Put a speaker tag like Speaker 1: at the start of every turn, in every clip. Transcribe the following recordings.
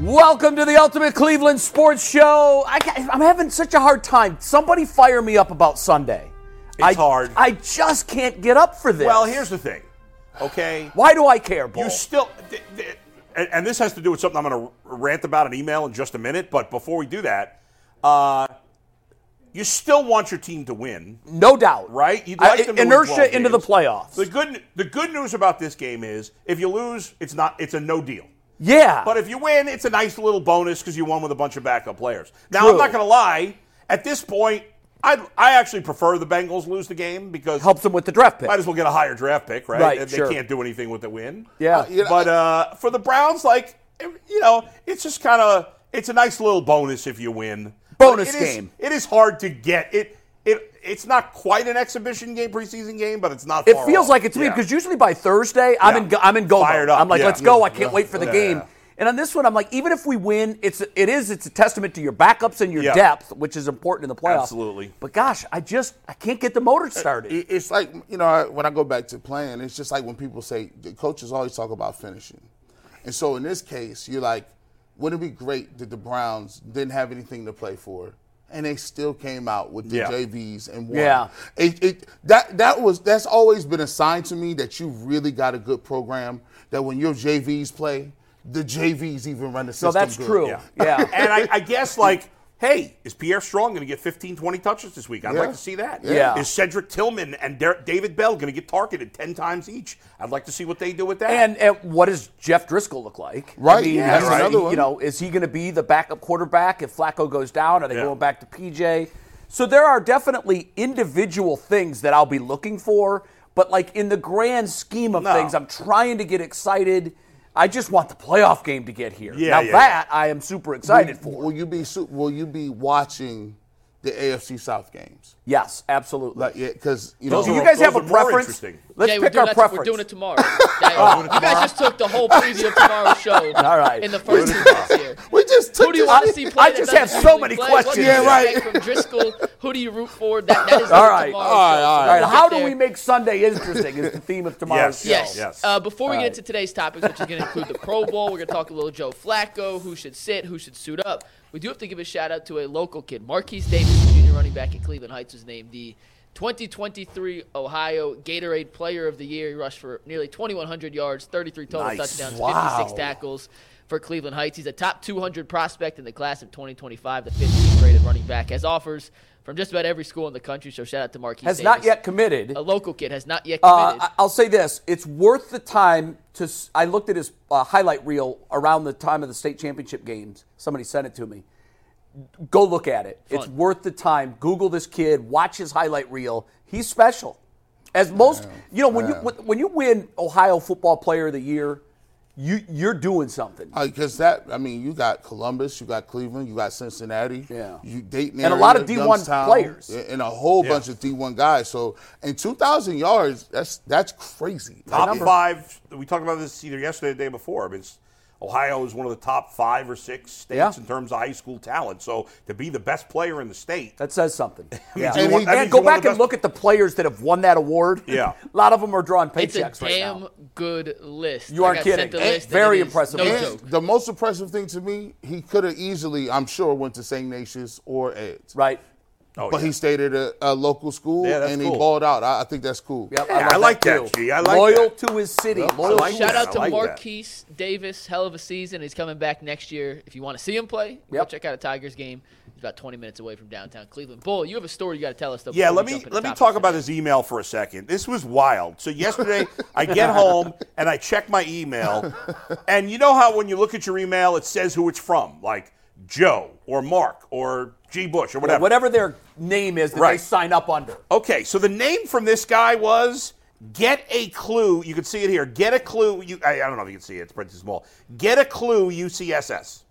Speaker 1: Welcome to the Ultimate Cleveland Sports Show. I, am having such a hard time. Somebody fire me up about Sunday.
Speaker 2: It's
Speaker 1: I,
Speaker 2: hard.
Speaker 1: I just can't get up for this.
Speaker 2: Well, here's the thing, okay?
Speaker 1: why do I care, Bull?
Speaker 2: You still, th- th- and, and this has to do with something I'm going to rant about an email in just a minute. But before we do that, uh, you still want your team to win,
Speaker 1: no doubt,
Speaker 2: right? You'd
Speaker 1: I-
Speaker 2: like them to lose 12
Speaker 1: inertia into the
Speaker 2: games.
Speaker 1: playoffs.
Speaker 2: The good, the good news about this game is, if you lose, it's not, it's a no deal.
Speaker 1: yeah,
Speaker 2: But if you win, it's a nice little bonus because you won with a bunch of backup players. Now,
Speaker 1: True.
Speaker 2: I'm not going to lie. At this point, I I actually prefer the Bengals lose the game because
Speaker 1: helps them with the draft pick.
Speaker 2: might as well get a higher draft pick, right?
Speaker 1: Right,
Speaker 2: And they
Speaker 1: sure.
Speaker 2: can't do anything with the win.
Speaker 1: Yeah.
Speaker 3: Uh, you know,
Speaker 2: but uh, for the Browns, like you know, it's just kind of it's a nice little bonus if you win.
Speaker 1: Bonus
Speaker 2: But it is-
Speaker 1: game.
Speaker 2: it is hard to get it. It it's not quite an exhibition game, preseason game, but it's not.
Speaker 1: it
Speaker 2: far
Speaker 1: feels
Speaker 2: off.
Speaker 1: like it to me
Speaker 2: Yeah.
Speaker 1: because usually by Thursday I'm in
Speaker 2: Yeah.
Speaker 1: I'm in go mode.
Speaker 2: Fired up,
Speaker 1: I'm like,
Speaker 2: yeah.
Speaker 1: let's go. I can't wait for the
Speaker 2: Yeah,
Speaker 1: game.
Speaker 2: yeah.
Speaker 1: And on this one, I'm like, even if we win, it's it is it's a testament to your backups and your
Speaker 2: Yeah.
Speaker 1: depth, which is important in the playoffs.
Speaker 2: Absolutely. Uh,
Speaker 1: But gosh, I just I can't get the motor started.
Speaker 3: it- it's like you know I- when I go back to playing, it's just like when people say the coaches always talk about finishing, and so in this case, you're like, wouldn't it be great that the Browns didn't have anything to play for, and they still came out with the
Speaker 2: Yeah.
Speaker 3: JVs and won.
Speaker 1: Yeah.
Speaker 3: it, it that that was that's always been a sign to me that you really got a good program. That when your JVs play, the JVs even run the system.
Speaker 1: so that's
Speaker 3: good.
Speaker 1: true.
Speaker 2: Yeah.
Speaker 1: yeah.
Speaker 2: and I, I guess like hey is pierre strong going to get 15 20 touches this week i'd
Speaker 3: Yeah.
Speaker 2: like to see that
Speaker 1: Yeah.
Speaker 2: is cedric tillman and Der- david bell going to get targeted 10 times each i'd like to see what they do with that
Speaker 1: And, and what does Jeff Driscoll look like?
Speaker 3: Right, yeah,
Speaker 2: that's
Speaker 1: is he-
Speaker 2: another
Speaker 3: one.
Speaker 1: You know, is he going to be the backup quarterback if Flacco goes down? Are they
Speaker 2: Yeah.
Speaker 1: going back to PJ? So there are definitely individual things that I'll be looking for, but like in the grand scheme of
Speaker 2: No.
Speaker 1: things, I'm trying to get excited. I just want the playoff game to get here.
Speaker 2: Yeah,
Speaker 1: now
Speaker 2: yeah,
Speaker 1: that I am super excited
Speaker 3: Will,
Speaker 1: for.
Speaker 3: will you be su- will you be watching the AFC South games?
Speaker 1: yes, absolutely.
Speaker 3: Like yeah, because you
Speaker 2: Those
Speaker 1: Do
Speaker 3: know
Speaker 2: are-
Speaker 1: you guys have a
Speaker 2: those are more
Speaker 1: preference?
Speaker 2: interesting.
Speaker 1: Let's
Speaker 4: Jay,
Speaker 1: pick
Speaker 4: we're doing
Speaker 1: our
Speaker 4: that
Speaker 1: preference.
Speaker 4: we're doing it tomorrow. Yeah, you guys just took the whole preview of tomorrow's show.
Speaker 1: All right.
Speaker 4: In the first instance here.
Speaker 3: we just took
Speaker 4: Who do you
Speaker 3: this-
Speaker 4: want to see play?
Speaker 1: I
Speaker 4: that
Speaker 1: just
Speaker 4: doesn't
Speaker 1: have so
Speaker 4: usually
Speaker 1: many
Speaker 4: play?
Speaker 1: questions.
Speaker 4: What do you
Speaker 3: Yeah,
Speaker 4: expect
Speaker 3: right.
Speaker 4: From Driscoll, who do you root for? That, that is
Speaker 1: All
Speaker 4: all
Speaker 1: right.
Speaker 4: right. tomorrow's
Speaker 1: All
Speaker 4: show. So
Speaker 1: All
Speaker 4: we'll
Speaker 1: right,
Speaker 4: get
Speaker 1: how do
Speaker 4: there.
Speaker 1: we make Sunday interesting is the theme of tomorrow's show.
Speaker 2: Yes.
Speaker 4: Yes.
Speaker 2: Yes.
Speaker 4: Uh, before we get into today's topics, which is going to include the Pro Bowl, we're going to talk a little Joe Flacco, who should sit, who should suit up. We do have to give a shout out to a local kid, Marquise Davis, junior running back at Cleveland Heights, was named the 2023 Ohio Gatorade Player of the Year. He rushed for nearly 2,100 yards, 33 total
Speaker 2: Nice.
Speaker 4: touchdowns,
Speaker 1: Wow.
Speaker 4: 56 tackles for Cleveland Heights. He's a top 200 prospect in the class of 2025, the 15th graded running back. Has offers from just about every school in the country. So shout out to Marquise.
Speaker 1: Has
Speaker 4: Davis.
Speaker 1: not yet committed.
Speaker 4: A local kid has not yet
Speaker 1: Uh,
Speaker 4: committed.
Speaker 1: I- I'll say this: it's worth the time to. s- I looked at his uh, highlight reel around the time of the state championship games. Somebody sent it to me. Go look at it. It's
Speaker 4: Fun.
Speaker 1: worth the time. Google this kid. Watch his highlight reel. He's special. As most, you know, when you when- when you win Ohio Football Player of the Year, you you're doing something.
Speaker 3: because Uh, that I mean you got Columbus, you got Cleveland, you got Cincinnati,
Speaker 1: Yeah.
Speaker 3: you Dayton,
Speaker 1: And a lot
Speaker 3: area,
Speaker 1: of D1
Speaker 3: Youngstown,
Speaker 1: players.
Speaker 3: and a whole bunch of D1 guys. So in 2,000 yards, that's that's crazy.
Speaker 2: top
Speaker 3: Like,
Speaker 2: five we talked about this either yesterday or the day before i mean it's, ohio is one of the top five or six states
Speaker 1: Yeah.
Speaker 2: in terms of high school talent so to be the best player in the state
Speaker 1: That says something. Yeah.
Speaker 2: you
Speaker 1: And,
Speaker 3: want- that
Speaker 2: means
Speaker 1: go
Speaker 2: you want
Speaker 1: back
Speaker 2: the
Speaker 1: and
Speaker 2: best-
Speaker 1: look at the players that have won that award.
Speaker 2: Yeah.
Speaker 1: a lot of them are drawing
Speaker 4: It's a
Speaker 1: paychecks right now.
Speaker 4: damn good list.
Speaker 1: You
Speaker 4: I
Speaker 1: are
Speaker 4: got
Speaker 1: kidding.
Speaker 4: sent the
Speaker 1: And
Speaker 4: list, and
Speaker 1: very
Speaker 4: it is
Speaker 1: impressive
Speaker 4: No
Speaker 1: list.
Speaker 3: and
Speaker 4: joke.
Speaker 3: the most impressive thing to me, he could have easily, I'm sure, went to St. Ignatius or Eds.
Speaker 1: Right.
Speaker 2: Oh,
Speaker 3: but
Speaker 2: yeah.
Speaker 3: he stayed at a, a local school
Speaker 2: Yeah, that's
Speaker 3: and he
Speaker 2: cool.
Speaker 3: balled out. I, I think that's cool.
Speaker 1: Yep,
Speaker 2: Yeah, I like that,
Speaker 1: too.
Speaker 2: G. I like
Speaker 1: Loyal
Speaker 2: that.
Speaker 1: to his city.
Speaker 2: Yep, I
Speaker 1: Loyal
Speaker 2: like
Speaker 1: to
Speaker 2: that.
Speaker 4: Shout
Speaker 1: his
Speaker 4: out to
Speaker 2: I like that.
Speaker 4: Marquise Davis, hell of a season. He's coming back next year. If you want to see him play, go
Speaker 1: Yep.
Speaker 4: check out a Tigers game. He's about 20 minutes away from downtown Cleveland. Bull, you have a story you got to tell us. Though,
Speaker 2: Yeah,
Speaker 4: before
Speaker 2: let
Speaker 4: we
Speaker 2: me
Speaker 4: jump into
Speaker 2: let me
Speaker 4: topics
Speaker 2: talk about
Speaker 4: today.
Speaker 2: this email for a second. This was wild. So yesterday, I get home and I check my email, and you know how when you look at your email, it says who it's from, like Joe or Mark or G. Bush or whatever.
Speaker 1: Whatever their name is that they
Speaker 2: Right.
Speaker 1: sign up under.
Speaker 2: Okay, so the name from this guy was Get a Clue. You can see it here. Get a Clue. You, I, I don't know if you can see it. It's pretty small. Get a Clue UCSS.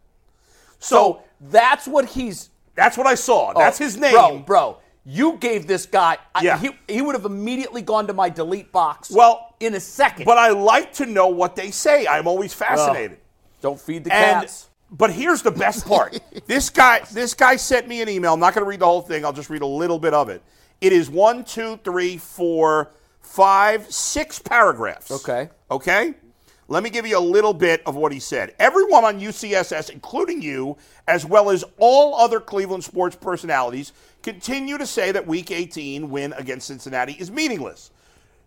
Speaker 2: So
Speaker 1: So Oh, that's what he's.
Speaker 2: that's what I saw. Oh. That's his name.
Speaker 1: Bro, bro. You gave this guy. I-
Speaker 2: Yeah.
Speaker 1: he, he would have immediately gone to my delete box
Speaker 2: Well,
Speaker 1: in a second.
Speaker 2: But I like to know what they say. I'm always fascinated.
Speaker 1: Don't feed the
Speaker 2: And
Speaker 1: cats.
Speaker 2: but here's the best part. this guy, this guy sent me an email. I'm not going to read the whole thing. I'll just read a little bit of it. It is one, two, three, four, five, six paragraphs.
Speaker 1: Okay.
Speaker 2: Okay. Let me give you a little bit of what he said. Everyone on UCSS, including you, as well as all other Cleveland sports personalities, continue to say that Week 18 win against Cincinnati is meaningless.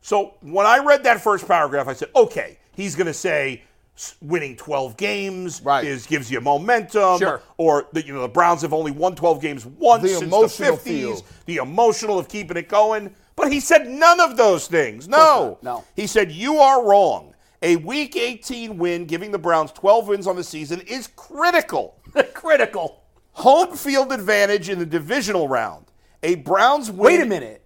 Speaker 2: So when I read that first paragraph, I said, okay, he's going to say s- winning 12 games
Speaker 3: Right.
Speaker 2: is gives you momentum,
Speaker 1: Sure.
Speaker 2: or the, you know the Browns have only won 12 games once
Speaker 3: The
Speaker 2: since the
Speaker 3: emotional
Speaker 2: 50s.
Speaker 3: feel.
Speaker 2: The emotional of keeping it going, but he said none of those things. No,
Speaker 1: not. No.
Speaker 2: He said you are wrong. A Week 18 win, giving the Browns 12 wins on the season, is critical.
Speaker 1: Critical.
Speaker 2: Home field advantage in the divisional round. A Browns win.
Speaker 1: Wait a minute.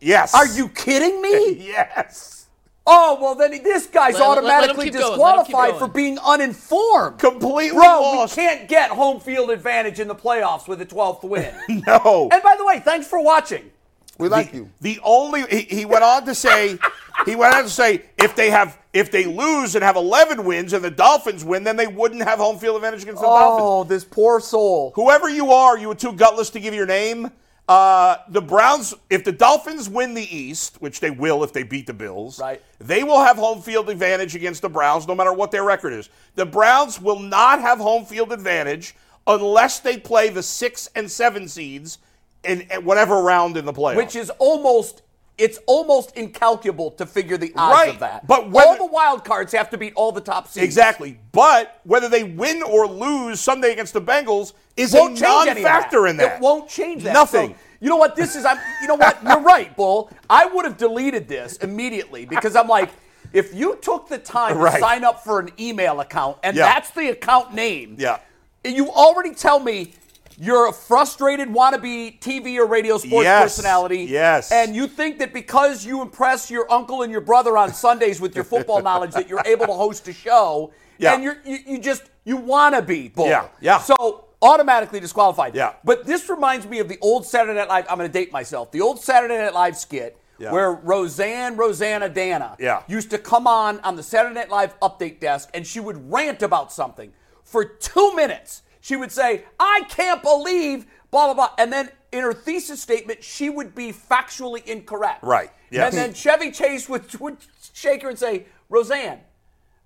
Speaker 2: Yes.
Speaker 1: Are you kidding me?
Speaker 2: Yes.
Speaker 1: Oh, well, then this guy's
Speaker 4: Let- let- let him
Speaker 1: automatically
Speaker 4: keep going. Let him keep
Speaker 1: disqualified
Speaker 4: going.
Speaker 1: for being uninformed.
Speaker 2: Completely
Speaker 1: Bro,
Speaker 2: lost.
Speaker 1: we can't get home field advantage in the playoffs with a 12th win. and
Speaker 2: No.
Speaker 1: by the way, thanks for watching.
Speaker 3: We like you.
Speaker 2: The only he, he went on to say he went on to say if they have if they lose and have 11 wins and the Dolphins win, then they wouldn't have home field advantage against the Dolphins.
Speaker 1: Oh, this poor soul.
Speaker 2: Whoever you are, you were too gutless to give your name. Uh, the Browns, if the Dolphins win the East, which they will if they beat the Bills,
Speaker 1: Right.
Speaker 2: they will have home field advantage against the Browns no matter what their record is. The Browns will not have home field advantage unless they play the six and seven seeds in, in whatever round in the playoffs.
Speaker 1: Which is almost it's almost incalculable to figure the odds
Speaker 2: Right,
Speaker 1: of that.
Speaker 2: but whether-
Speaker 1: all the wild cards have to beat all the top seeds.
Speaker 2: Exactly. But whether they win or lose Sunday against the Bengals is
Speaker 1: won't
Speaker 2: a
Speaker 1: change any of
Speaker 2: non-factor in that.
Speaker 1: It won't change that.
Speaker 2: Nothing.
Speaker 1: So, you know what? This is. I'm. You know what? You're right, Bull. I would have deleted this immediately because I'm like, if you took the time to
Speaker 2: Right.
Speaker 1: sign up for an email account and
Speaker 2: Yeah.
Speaker 1: that's the account name,
Speaker 2: Yeah.
Speaker 1: and you already tell me. You're a frustrated wannabe TV or radio sports
Speaker 2: Yes.
Speaker 1: personality.
Speaker 2: Yes.
Speaker 1: And you think that because you impress your uncle and your brother on Sundays with your football knowledge that you're able to host a show.
Speaker 2: Yeah.
Speaker 1: And you're, you, you just, you want to be, Bull.
Speaker 2: Yeah, yeah.
Speaker 1: So automatically disqualified.
Speaker 2: Yeah.
Speaker 1: But this reminds me of the old Saturday Night Live. I'm going to date myself. The old Saturday Night Live skit
Speaker 2: Yeah.
Speaker 1: where Roseanne Rosanna Dana
Speaker 2: Yeah.
Speaker 1: used to come on on the Saturday Night Live update desk and she would rant about something for two minutes. She would say, "I can't believe." Blah blah blah, and then in her thesis statement, she would be factually incorrect.
Speaker 2: Right. Yes.
Speaker 1: And then Chevy Chase would, would shake her and say, "Roseanne,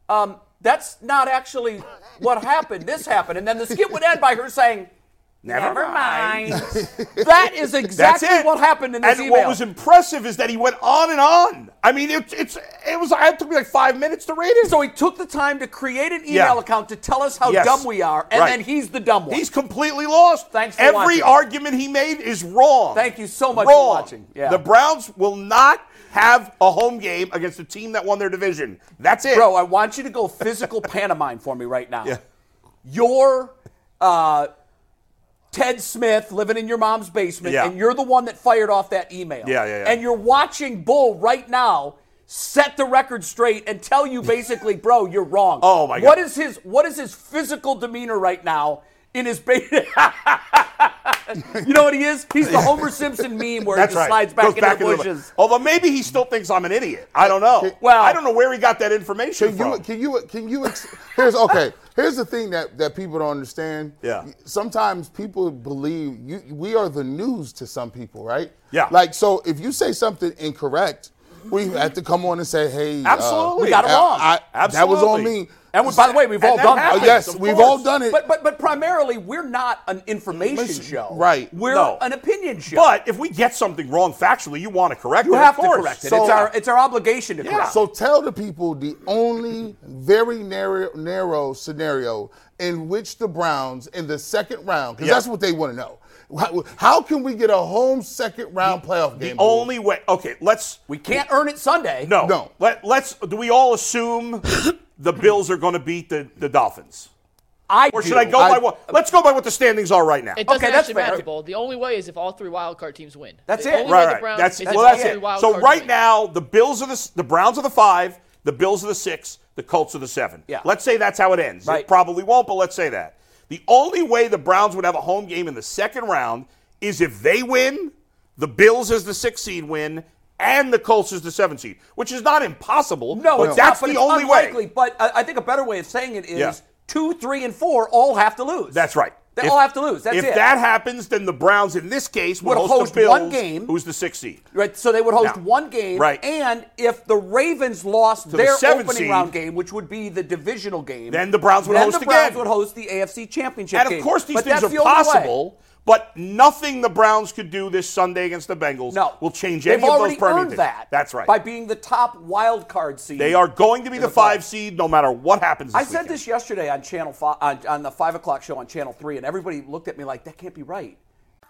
Speaker 1: um, that's not actually what happened. This happened. And then the skit would end by her saying, Never, mind. that is
Speaker 2: That's
Speaker 1: exactly
Speaker 2: it.
Speaker 1: what happened in this
Speaker 2: and
Speaker 1: email.
Speaker 2: what was impressive is that he went on and on. I mean, it, it's it was it took me like five minutes to read it.
Speaker 1: so he took the time to create an email
Speaker 2: Yeah.
Speaker 1: account to tell us how
Speaker 2: Yes.
Speaker 1: dumb we are, and
Speaker 2: Right.
Speaker 1: then he's the dumb one.
Speaker 2: He's completely lost.
Speaker 1: Thanks for
Speaker 2: Every
Speaker 1: watching.
Speaker 2: argument he made is wrong.
Speaker 1: Thank you so much for
Speaker 2: Wrong.
Speaker 1: watching. Yeah.
Speaker 2: The Browns will not have a home game against a team that won their division. That's it.
Speaker 1: Bro, I want you to go physical pantomime for me right now.
Speaker 2: Yeah.
Speaker 1: You're uh, Ted Smith living in your mom's basement,
Speaker 2: Yeah.
Speaker 1: and you're the one that fired off that email.
Speaker 2: Yeah, yeah, yeah.
Speaker 1: And you're watching Bull right now set the record straight and tell you basically, bro, you're wrong.
Speaker 2: Oh, my God.
Speaker 1: What is his what is his physical demeanor right now in his ba- You know what he is? He's the Homer Simpson meme where he
Speaker 2: That's
Speaker 1: just
Speaker 2: right.
Speaker 1: slides
Speaker 2: Goes
Speaker 1: back into the
Speaker 2: into the-
Speaker 1: bushes.
Speaker 2: Although maybe he still thinks I'm an idiot. I don't know.
Speaker 1: Well-
Speaker 2: I don't know where he got that information
Speaker 3: Can
Speaker 2: from.
Speaker 3: you, can you can you ex- here's okay here's the thing that that people don't understand
Speaker 2: Yeah.
Speaker 3: sometimes people believe you we are the news to some people right
Speaker 2: Yeah.
Speaker 3: like so if you say something incorrect we have to come on and say hey uh,
Speaker 2: Absolutely.
Speaker 1: We got it
Speaker 3: I-
Speaker 1: wrong.
Speaker 3: I- that was on
Speaker 2: Absolutely.
Speaker 3: me
Speaker 1: And we, by the way, we've all
Speaker 2: that
Speaker 1: done
Speaker 2: happens,
Speaker 1: that.
Speaker 3: Oh, yes,
Speaker 1: of
Speaker 3: we've
Speaker 1: course.
Speaker 3: all done it.
Speaker 1: But but but primarily, we're not an information show.
Speaker 3: right.
Speaker 1: We're
Speaker 2: No.
Speaker 1: an opinion show.
Speaker 2: But if we get something wrong factually, you want to correct
Speaker 1: you
Speaker 2: it.
Speaker 1: have
Speaker 2: of
Speaker 1: to
Speaker 2: course.
Speaker 1: correct it.
Speaker 2: So-
Speaker 1: it's our it's our obligation to correct.
Speaker 3: So tell the people the only very narrow, narrow scenario in which the Browns in the second round, because
Speaker 2: Yeah.
Speaker 3: that's what they want to know. How, how can we get a home second round playoff game?
Speaker 2: the only way. Okay, let's.
Speaker 1: we can't earn it Sunday.
Speaker 2: No.
Speaker 3: No.
Speaker 2: Let, let's. Do we all assume the Bills are going to beat the, the Dolphins?
Speaker 1: I
Speaker 2: Or should
Speaker 1: do.
Speaker 2: I go
Speaker 3: I-
Speaker 2: by what? Let's go by what the standings are right now.
Speaker 4: It doesn't
Speaker 1: Okay, that's
Speaker 4: actually
Speaker 1: fair.
Speaker 4: matter, Bull. The only way is if all three wild card teams win.
Speaker 1: That's it.
Speaker 4: the Only way
Speaker 2: Right,
Speaker 4: The
Speaker 2: right.
Speaker 4: Browns
Speaker 2: That's
Speaker 4: is
Speaker 2: well,
Speaker 4: if all
Speaker 2: that's
Speaker 4: three
Speaker 2: it.
Speaker 4: wild
Speaker 2: So
Speaker 4: cards
Speaker 2: right
Speaker 4: win.
Speaker 2: now, the Bills are the s- the Browns are the five, the Bills are the six, the Colts are the seven.
Speaker 1: Yeah.
Speaker 2: Let's say that's how it ends.
Speaker 1: Right.
Speaker 2: It probably won't, but let's say that. The only way the Browns would have a home game in the second round is if they win, the Bills as the six seed win, and the Colts as the seven seed, which is not impossible.
Speaker 1: No,
Speaker 2: but
Speaker 1: it's
Speaker 2: that's
Speaker 1: not, but
Speaker 2: the
Speaker 1: it's
Speaker 2: only
Speaker 1: unlikely,
Speaker 2: way.
Speaker 1: But I, I think a better way of saying it is
Speaker 2: Yeah.
Speaker 1: two, three, and four all have to lose.
Speaker 2: That's right.
Speaker 1: They
Speaker 2: If-
Speaker 1: all have to lose. That's
Speaker 2: if
Speaker 1: it.
Speaker 2: that happens, then the Browns in this case would
Speaker 1: Would
Speaker 2: host,
Speaker 1: host
Speaker 2: the Bills,
Speaker 1: one game.
Speaker 2: who's the six seed.
Speaker 1: Right, so they would host
Speaker 2: No.
Speaker 1: one game,
Speaker 2: Right.
Speaker 1: and if the Ravens lost
Speaker 2: the
Speaker 1: their
Speaker 2: seven
Speaker 1: opening
Speaker 2: seed,
Speaker 1: round game, which would be the divisional game,
Speaker 2: then the Browns would
Speaker 1: then
Speaker 2: host
Speaker 1: the Browns
Speaker 2: again.
Speaker 1: would host the AFC Championship
Speaker 2: And
Speaker 1: game.
Speaker 2: of course, these
Speaker 1: But
Speaker 2: things
Speaker 1: that's
Speaker 2: are
Speaker 1: the only way.
Speaker 2: possible. But nothing the Browns could do this Sunday against the Bengals
Speaker 1: No,
Speaker 2: will change
Speaker 1: They've
Speaker 2: any of
Speaker 1: already
Speaker 2: those permanent
Speaker 1: earned
Speaker 2: things.
Speaker 1: that.
Speaker 2: That's right.
Speaker 1: By being the top wild card seed,
Speaker 2: they are going to be
Speaker 1: in
Speaker 2: the,
Speaker 1: the
Speaker 2: five
Speaker 1: playoffs.
Speaker 2: seed no matter what happens. This
Speaker 1: I said
Speaker 2: weekend.
Speaker 1: this yesterday on Channel Five on, on the five o'clock show on Channel Three, and everybody looked at me like that can't be right.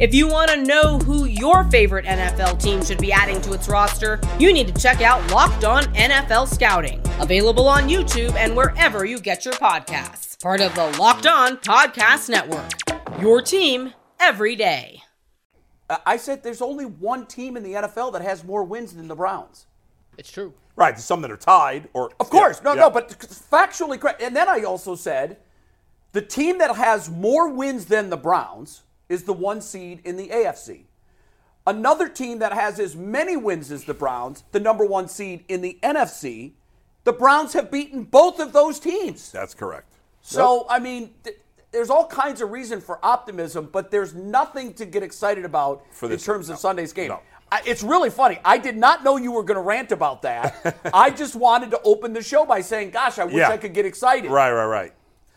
Speaker 5: If you want to know who your favorite NFL team should be adding to its roster, you need to check out Locked On NFL Scouting, available on YouTube and wherever you get your podcasts. Part of the Locked On Podcast Network. Your team every day.
Speaker 1: I- I said there's only one team in the NFL that has more wins than the Browns.
Speaker 4: It's true.
Speaker 2: right. Some that are tied, or
Speaker 1: Of course,
Speaker 2: Yeah,
Speaker 1: no,
Speaker 2: yeah.
Speaker 1: no, but factually correct. And then I also said the team that has more wins than the Browns is the one seed in the AFC. Another team that has as many wins as the Browns, the number one seed in the NFC, the Browns have beaten both of those teams.
Speaker 2: that's correct.
Speaker 1: So, I mean, th- there's all kinds of reason for optimism, but there's nothing to get excited about in
Speaker 2: this-
Speaker 1: terms of Sunday's game.
Speaker 2: no.
Speaker 1: I, it's really funny. I did not know you were going to rant about that. I just wanted to open the show by saying, gosh, I wish
Speaker 2: Yeah.
Speaker 1: I could get excited.
Speaker 2: Right, right, right.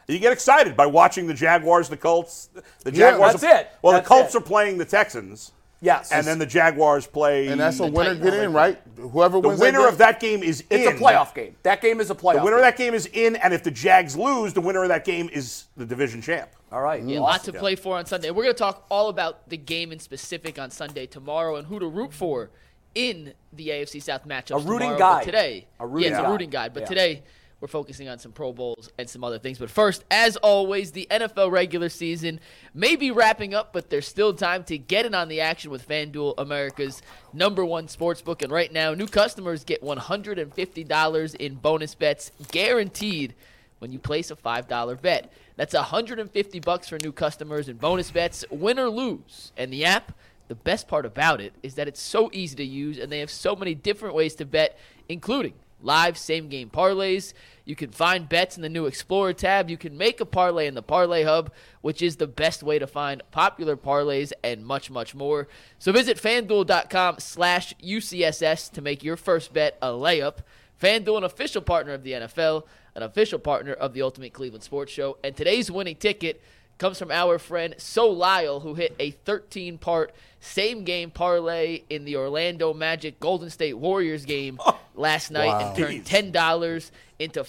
Speaker 2: You get excited by watching the Jaguars, the Colts, the Jaguars.
Speaker 1: that's it.
Speaker 2: Well,
Speaker 1: That's
Speaker 2: the Colts
Speaker 1: it.
Speaker 2: are playing the Texans,
Speaker 1: Yes.
Speaker 2: and then the Jaguars play.
Speaker 3: and that's a
Speaker 4: The
Speaker 3: winner
Speaker 4: tight
Speaker 3: get in, right? Whoever
Speaker 2: the
Speaker 3: wins
Speaker 2: winner
Speaker 3: game-
Speaker 2: of that game is
Speaker 1: it's
Speaker 2: in.
Speaker 1: a playoff game. That game is a playoff
Speaker 2: The winner of
Speaker 1: game.
Speaker 2: that game is in, and if the Jags lose, the winner of that game is the division champ.
Speaker 1: All right.
Speaker 4: Yeah, lot to play for on Sunday. We're going to talk all about the game in specific on Sunday tomorrow and who to root for in the AFC South matchup.
Speaker 1: A rooting guide.
Speaker 4: today.
Speaker 1: A rooting
Speaker 4: yeah, it's
Speaker 1: guide.
Speaker 4: a rooting guide. But
Speaker 1: Yeah.
Speaker 4: today we're focusing on some Pro Bowls and some other things. But first, as always, the NFL regular season may be wrapping up, but there's still time to get in on the action with FanDuel America's number one sports book. And right now, new customers get $150 in bonus bets guaranteed when you place a $5 bet. That's 150 bucks for new customers and bonus bets, win or lose. And the app, the best part about it is that it's so easy to use and they have so many different ways to bet, including live same game parlays. You can find bets in the new Explorer tab. You can make a parlay in the Parlay Hub, which is the best way to find popular parlays and much, much more. So visit fanduel.com slash UCSS to make your first bet a layup. FanDuel, an official partner of the NFL, an official partner of the Ultimate Cleveland Sports Show. And today's winning ticket comes from our friend So Lyle, who hit a 13 part same game parlay in the Orlando Magic Golden State Warriors game last night and turned $10 into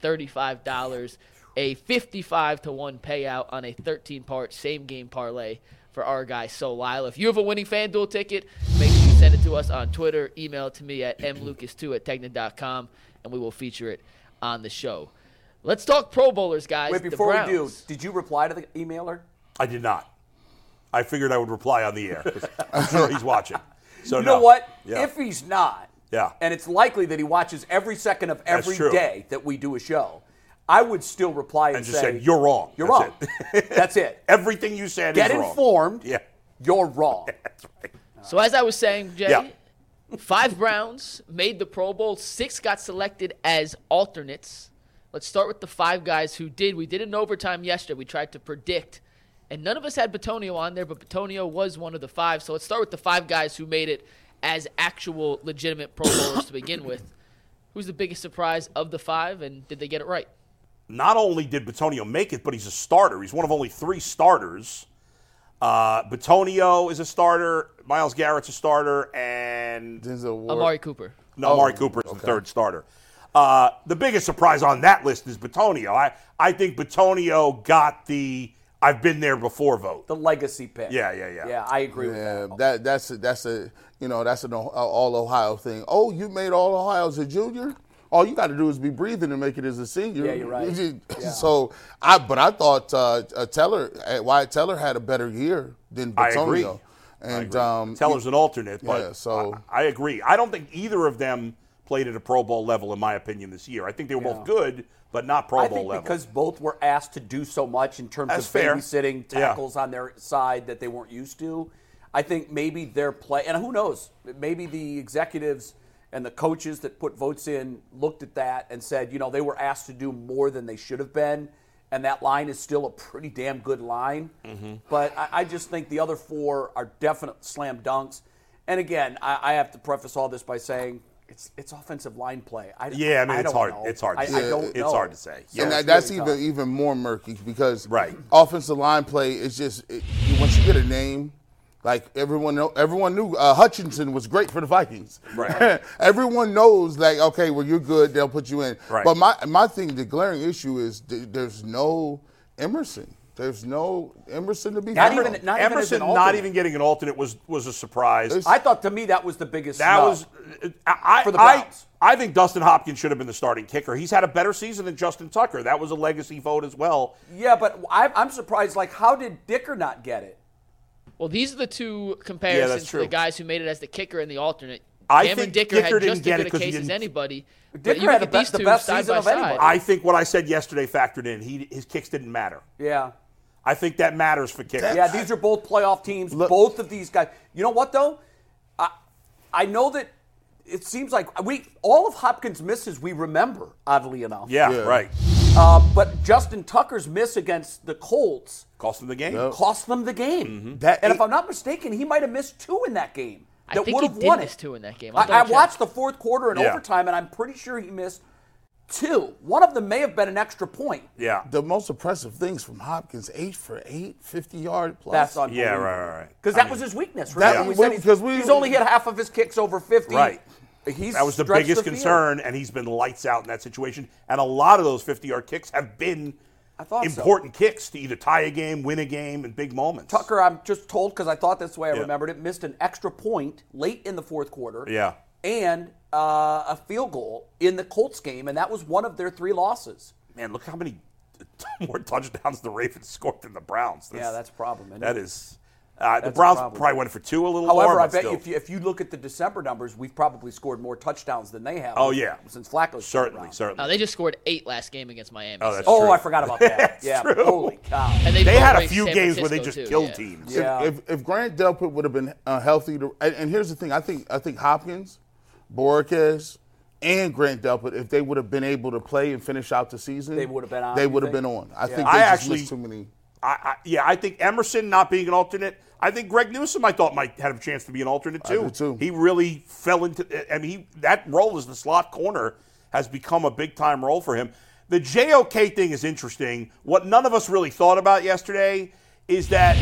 Speaker 4: $535, a 55 to 1 payout on a 13 part same game parlay for our guy So Lyle. If you have a winning FanDuel ticket, make sure you send it to us on Twitter, email it to me at mlucas2 at techna.com, and we will feature it on the show. Let's talk Pro Bowlers, guys.
Speaker 1: Wait,
Speaker 4: The
Speaker 1: before we do,
Speaker 4: Browns.
Speaker 1: did you reply to the emailer?
Speaker 2: I did not. I figured I would reply on the air. 'cause I'm sure he's watching. So
Speaker 1: You know
Speaker 2: Oh, no.
Speaker 1: what?
Speaker 2: Yeah.
Speaker 1: If he's not,
Speaker 2: Yeah.
Speaker 1: and it's likely that he watches every second of every
Speaker 2: true.
Speaker 1: day that we do a show, I would still reply and,
Speaker 2: And just
Speaker 1: say,
Speaker 2: say, "You're wrong."
Speaker 1: You're
Speaker 2: That's
Speaker 1: wrong. That's it.
Speaker 2: Everything you said
Speaker 1: Get
Speaker 2: is wrong.
Speaker 1: informed.
Speaker 2: Yeah.
Speaker 1: You're wrong.
Speaker 4: So as I was saying, Jay,
Speaker 2: Yeah.
Speaker 4: five Browns made the Pro Bowl. Six got selected as alternates. Let's start with the five guys who did. We did an overtime yesterday. We tried to predict, and none of us had Batonio on there, but Batonio was one of the five. So let's start with the five guys who made it as actual legitimate Pro Bowlers to begin with. Who's the biggest surprise of the five, and did they get it right?
Speaker 2: not only did Batonio make it, but he's a starter. He's one of only three starters. Uh, Batonio is a starter. Miles Garrett's a starter, and
Speaker 3: Denzel Ward.
Speaker 4: Amari Cooper.
Speaker 2: no,
Speaker 1: Oh,
Speaker 2: Amari Cooper is the third starter. Uh, the biggest surprise on that list is Batonio. I, I think Batonio got the I've been there before vote.
Speaker 1: The legacy pick.
Speaker 2: Yeah, yeah, yeah.
Speaker 1: Yeah, I agree
Speaker 3: Yeah,
Speaker 1: with that.
Speaker 3: that that's a, that's a you know that's an O- a all Ohio thing. Oh, you made all Ohio as a junior. All you got to do is be breathing and make it as a senior.
Speaker 1: Yeah, you're right. Yeah.
Speaker 3: So I, but I thought uh, uh, Teller, uh, Wyatt Teller had a better year than
Speaker 2: I agree.
Speaker 3: Batonio. And um,
Speaker 2: Teller's an alternate, but
Speaker 3: Yeah, so-
Speaker 2: I, I agree. I don't think either of them played at a Pro Bowl level, in my opinion, this year. I think they were both good, but not Pro
Speaker 1: I
Speaker 2: Bowl
Speaker 1: think
Speaker 2: level.
Speaker 1: because both were asked to do so much in terms
Speaker 2: That's
Speaker 1: of
Speaker 2: fair.
Speaker 1: babysitting
Speaker 2: Yeah.
Speaker 1: tackles on their side that they weren't used to. I think maybe their play, and who knows, maybe the executives and the coaches that put votes in looked at that and said, you know, they were asked to do more than they should have been, and that line is still a pretty damn good line.
Speaker 2: Mm-hmm.
Speaker 1: But I, I just think the other four are definite slam dunks. And again, I, I have to preface all this by saying it's it's offensive line play. I,
Speaker 2: yeah, I mean,
Speaker 1: I
Speaker 2: it's
Speaker 1: don't
Speaker 2: hard.
Speaker 1: know.
Speaker 2: It's hard.
Speaker 1: I,
Speaker 2: to
Speaker 1: I
Speaker 2: say.
Speaker 1: don't
Speaker 2: it's
Speaker 1: know.
Speaker 2: hard to say. Yeah.
Speaker 3: and
Speaker 1: it's
Speaker 3: that, that's
Speaker 1: really
Speaker 3: even
Speaker 1: tough.
Speaker 3: even more murky because
Speaker 2: Right.
Speaker 3: offensive line play is just it, you- once you get a name, like everyone know, everyone knew uh, Hutchinson was great for the Vikings.
Speaker 2: Right.
Speaker 3: everyone knows like okay, well you're good, they'll put you in.
Speaker 2: Right.
Speaker 3: But my my thing, the glaring issue is th- there's no Emerson. There's no Emerson to be
Speaker 1: Not
Speaker 3: found.
Speaker 1: even- not even as
Speaker 2: Emerson
Speaker 1: an
Speaker 2: not
Speaker 1: alternate.
Speaker 2: even getting an alternate was was a surprise.
Speaker 3: It's-
Speaker 1: I thought to me that was the biggest.
Speaker 2: that
Speaker 1: snub.
Speaker 2: was uh, I, I,
Speaker 1: For the
Speaker 2: I,
Speaker 1: Browns.
Speaker 2: I think Dustin Hopkins should have been the starting kicker. He's had a better season than Justin Tucker. That was a legacy vote as well.
Speaker 1: yeah, but I, I'm surprised. Like, how did Dicker not get it?
Speaker 4: Well, these are the two comparisons to
Speaker 2: true.
Speaker 4: the guys who made it as the kicker and the alternate.
Speaker 2: I
Speaker 4: Cameron
Speaker 2: think
Speaker 4: Dicker,
Speaker 2: Dicker
Speaker 4: had
Speaker 2: didn't
Speaker 4: just
Speaker 2: get it
Speaker 4: as good a
Speaker 2: 'cause he
Speaker 4: case as
Speaker 2: didn't-
Speaker 4: anybody. but
Speaker 1: Dicker
Speaker 4: you
Speaker 1: had
Speaker 4: look at
Speaker 1: the be-
Speaker 4: these
Speaker 1: the
Speaker 4: two
Speaker 1: best
Speaker 4: side
Speaker 1: season
Speaker 4: by
Speaker 1: of
Speaker 4: side.
Speaker 1: anybody.
Speaker 2: I think what I said yesterday factored in. He his kicks didn't matter.
Speaker 1: Yeah,
Speaker 2: I think that matters for kickers.
Speaker 1: yeah. These are both playoff teams. both of these guys. You know what though? I I know that it seems like we all of Hopkins' misses we remember oddly enough.
Speaker 2: Yeah,
Speaker 3: Yeah.
Speaker 2: right.
Speaker 1: Uh, but Justin Tucker's miss against the Colts
Speaker 2: Cost him the game. Mm-hmm.
Speaker 1: cost them the game.
Speaker 3: That-
Speaker 1: and if I'm not mistaken, he might have missed two in that game.
Speaker 4: I
Speaker 1: That
Speaker 4: think
Speaker 1: would
Speaker 4: he
Speaker 1: have
Speaker 4: did
Speaker 1: won
Speaker 4: miss
Speaker 1: it.
Speaker 4: two in that game. I'll
Speaker 1: I, I
Speaker 4: double check.
Speaker 1: watched the fourth quarter and
Speaker 2: Yeah.
Speaker 1: overtime, and I'm pretty sure he missed two. One of them may have been an extra point.
Speaker 2: Yeah.
Speaker 3: the most impressive things from Hopkins: eight for eight, 50 yard plus.
Speaker 1: That's
Speaker 2: Yeah,
Speaker 1: unbelievable.
Speaker 2: right, right, right.
Speaker 1: Because
Speaker 2: I
Speaker 1: that
Speaker 2: mean,
Speaker 1: was his weakness.
Speaker 3: That-
Speaker 1: Remember, we
Speaker 3: yeah.
Speaker 1: said he's-
Speaker 3: 'Cause we-
Speaker 1: he's only hit half of his kicks over 50.
Speaker 2: Right.
Speaker 1: He's
Speaker 2: That was the
Speaker 1: stretched
Speaker 2: biggest
Speaker 1: field.
Speaker 2: concern, and he's been lights out in that situation. And a lot of those 50 yard kicks have been
Speaker 1: I thought so.
Speaker 2: important kicks to either tie a game, win a game, in big moments.
Speaker 1: Tucker, I'm just told because I thought that's the way I
Speaker 2: Yeah.
Speaker 1: remembered it, missed an extra point late in the fourth quarter.
Speaker 2: Yeah.
Speaker 1: And uh, a field goal in the Colts game, and that was one of their three losses.
Speaker 2: Man, look how many more touchdowns the Ravens scored than the Browns.
Speaker 1: Yeah, that's a problem. isn't
Speaker 2: That
Speaker 1: it?
Speaker 2: is. Uh, the
Speaker 1: That's a
Speaker 2: Browns
Speaker 1: problem.
Speaker 2: probably went for two a little more.
Speaker 1: However, I
Speaker 2: but
Speaker 1: bet
Speaker 2: still.
Speaker 1: you if, you if you look at the December numbers, we've probably scored more touchdowns than they have.
Speaker 2: Oh, yeah.
Speaker 1: since Flacco's been
Speaker 2: certainly,
Speaker 1: around.
Speaker 2: certainly.
Speaker 4: No, they just scored eight last game against Miami.
Speaker 2: Oh, that's
Speaker 4: so-
Speaker 1: Oh,
Speaker 2: True.
Speaker 1: I forgot about that.
Speaker 2: That's
Speaker 1: yeah,
Speaker 2: true.
Speaker 1: holy cow.
Speaker 4: and
Speaker 2: They had a
Speaker 4: played
Speaker 2: few
Speaker 4: San
Speaker 2: games where they just
Speaker 4: Francisco, too,
Speaker 2: killed
Speaker 4: yeah.
Speaker 2: teams.
Speaker 3: If-
Speaker 1: Yeah.
Speaker 3: If, if, Grant Delpit would have been uh, healthy, to, and, and here's the thing, I think I think Hopkins, Borges, and Grant Delpit, if they would have been able to play and finish out the season,
Speaker 1: They would have been on,
Speaker 3: They
Speaker 1: you
Speaker 3: would have
Speaker 1: think?
Speaker 3: been on. I
Speaker 1: Yeah.
Speaker 3: think they
Speaker 2: I
Speaker 3: just
Speaker 2: actually-
Speaker 3: missed too many.
Speaker 2: I, I, yeah, I think Emerson not being an alternate. I think Greg Newsom, I thought might have a chance to be an alternate too.
Speaker 3: do, too.
Speaker 2: He really fell into. I mean, he, that role as the slot corner has become a big time role for him. The JOK thing is interesting. What none of us really thought about yesterday is that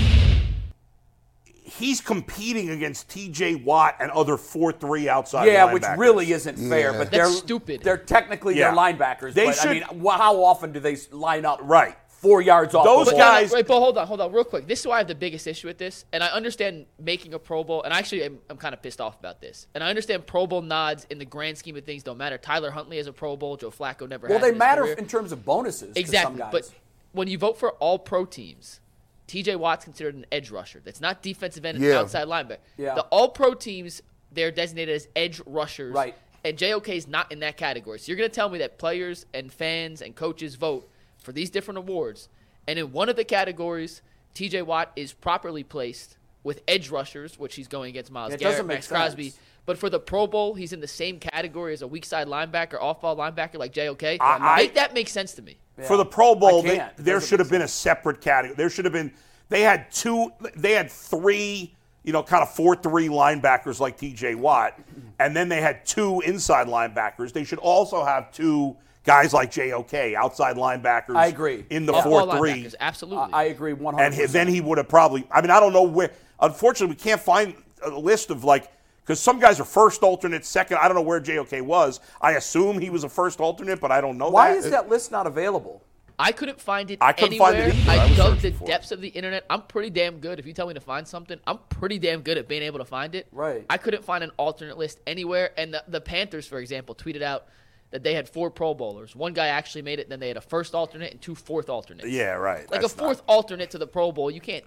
Speaker 2: he's competing against T.J. Watt and other four-three outside.
Speaker 1: Yeah, which
Speaker 2: linebackers.
Speaker 1: really isn't fair. But they're
Speaker 4: That's stupid.
Speaker 1: They're technically
Speaker 2: Yeah.
Speaker 1: they're linebackers.
Speaker 2: They
Speaker 1: but, I
Speaker 2: should-
Speaker 1: mean, wh- how often do they s- line up
Speaker 2: Right.
Speaker 1: four yards off?
Speaker 2: Those
Speaker 1: the ball?
Speaker 2: guys-
Speaker 4: Wait, but hold on, hold on, real quick. This is why I have the biggest issue with this, and I understand making a Pro Bowl, and I actually am, I'm kind of pissed off about this. And I understand Pro Bowl nods in the grand scheme of things don't matter. Tyler Huntley is a Pro Bowl. Joe Flacco never.
Speaker 1: Well,
Speaker 4: has in
Speaker 1: they
Speaker 4: his
Speaker 1: matter
Speaker 4: career.
Speaker 1: in terms of bonuses. to
Speaker 4: Exactly.
Speaker 1: some guys.
Speaker 4: But when you vote for all pro teams, TJ Watt's considered an edge rusher. That's not defensive end and
Speaker 3: Yeah.
Speaker 4: outside linebacker.
Speaker 1: Yeah.
Speaker 4: The all pro teams, they're designated as edge rushers.
Speaker 1: Right.
Speaker 4: And JOK is not in that category. So you're going to tell me that players and fans and coaches vote for these different awards. And in one of the categories, TJ Watt is properly placed with edge rushers, which he's going against Miles
Speaker 1: It
Speaker 4: Garrett,
Speaker 1: doesn't make
Speaker 4: Max Crosby.
Speaker 1: sense.
Speaker 4: But for the Pro Bowl, he's in the same category as a weak side linebacker, off ball linebacker like JOK.
Speaker 2: I-
Speaker 4: Make that make sense to me.
Speaker 2: for the Pro Bowl,
Speaker 1: I
Speaker 2: they,
Speaker 1: can't. It
Speaker 2: there
Speaker 1: doesn't
Speaker 2: should
Speaker 1: make
Speaker 2: have been a separate category. There should have been. They had two. They had three. You know, kind of four-three linebackers like T.J. Watt, and then they had two inside linebackers. They should also have two guys like J.O.K. outside linebackers.
Speaker 1: I agree.
Speaker 2: In the
Speaker 1: Yeah.
Speaker 4: Off-ball
Speaker 2: four-three,
Speaker 4: linebackers, absolutely.
Speaker 1: I, I agree 100.
Speaker 2: and he- then he would have probably. I mean, I don't know where. Unfortunately, we can't find a list of like because some guys are first alternate, second. I don't know where J.O.K. was. I assume he was a first alternate, but I don't know.
Speaker 1: Why
Speaker 2: that.
Speaker 1: is that list not available?
Speaker 4: I couldn't find it
Speaker 2: I couldn't
Speaker 4: anywhere.
Speaker 2: find it either. I
Speaker 4: I
Speaker 2: was
Speaker 4: dug the
Speaker 2: searching for it.
Speaker 4: depths of the internet. I'm pretty damn good. If you tell me to find something, I'm pretty damn good at being able to find it.
Speaker 1: Right.
Speaker 4: I couldn't find an alternate list anywhere. And the, the Panthers, for example, tweeted out that they had four Pro Bowlers. One guy actually made it. Then they had a first alternate and two fourth alternates.
Speaker 2: Yeah, right.
Speaker 4: Like
Speaker 2: That's
Speaker 4: a
Speaker 2: not-
Speaker 4: fourth alternate to the Pro Bowl, you can't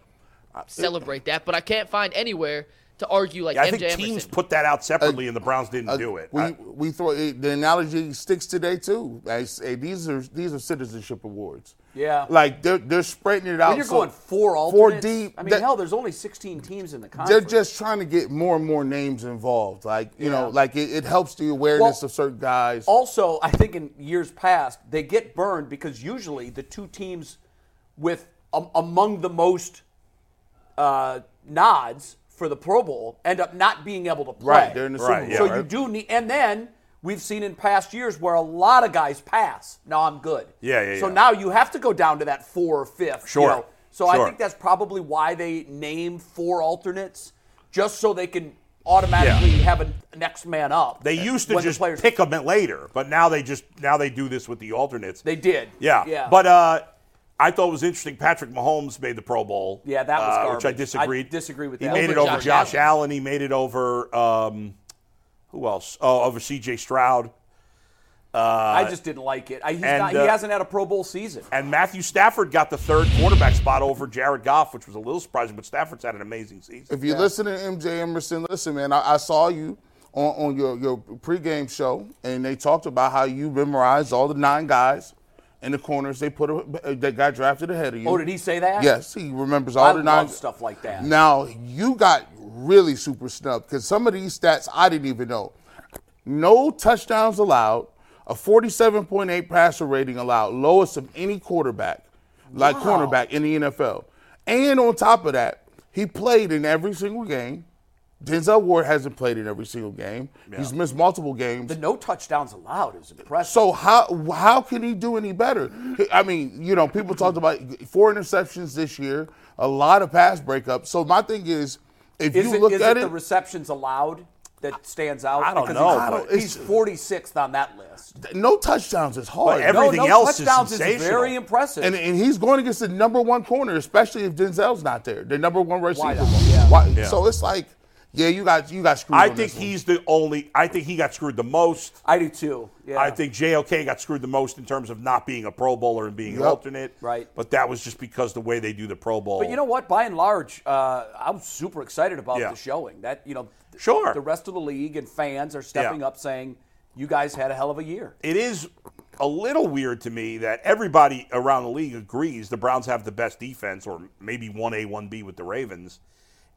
Speaker 4: celebrate that. But I can't find anywhere to argue like
Speaker 2: Yeah, I
Speaker 4: MJ
Speaker 2: think teams
Speaker 4: Emerson.
Speaker 2: put that out separately, and the Browns didn't
Speaker 3: Uh,
Speaker 2: do it.
Speaker 3: We,
Speaker 2: I-
Speaker 3: we throw it, the analogy sticks today too. I say these are these are citizenship awards.
Speaker 1: Yeah.
Speaker 3: like they're they're spreading it out.
Speaker 1: When you're
Speaker 3: so-
Speaker 1: going four
Speaker 3: four
Speaker 1: alternates,
Speaker 3: deep.
Speaker 1: I mean,
Speaker 3: that-
Speaker 1: hell, there's only 16 teams in the
Speaker 3: they're
Speaker 1: conference.
Speaker 3: just trying to get more and more names involved. Like you know,
Speaker 1: Yeah.
Speaker 3: like it, it helps the awareness
Speaker 1: Well,
Speaker 3: of certain guys.
Speaker 1: also, I think in years past, they get burned because usually the two teams with um, among the most uh, nods for the Pro Bowl end up not being able to play.
Speaker 3: Right, they're in the Super
Speaker 2: Right,
Speaker 3: Bowl.
Speaker 2: yeah.
Speaker 1: so you
Speaker 3: right?
Speaker 1: do need, and then we've seen in past years where a lot of guys pass. Now I'm good.
Speaker 2: Yeah, yeah,
Speaker 1: So
Speaker 2: yeah.
Speaker 1: now you have to go down to that four or fifth. you
Speaker 2: Sure,
Speaker 1: know. So I
Speaker 2: sure.
Speaker 1: think that's probably why they name four alternates, just so they can automatically have a next man up.
Speaker 2: they used to
Speaker 1: when the
Speaker 2: just
Speaker 1: players-
Speaker 2: pick them later, but now they just now they do this with the alternates.
Speaker 1: They did.
Speaker 2: yeah.
Speaker 1: Yeah.
Speaker 2: But uh, I thought it was interesting. Patrick Mahomes made the Pro Bowl.
Speaker 1: Yeah, that was
Speaker 2: uh, which I
Speaker 1: garbage.
Speaker 2: disagreed.
Speaker 1: I disagree with
Speaker 2: he
Speaker 1: that.
Speaker 2: He made
Speaker 4: Over
Speaker 2: it over
Speaker 4: Josh
Speaker 2: Josh,
Speaker 4: Allen.
Speaker 2: Allen. He made it over um, who else? Oh, over C.J. Stroud.
Speaker 1: I just didn't like it. I, he's
Speaker 2: uh, and,
Speaker 1: not,
Speaker 2: uh,
Speaker 1: he hasn't had a Pro Bowl season.
Speaker 2: And Matthew Stafford got the third quarterback spot over Jared Goff, which was a little surprising, but Stafford's had an amazing season.
Speaker 3: If you listen to MJ Emerson, listen, man, I, I saw you on, on your, your pregame show, and they talked about how you memorized all the nine guys in the corners they put a, that got drafted ahead of you.
Speaker 1: Oh, did he say that?
Speaker 3: Yes, he remembers all
Speaker 1: I
Speaker 3: the
Speaker 1: love
Speaker 3: nine
Speaker 1: stuff like that.
Speaker 3: Now you got really super snubbed because some of these stats I didn't even know. No touchdowns allowed, a 47.8 passer rating allowed, lowest of any quarterback, like cornerback in the NFL. And on top of that, he played in every single game. Denzel Ward hasn't played in every single game. He's missed multiple games.
Speaker 1: The no touchdowns allowed is impressive.
Speaker 3: So how how can he do any better? I mean, you know, people talked about four interceptions this year, a lot of pass breakups. So my thing is, if
Speaker 1: is
Speaker 3: you
Speaker 1: it,
Speaker 3: look
Speaker 1: is
Speaker 3: at
Speaker 1: it
Speaker 3: it,
Speaker 1: the receptions allowed that stands out?
Speaker 2: I don't
Speaker 1: Because
Speaker 2: know,
Speaker 1: he's-
Speaker 2: I
Speaker 3: don't-
Speaker 1: He's, 46th on that list.
Speaker 3: no touchdowns is hard.
Speaker 2: But every- Everything
Speaker 1: no, no
Speaker 2: else is
Speaker 1: touchdowns
Speaker 2: sensational.
Speaker 1: very impressive.
Speaker 3: and, and he's going against the number one corner, especially if Denzel's not there, the number one receiver.
Speaker 1: Wide out, yeah.
Speaker 3: Why- So it's like, yeah, you got you got screwed.
Speaker 2: I
Speaker 3: on
Speaker 2: think
Speaker 3: this one.
Speaker 2: he's the only. I think he got screwed the most.
Speaker 1: I do too. Yeah.
Speaker 2: I think JOK got screwed the most in terms of not being a Pro Bowler and being an
Speaker 3: Yep.
Speaker 2: alternate.
Speaker 1: Right.
Speaker 2: But that was just because the way they do the Pro Bowl.
Speaker 1: But you know what? By and large, uh, I'm super excited about
Speaker 2: Yeah.
Speaker 1: the showing. That you know, th-
Speaker 2: Sure.
Speaker 1: the rest of the league and fans are stepping
Speaker 2: Yeah.
Speaker 1: up, saying, "You guys had a hell of a year."
Speaker 2: it is a little weird to me that everybody around the league agrees the Browns have the best defense, or maybe 1A, 1B with the Ravens.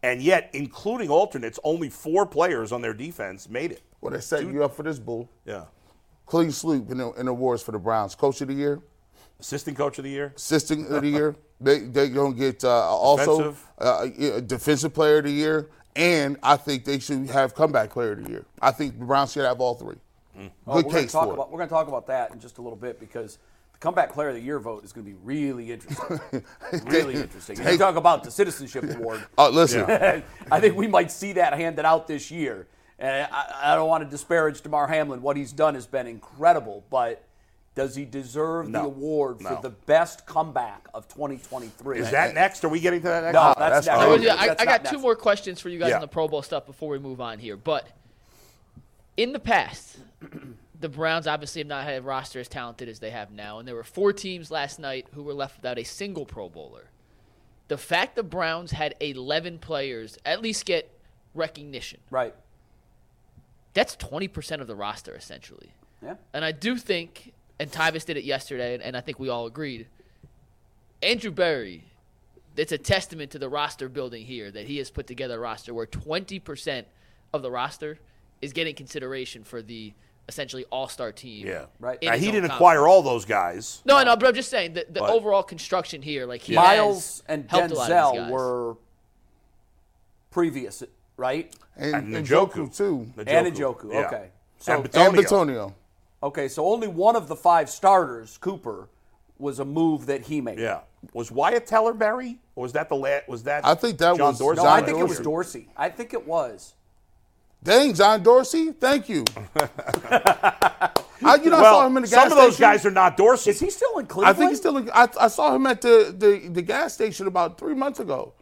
Speaker 2: And yet, including alternates, only four players on their defense made it.
Speaker 3: well, they set you up for this bull.
Speaker 2: Yeah.
Speaker 3: Clean sweep in, the, in awards for the Browns, coach of the year.
Speaker 2: Assistant coach of the year?
Speaker 3: assistant of the year. They they gonna get uh, also
Speaker 2: Defensive.
Speaker 3: uh, yeah, defensive player of the year, and I think they should have comeback player of the year. I think the Browns should have all three.
Speaker 2: Mm.
Speaker 1: Oh,
Speaker 3: Good
Speaker 1: we're going to
Speaker 3: case
Speaker 1: talk
Speaker 3: for
Speaker 1: about we're going to talk about that in just a little bit because the comeback player of the year vote is going to be really interesting. really interesting. You talk about the citizenship award.
Speaker 2: Oh.
Speaker 3: it. Uh, listen,
Speaker 1: I think we might see that handed out this year. And I, I don't want to disparage Damar Hamlin. What he's done has been incredible, but does he deserve the
Speaker 2: No.
Speaker 1: award for
Speaker 2: No.
Speaker 1: the best comeback of 2023?
Speaker 2: Is that next? Are we getting to that next?
Speaker 1: No,
Speaker 3: Oh,
Speaker 1: that's,
Speaker 3: that's
Speaker 1: next.
Speaker 3: fine.
Speaker 4: I,
Speaker 3: Oh,
Speaker 4: was- I-
Speaker 1: Um, That's
Speaker 4: I
Speaker 1: not
Speaker 4: got two
Speaker 1: next.
Speaker 4: more questions for you guys
Speaker 2: Yeah.
Speaker 4: on the Pro Bowl stuff before we move on here. But in the past, the Browns obviously have not had a roster as talented as they have now, and there were four teams last night who were left without a single Pro Bowler. The fact the Browns had 11 players at least get recognition.
Speaker 1: Right.
Speaker 4: That's 20% of the roster essentially.
Speaker 1: Yeah.
Speaker 4: And I do think, and Tyvis did it yesterday, and, and I think we all agreed, Andrew Berry it's a testament to the roster building here that he has put together a roster where 20% of the roster is getting consideration for the essentially all-star team.
Speaker 2: Oh, Yeah.
Speaker 1: Right.
Speaker 4: in
Speaker 2: Now,
Speaker 4: his
Speaker 2: he
Speaker 4: own
Speaker 2: didn't
Speaker 4: conference.
Speaker 2: acquire all those guys.
Speaker 4: No, no, but I'm just saying the, the
Speaker 2: But-
Speaker 4: overall construction here, like he
Speaker 1: Miles
Speaker 4: has
Speaker 1: and
Speaker 4: helped a lot of these
Speaker 1: Denzel
Speaker 4: guys.
Speaker 1: were previous, right?
Speaker 3: And,
Speaker 2: And
Speaker 3: and
Speaker 2: Njoku.
Speaker 3: Joku too.
Speaker 1: And Njoku, okay. So-
Speaker 2: and
Speaker 3: And
Speaker 2: Bitonio.
Speaker 3: Batonio.
Speaker 1: Okay, so only one of the five starters, Cooper, was a move that he made.
Speaker 2: Yeah. Was Wyatt Teller Barry? Or was that the last? Was that?
Speaker 3: I think that
Speaker 2: John
Speaker 3: was
Speaker 2: Dorsey?
Speaker 1: No,
Speaker 3: John
Speaker 1: I think it was
Speaker 3: Dorsey.
Speaker 1: Dorsey. I think it was.
Speaker 3: Dang, John Dorsey. Thank you. I, you know, I saw
Speaker 2: Well,
Speaker 3: him in the gas
Speaker 2: some of those
Speaker 3: station.
Speaker 2: guys are not Dorsey.
Speaker 1: Is he still in
Speaker 3: I
Speaker 1: Cleveland?
Speaker 3: think he's still. in- I, I saw him at the, the the gas station about three months ago.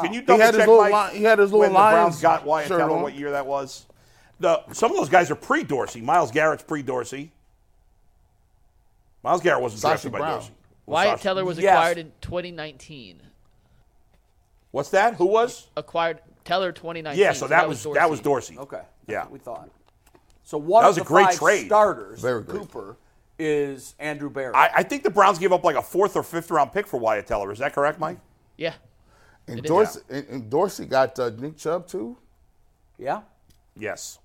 Speaker 2: Can you
Speaker 3: He
Speaker 2: double
Speaker 3: had his
Speaker 2: check?
Speaker 3: little
Speaker 2: Mike,
Speaker 3: li- he had his little
Speaker 2: when the
Speaker 3: Lions
Speaker 2: Browns got Wyatt
Speaker 3: shirt
Speaker 2: Teller.
Speaker 3: on.
Speaker 2: What year that was? The some of those guys are pre Dorsey. Miles Garrett's pre Dorsey. Miles Garrett wasn't
Speaker 3: Sasha
Speaker 2: drafted by
Speaker 3: Brown.
Speaker 2: Dorsey. Well,
Speaker 4: Wyatt
Speaker 2: Sasha-
Speaker 4: Teller was
Speaker 1: Yes.
Speaker 4: acquired in 2019.
Speaker 2: What's that? Who was?
Speaker 4: Acquired Teller 2019.
Speaker 2: Yeah. So that was that was Dorsey.
Speaker 1: Okay. that's
Speaker 2: Yeah.
Speaker 1: what we thought. So one
Speaker 2: That
Speaker 1: of
Speaker 2: was a
Speaker 1: the
Speaker 2: great
Speaker 1: five
Speaker 2: trade.
Speaker 1: starters,
Speaker 3: Very great.
Speaker 1: Cooper, is Andrew Barry.
Speaker 2: I, I think the Browns gave up like a fourth or fifth round pick for Wyatt Teller. Is that correct, Mike?
Speaker 4: Yeah.
Speaker 3: And
Speaker 4: is.
Speaker 3: Dorsey, and, and Dorsey got uh, Nick Chubb too.
Speaker 1: yeah?
Speaker 2: Yes.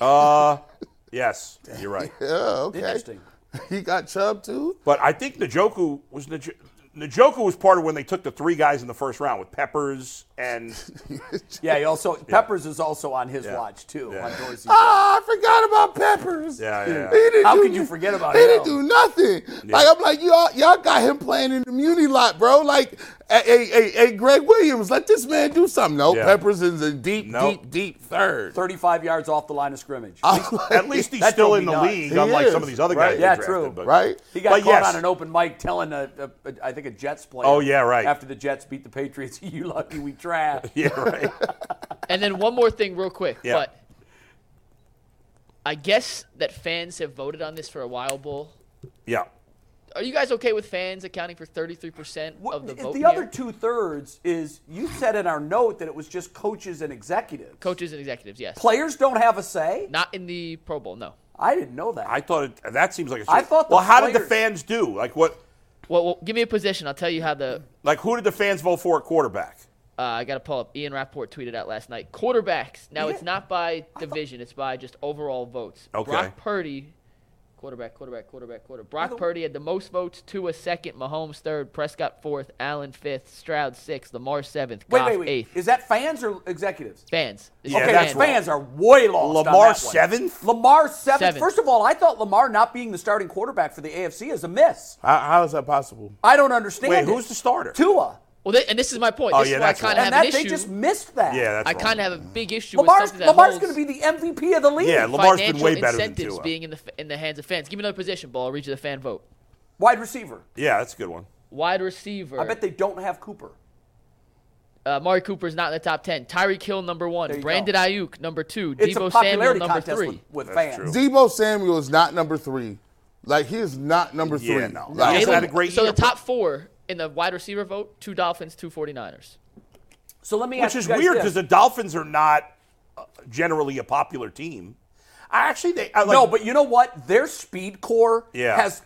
Speaker 2: Uh, yes. You're right.
Speaker 3: Yeah, okay.
Speaker 1: Interesting.
Speaker 3: He got Chubb too.
Speaker 2: But I think Njoku was Nj- Njoku was part of when they took the three guys in the first round with Peppers and
Speaker 1: Yeah, he also Peppers is also on his
Speaker 2: Yeah.
Speaker 1: watch too,
Speaker 2: Yeah.
Speaker 1: on Dorsey's
Speaker 3: Ah, I forgot about Peppers.
Speaker 2: Yeah, yeah, yeah.
Speaker 3: He didn't
Speaker 1: How
Speaker 3: do
Speaker 1: could you
Speaker 3: n-
Speaker 1: forget about
Speaker 3: He didn't
Speaker 1: him?
Speaker 3: do nothing. Like I'm like y'all, y'all got him playing in the muni lot, bro. Like, hey, hey, hey, hey, Greg Williams, let this man do something. No,
Speaker 2: Yeah.
Speaker 3: Peppers is a deep,
Speaker 2: Nope.
Speaker 3: deep, deep third.
Speaker 1: 35 yards off the line of scrimmage.
Speaker 2: at least he's
Speaker 1: That
Speaker 2: still
Speaker 1: drove
Speaker 2: in
Speaker 1: me
Speaker 2: the
Speaker 1: nuts.
Speaker 2: league,
Speaker 3: He
Speaker 2: unlike
Speaker 3: is,
Speaker 2: some of these other
Speaker 3: right.
Speaker 2: guys.
Speaker 1: Yeah,
Speaker 2: they drafted,
Speaker 1: true.
Speaker 2: But,
Speaker 3: right?
Speaker 1: He got
Speaker 2: But
Speaker 1: caught
Speaker 2: yes.
Speaker 1: on an open mic telling a, a, a I think a Jets player.
Speaker 2: Oh, yeah, right.
Speaker 1: After the Jets beat the Patriots, you lucky we trash.
Speaker 2: Yeah, right.
Speaker 4: And then one more thing, real quick.
Speaker 2: Yeah.
Speaker 4: But I guess that fans have voted on this for a while, Bull.
Speaker 2: yeah.
Speaker 4: Are you guys okay with fans accounting for 33% of the
Speaker 1: If
Speaker 4: vote?
Speaker 1: the
Speaker 4: here?
Speaker 1: other two thirds is you said in our note that it was just coaches and executives.
Speaker 4: coaches and executives, yes.
Speaker 1: Players don't have a say.
Speaker 4: Not in the Pro Bowl, no.
Speaker 1: I didn't know that.
Speaker 2: I thought it, that seems like a
Speaker 1: I thought the
Speaker 2: Well, how did the
Speaker 1: players-
Speaker 2: fans do? Like what
Speaker 4: Well, well, give me a position. I'll tell you how the
Speaker 2: like who did the fans vote for at quarterback?
Speaker 4: Uh, I got to pull up. Ian Rapport tweeted out last night. Quarterbacks. Now, it's not by division, it's by just overall votes.
Speaker 2: Okay.
Speaker 4: Brock Purdy, quarterback, quarterback, quarterback, quarterback. Brock Purdy had the most votes. Tua second, Mahomes third, Prescott fourth, Allen fifth, Stroud sixth, Lamar seventh,
Speaker 1: wait,
Speaker 4: Goff
Speaker 1: wait, wait.
Speaker 4: eighth.
Speaker 1: Is that fans or executives?
Speaker 4: fans. This is
Speaker 2: Yeah,
Speaker 1: okay,
Speaker 2: that's wrong.
Speaker 1: fans are way lost. on
Speaker 2: Lamar
Speaker 1: that one.
Speaker 2: seventh?
Speaker 1: Lamar seventh.
Speaker 4: Seventh.
Speaker 1: First of all, I thought Lamar not being the starting quarterback for the AFC is a miss.
Speaker 3: How, how is that possible?
Speaker 1: I don't understand.
Speaker 2: Wait,
Speaker 1: it.
Speaker 2: who's the starter?
Speaker 1: Tua?
Speaker 4: Well, th- and this is my point.
Speaker 2: Oh,
Speaker 4: This
Speaker 2: yeah,
Speaker 4: is why I
Speaker 2: that's wrong.
Speaker 4: kind of
Speaker 1: And
Speaker 4: have
Speaker 1: that
Speaker 4: an
Speaker 1: they
Speaker 4: issue.
Speaker 1: just missed that.
Speaker 2: Yeah, that's
Speaker 4: I
Speaker 2: wrong.
Speaker 4: kind of have a big issue with
Speaker 1: Lamar's
Speaker 4: something that
Speaker 1: Lamar's
Speaker 4: holds
Speaker 1: going to be the MVP of the league.
Speaker 2: Yeah, Lamar's been
Speaker 4: financial
Speaker 2: way better than
Speaker 4: incentives
Speaker 2: Tua.
Speaker 4: being in the f- in the hands of fans. Give me another position, ball. Reach of the fan vote.
Speaker 1: Wide receiver.
Speaker 2: Yeah, that's a good one.
Speaker 4: Wide receiver.
Speaker 1: I bet they don't have Cooper.
Speaker 4: Uh, Amari Cooper's not in the top ten. Tyreek Hill number
Speaker 1: There
Speaker 4: one.
Speaker 1: you
Speaker 4: Brandon
Speaker 1: go.
Speaker 4: Ayuk number two.
Speaker 1: It's
Speaker 4: Debo
Speaker 1: a popularity
Speaker 4: Samuel number
Speaker 1: contest
Speaker 4: three.
Speaker 1: with, with
Speaker 2: That's
Speaker 1: fans.
Speaker 2: true.
Speaker 3: Debo Samuel is not number three. Like he is not number three.
Speaker 2: Yeah, no.
Speaker 3: Like,
Speaker 2: He hasn't had a
Speaker 4: Jalen-
Speaker 2: great
Speaker 4: so
Speaker 2: year.
Speaker 4: the top four in the wide receiver vote: two Dolphins, two 49ers.
Speaker 1: So let me ask
Speaker 2: Which
Speaker 1: you
Speaker 2: is
Speaker 1: guys
Speaker 2: weird
Speaker 1: this.
Speaker 2: because the Dolphins are not uh, generally a popular team. I actually they I, like,
Speaker 1: no, but you know what? Their speed core
Speaker 2: Yeah.
Speaker 1: has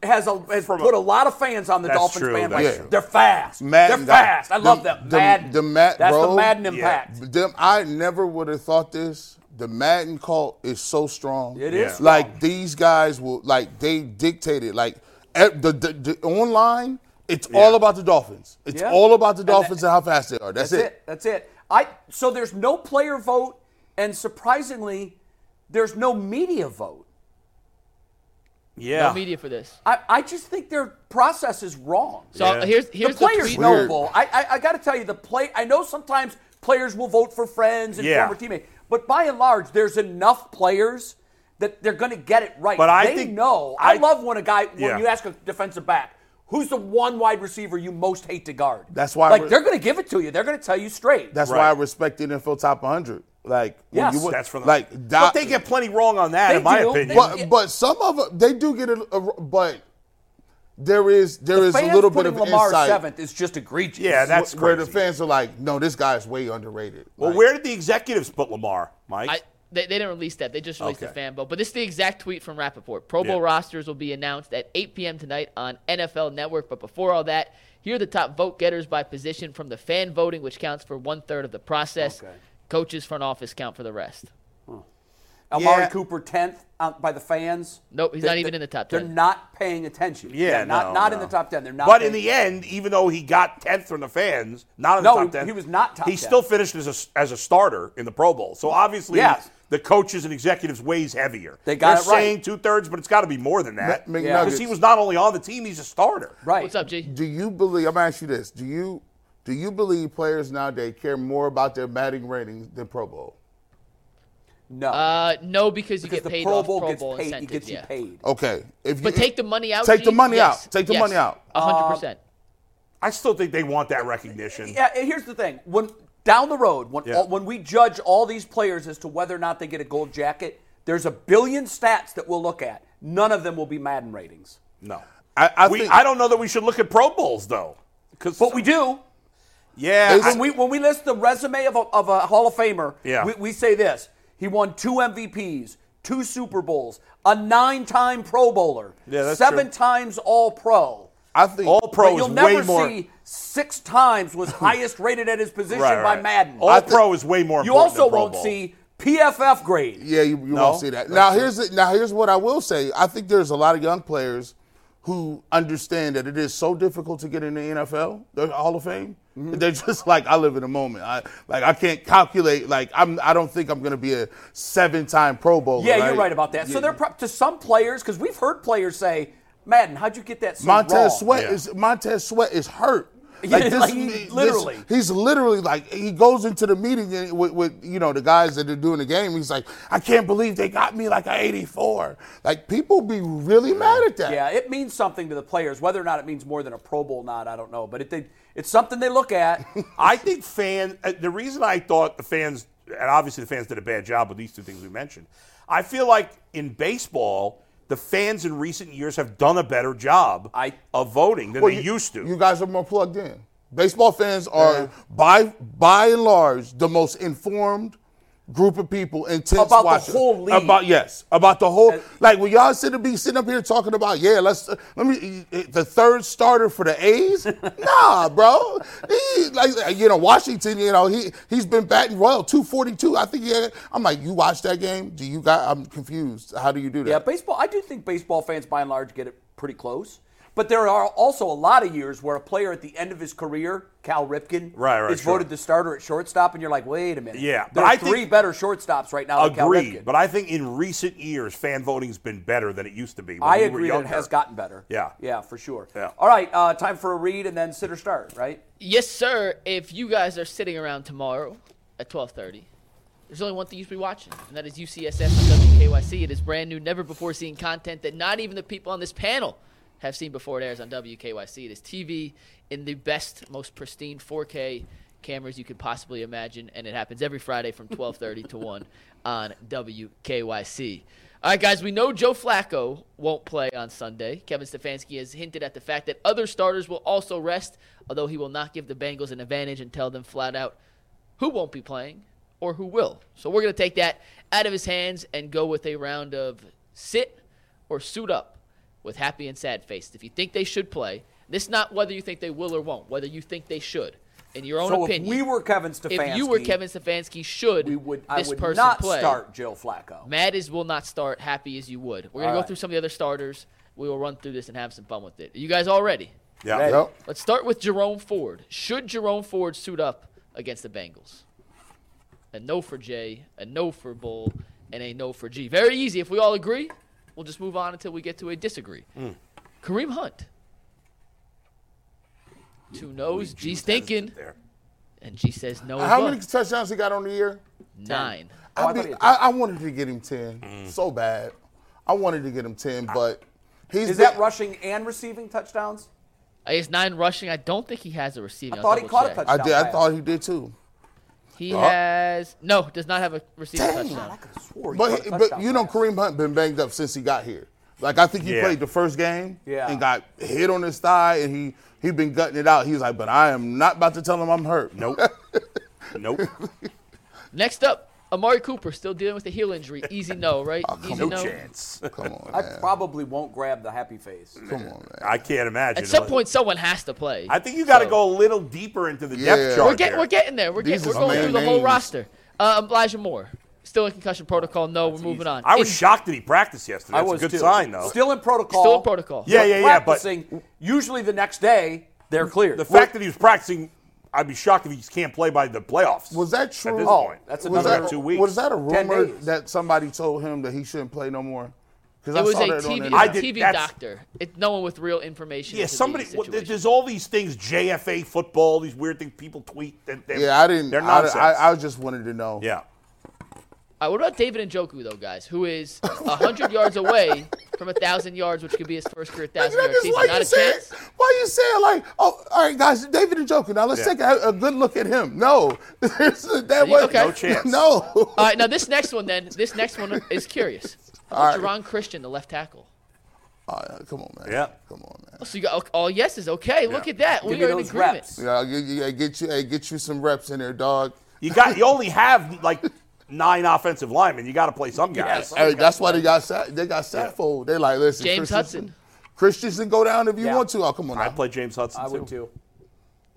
Speaker 1: has, a, has
Speaker 2: From a-
Speaker 1: put a, lot of fans on the
Speaker 2: That's
Speaker 1: Dolphins
Speaker 2: true,
Speaker 1: bandwagon.
Speaker 2: that's true.
Speaker 1: They're fast.
Speaker 3: Madden
Speaker 1: They're
Speaker 3: got-
Speaker 1: fast. I
Speaker 3: the-
Speaker 1: love them.
Speaker 3: the-
Speaker 1: Madden.
Speaker 3: the Matt
Speaker 1: That's the
Speaker 3: Rowe-
Speaker 1: Madden
Speaker 2: Yeah.
Speaker 1: impact.
Speaker 3: Them, I never would have thought this. The Madden cult is so strong.
Speaker 1: It is
Speaker 3: Like these guys will like they dictated like ev- the, the, the online. It's all about the Dolphins. It's
Speaker 1: Yeah.
Speaker 3: all about the
Speaker 1: that-
Speaker 3: Dolphins and, how fast they are. That's,
Speaker 1: That's
Speaker 3: it.
Speaker 1: it. That's it. I so there's no player vote, and surprisingly, there's no media vote.
Speaker 2: yeah.
Speaker 1: Ah.
Speaker 4: No media for this.
Speaker 1: I, I just think their process is wrong.
Speaker 4: So
Speaker 2: Yeah.
Speaker 4: here's
Speaker 1: the
Speaker 4: here's the,
Speaker 1: players
Speaker 4: tweet.
Speaker 1: know
Speaker 3: Weird.
Speaker 1: bull. I I, I got to tell you, the play. I know sometimes players will vote for friends and
Speaker 2: Yeah.
Speaker 1: former teammates, but by and large, there's enough players that they're going to get it right.
Speaker 2: But I
Speaker 1: they
Speaker 2: think-
Speaker 1: know. I,
Speaker 2: I-
Speaker 1: love when a guy when
Speaker 2: Yeah.
Speaker 1: you ask a defensive back. Who's the one wide receiver you most hate to guard?
Speaker 3: That's why
Speaker 1: Like
Speaker 3: we're-
Speaker 1: they're going to give it to you. They're going to tell you straight.
Speaker 3: That's
Speaker 2: Right.
Speaker 3: why I respect the NFL top 100. Like when
Speaker 1: Yes.
Speaker 3: you would-
Speaker 2: That's for them.
Speaker 3: like
Speaker 2: but they get plenty wrong on that,
Speaker 1: They
Speaker 2: in my
Speaker 1: do.
Speaker 2: opinion.
Speaker 1: Yeah.
Speaker 3: But but some of them they do get it, but there is there is
Speaker 1: Fans
Speaker 3: a little bit
Speaker 1: putting
Speaker 3: of
Speaker 1: Lamar
Speaker 3: insight
Speaker 1: seventh is just egregious.
Speaker 2: yeah, that's
Speaker 3: where
Speaker 2: crazy.
Speaker 3: the fans are like, no, this guy's way underrated.
Speaker 2: Well,
Speaker 3: Like,
Speaker 2: where did the executives put Lamar, Mike?
Speaker 4: I, they, they didn't release that. They just released the
Speaker 2: Okay.
Speaker 4: fan vote. But this is the exact tweet from Rappaport. Pro Bowl
Speaker 2: Yeah.
Speaker 4: rosters will be announced at 8 p.m. tonight on NFL Network. But before all that, Here are the top vote getters by position from the fan voting, which counts for one third of the process. Coaches, front office count for the rest.
Speaker 1: Amari
Speaker 2: Yeah.
Speaker 1: Cooper 10th out by the fans.
Speaker 4: Nope, he's
Speaker 1: They-
Speaker 4: not
Speaker 1: they-
Speaker 4: even in the top
Speaker 1: They're
Speaker 4: 10.
Speaker 1: not paying attention.
Speaker 2: Yeah,
Speaker 1: They're not
Speaker 2: no,
Speaker 1: not in
Speaker 2: no.
Speaker 1: the top 10. They're not.
Speaker 2: But
Speaker 1: paying
Speaker 2: in the end, even though he got tenth from the fans, not in the
Speaker 1: No,
Speaker 2: top
Speaker 1: he-
Speaker 2: ten,
Speaker 1: he was not top
Speaker 2: He
Speaker 1: 10.
Speaker 2: still finished as a, as a starter in the Pro Bowl. So obviously,
Speaker 1: Yes.
Speaker 2: the coaches and executives weighs heavier.
Speaker 1: They got
Speaker 2: They're
Speaker 1: it right.
Speaker 2: saying two thirds, but it's got to be more than that.
Speaker 3: Ma-
Speaker 1: Yeah.
Speaker 2: Because he was not only on the team, he's a starter.
Speaker 1: right.
Speaker 4: What's up, G?
Speaker 3: Do you believe? I'm gonna ask you this. Do you do you believe players nowadays care more about their batting ratings than Pro Bowl?
Speaker 1: No.
Speaker 4: Uh, no, because you
Speaker 1: because
Speaker 4: get
Speaker 1: the
Speaker 4: paid
Speaker 1: Pro
Speaker 4: off
Speaker 1: Bowl
Speaker 4: Pro
Speaker 1: gets
Speaker 4: Bowl
Speaker 1: paid. It
Speaker 4: incentives.
Speaker 1: gets
Speaker 4: yeah.
Speaker 1: you paid.
Speaker 3: Okay. If you,
Speaker 4: But take the money out.
Speaker 3: Take the
Speaker 4: G?
Speaker 3: money
Speaker 4: Yes.
Speaker 3: out. Take the
Speaker 4: Yes.
Speaker 3: money out.
Speaker 4: A hundred percent.
Speaker 2: I still think they want that recognition.
Speaker 1: Yeah, and here's the thing. When down the road, when
Speaker 2: Yeah.
Speaker 1: all, when we judge all these players as to whether or not they get a gold jacket, there's a billion stats that we'll look at. None of them will be Madden ratings.
Speaker 2: No,
Speaker 3: I, I
Speaker 2: we,
Speaker 3: think
Speaker 2: I don't know that we should look at Pro Bowls though. Because
Speaker 1: But we do.
Speaker 2: yeah,
Speaker 1: When we when we list the resume of a, of a Hall of Famer,
Speaker 2: Yeah.
Speaker 1: we, we say this: he won two MVPs, two Super Bowls, a nine-time Pro Bowler,
Speaker 2: Yeah, that's
Speaker 1: seven
Speaker 2: true.
Speaker 1: times All Pro.
Speaker 3: I think
Speaker 2: all
Speaker 1: But
Speaker 2: pro
Speaker 1: you'll
Speaker 2: is
Speaker 1: never
Speaker 2: way more.
Speaker 1: see six times was highest rated at his position
Speaker 2: Right, right.
Speaker 1: by Madden.
Speaker 2: All pro is way more.
Speaker 1: you
Speaker 2: important than
Speaker 1: also
Speaker 2: Pro
Speaker 1: won't
Speaker 2: Bowl.
Speaker 1: see PFF grade.
Speaker 3: Yeah, you, you won't see that. Now here's the, now here's what I will say. I think there's a lot of young players who understand that it is so difficult to get in the NFL, the Hall of Fame.
Speaker 1: Mm-hmm.
Speaker 3: that They're just like I live in the moment. I like I can't calculate. Like I'm I don't think I'm gonna be a seven time Pro Bowler.
Speaker 1: Yeah, you're right about that.
Speaker 3: Yeah.
Speaker 1: So they're pro- to some players because we've heard players say, "Madden, how'd you get that?" So
Speaker 3: Montez
Speaker 1: wrong?"
Speaker 3: Sweat
Speaker 2: Yeah.
Speaker 3: is Montez Sweat is hurt.
Speaker 1: Yeah, like,
Speaker 3: m-
Speaker 1: literally.
Speaker 3: he's literally like he goes into the meeting and with, with you know the guys that are doing the game. He's like, I can't believe they got me like a 84. Like people be really mad at that.
Speaker 1: Yeah, it means something to the players. Whether or not it means more than a Pro Bowl, or not I don't know. But it, they, it's something they look at.
Speaker 2: I think fan. uh, The reason I thought the fans, and obviously the fans did a bad job with these two things we mentioned. I feel like in baseball, the fans in recent years have done a better job
Speaker 1: I-
Speaker 2: of voting than
Speaker 3: Well,
Speaker 2: they
Speaker 3: you-
Speaker 2: used to.
Speaker 3: You guys are more plugged in. Baseball fans are by by and large the most informed group of people intense
Speaker 1: About the
Speaker 3: watchers.
Speaker 1: whole league.
Speaker 3: about yes about the whole like when y'all sit to be sitting up here talking about yeah let's let me the third starter for the A's nah bro He- like you know Washington you know he he's been batting well 242 I think yeah I'm like you watch that game do you got I'm confused how do you do that
Speaker 1: yeah, baseball. I do think baseball fans, by and large, get it pretty close. But there are also a lot of years where a player at the end of his career, Cal Ripken,
Speaker 2: Right, right,
Speaker 1: is
Speaker 2: sure.
Speaker 1: voted the starter at shortstop, and you're like, wait a minute.
Speaker 2: Yeah, but
Speaker 1: there are
Speaker 2: I think-
Speaker 1: three better shortstops right now. than Cal
Speaker 2: Agreed,
Speaker 1: Ripken.
Speaker 2: but I think in recent years, fan voting's been better than it used to be. When
Speaker 1: I
Speaker 2: we were
Speaker 1: agree that it
Speaker 2: younger.
Speaker 1: has gotten better.
Speaker 2: Yeah.
Speaker 1: Yeah, for sure.
Speaker 2: Yeah.
Speaker 1: All right, uh, time for a read and then sit or start, right?
Speaker 4: Yes, sir. If you guys are sitting around tomorrow at 12:30, there's only one thing you should be watching, and that is UCSF and WKYC. It is brand new, never before seen content that not even the people on this panel have seen before. It airs on WKYC. It is TV in the best, most pristine 4K cameras you could possibly imagine, and it happens every Friday from 12:30 to 1 on WKYC. All right, guys, we know Joe Flacco won't play on Sunday. Kevin Stefanski has hinted at the fact that other starters will also rest, although he will not give the Bengals an advantage and tell them flat out who won't be playing or who will. So we're going to take that out of his hands and go with a round of sit or suit up with happy and sad faces. If you think they should play, this is not whether you think they will or won't, whether you think they should. In your own
Speaker 1: so
Speaker 4: opinion,
Speaker 1: if we were Kevin Stefanski,
Speaker 4: if you were Kevin Stefanski, should
Speaker 1: we would. I
Speaker 4: this
Speaker 1: would
Speaker 4: person
Speaker 1: not
Speaker 4: play?
Speaker 1: start Joe Flacco.
Speaker 4: Mad as will not start, happy as you would. We're gonna
Speaker 1: All
Speaker 4: go
Speaker 1: right.
Speaker 4: through some of the other starters. We will run through this and have some fun with it. Are you guys all ready?
Speaker 2: Yeah.
Speaker 3: Yep.
Speaker 4: Let's start with Jerome Ford. Should Jerome Ford suit up against the Bengals? A no for Jay, a no for Bull, and a no for G. Very easy. If we all agree, we'll just move on until we get to a disagree.
Speaker 1: Hmm.
Speaker 4: Kareem Hunt. Two no's. G's thinking.
Speaker 2: there.
Speaker 4: And G says no. as
Speaker 3: how
Speaker 4: well.
Speaker 3: many touchdowns he got on the year
Speaker 4: Nine.
Speaker 1: Oh, I
Speaker 3: I,
Speaker 1: thought he
Speaker 3: mean,
Speaker 1: had
Speaker 3: I, I wanted to get him 10
Speaker 2: Mm.
Speaker 3: so bad. I wanted to get him 10, but he's
Speaker 1: Is
Speaker 3: been-
Speaker 1: that rushing and receiving touchdowns?
Speaker 4: I guess nine rushing. I don't think he has a receiving.
Speaker 1: I thought he caught a
Speaker 3: I
Speaker 1: touchdown.
Speaker 3: did. I
Speaker 1: pass.
Speaker 3: thought he did too.
Speaker 4: He has no. Does not have a receiving touchdown.
Speaker 1: I swore he
Speaker 3: But
Speaker 1: caught a
Speaker 3: he,
Speaker 1: touchdown
Speaker 3: but you know,
Speaker 1: pass.
Speaker 3: Kareem Hunt been banged up since he got here. Like I think he
Speaker 2: Yeah.
Speaker 3: played the first game
Speaker 1: Yeah.
Speaker 3: and got hit on his thigh, and he he been gutting it out. He's like, but I am not about to tell him I'm hurt.
Speaker 2: Nope. nope.
Speaker 4: Next up, Amari Cooper still dealing with the heel injury. Easy no, right? Easy
Speaker 2: Oh, No
Speaker 4: no.
Speaker 2: chance.
Speaker 3: Come on,
Speaker 1: I
Speaker 3: man.
Speaker 1: probably won't grab the happy face.
Speaker 3: Come on, man.
Speaker 2: I can't imagine.
Speaker 4: At some
Speaker 2: Like,
Speaker 4: point, someone has to play.
Speaker 2: I think you got to
Speaker 4: So-
Speaker 2: go a little deeper into the
Speaker 3: Yeah.
Speaker 2: depth chart.
Speaker 4: We're getting
Speaker 2: there.
Speaker 4: we're getting there. We're
Speaker 3: These
Speaker 4: getting we're
Speaker 3: are
Speaker 4: going
Speaker 3: some
Speaker 4: through the whole
Speaker 3: names.
Speaker 4: roster. Uh, Elijah Moore still in concussion protocol. No, we're moving on.
Speaker 2: I was
Speaker 4: In-
Speaker 2: shocked that he practiced yesterday.
Speaker 1: I
Speaker 2: That's
Speaker 1: was
Speaker 2: a good
Speaker 1: too.
Speaker 2: sign, though.
Speaker 1: Still in protocol.
Speaker 4: Still in protocol.
Speaker 2: Yeah, yeah, yeah, but-
Speaker 1: Practicing. Usually the next day they're cleared.
Speaker 2: the fact that he was practicing, I'd be shocked if he can't play by the playoffs.
Speaker 3: Was that true?
Speaker 2: this Oh, point.
Speaker 1: that's
Speaker 3: was
Speaker 1: another
Speaker 3: that,
Speaker 2: two weeks.
Speaker 3: Was that a
Speaker 1: 10
Speaker 3: rumor
Speaker 1: days.
Speaker 3: that somebody told him that he shouldn't play no more? Because
Speaker 4: It was a
Speaker 3: that
Speaker 4: TV, it
Speaker 3: internet.
Speaker 4: was
Speaker 2: I
Speaker 4: a
Speaker 2: did-
Speaker 4: TV
Speaker 2: that's-
Speaker 4: doctor. It, no one with real information.
Speaker 2: Yeah,
Speaker 4: into the
Speaker 2: somebody. Well, there-
Speaker 4: situation.
Speaker 2: there's all these things JFA football. These weird things people tweet. That they,
Speaker 3: Yeah, I didn't.
Speaker 2: They're
Speaker 3: I,
Speaker 2: nonsense.
Speaker 3: I, I just wanted to know.
Speaker 2: yeah,
Speaker 4: All right, what about David Njoku, though, guys, who is 100 yards away from 1,000 yards, which could be his first career 1,000 yard
Speaker 3: Niggas,
Speaker 4: season?
Speaker 3: why
Speaker 4: Not
Speaker 3: you
Speaker 4: a
Speaker 3: saying?
Speaker 4: chance.
Speaker 3: Why you saying like? Oh, all right, guys. David and Joker. Now let's
Speaker 2: Yeah.
Speaker 3: take a, a good look at him. No, that was
Speaker 4: okay. No
Speaker 2: chance.
Speaker 3: No. Oh,
Speaker 4: All right, now this next one, then. This next one is curious. How about Jerron Christian, the left tackle? Oh,
Speaker 3: Oh, yeah, come on, man.
Speaker 2: Yeah.
Speaker 3: Come on, man.
Speaker 4: So you got all yeses. Okay, look at that.
Speaker 1: give
Speaker 4: we
Speaker 1: me
Speaker 4: are in
Speaker 1: those
Speaker 4: agreement.
Speaker 1: reps.
Speaker 3: Yeah, I'll get, you- I'll get you. I'll get you some reps in there, dog.
Speaker 2: you got. You only have like nine offensive linemen. You got to play some guys.
Speaker 3: Hey, that's why they got sa- they got Saffold. They like listen.
Speaker 4: James
Speaker 3: Christensen-
Speaker 4: Hudson.
Speaker 3: Christensen, go down if you
Speaker 1: Yeah.
Speaker 3: want to. Oh, come on.
Speaker 2: I
Speaker 3: Now.
Speaker 2: play James Hudson
Speaker 1: I
Speaker 2: too.
Speaker 1: would too.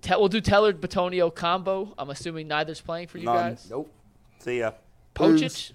Speaker 4: Te- we'll do Teller Batonio combo. I'm assuming neither's playing for you guys.
Speaker 1: Nope.
Speaker 2: See ya.
Speaker 4: Pochich.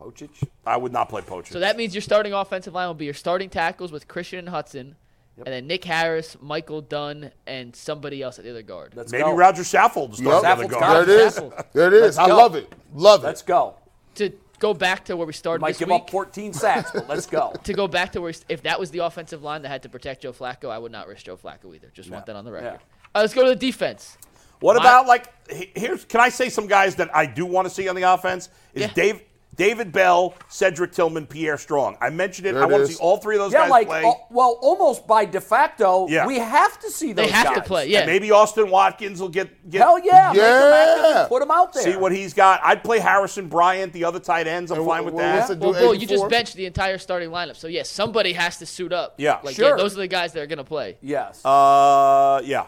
Speaker 1: Pocic.
Speaker 2: I would not play poacher.
Speaker 4: So that means your starting offensive line will be your starting tackles with Christian and Hudson, and then Nick Harris, Michael Dunn, and somebody else at the other guard.
Speaker 1: Let's
Speaker 2: Maybe
Speaker 1: go.
Speaker 2: Roger Saffold to
Speaker 1: Yep.
Speaker 2: start the other
Speaker 1: Saffold's
Speaker 3: There
Speaker 2: guard.
Speaker 3: it is.
Speaker 4: Saffold.
Speaker 3: There it is. I
Speaker 1: go.
Speaker 3: love it. Love it.
Speaker 1: Let's go.
Speaker 4: to go back to where we started
Speaker 1: Might
Speaker 4: this
Speaker 1: give
Speaker 4: week,
Speaker 1: up 14 sacks, but let's go.
Speaker 4: to go back to where we st- if that was the offensive line that had to protect Joe Flacco, I would not risk Joe Flacco either. Just want that on the record. Uh, let's go to the defense.
Speaker 2: What
Speaker 4: My-
Speaker 2: about like he- here's? Can I say some guys that I do want to see on the offense? Is
Speaker 4: Yeah.
Speaker 2: Dave, David Bell, Cedric Tillman, Pierre Strong? I mentioned it.
Speaker 3: There
Speaker 2: I
Speaker 3: it
Speaker 2: want
Speaker 3: is.
Speaker 2: to see all three of those
Speaker 1: Yeah,
Speaker 2: guys
Speaker 1: like
Speaker 2: play.
Speaker 1: al- well, almost by de facto,
Speaker 2: Yeah.
Speaker 1: we have to see
Speaker 4: They
Speaker 1: those
Speaker 4: have to
Speaker 1: guys.
Speaker 4: play. Yeah.
Speaker 2: And maybe Austin Watkins will get get
Speaker 1: Hell yeah! make 'em active and
Speaker 3: Yeah.
Speaker 1: Put them out there.
Speaker 2: see what he's got. I'd play Harrison Bryant, the other tight ends. I'm
Speaker 3: And
Speaker 2: fine
Speaker 3: wh-
Speaker 2: with
Speaker 3: wh-
Speaker 2: that.
Speaker 3: what's the
Speaker 4: Well,
Speaker 3: Do
Speaker 4: Bull, you just
Speaker 3: 84?
Speaker 4: benched the entire starting lineup. So yes, somebody has to suit up.
Speaker 2: Yeah.
Speaker 4: like,
Speaker 1: Sure.
Speaker 4: those are the guys that are going to play.
Speaker 1: Yes.
Speaker 2: Uh, yeah.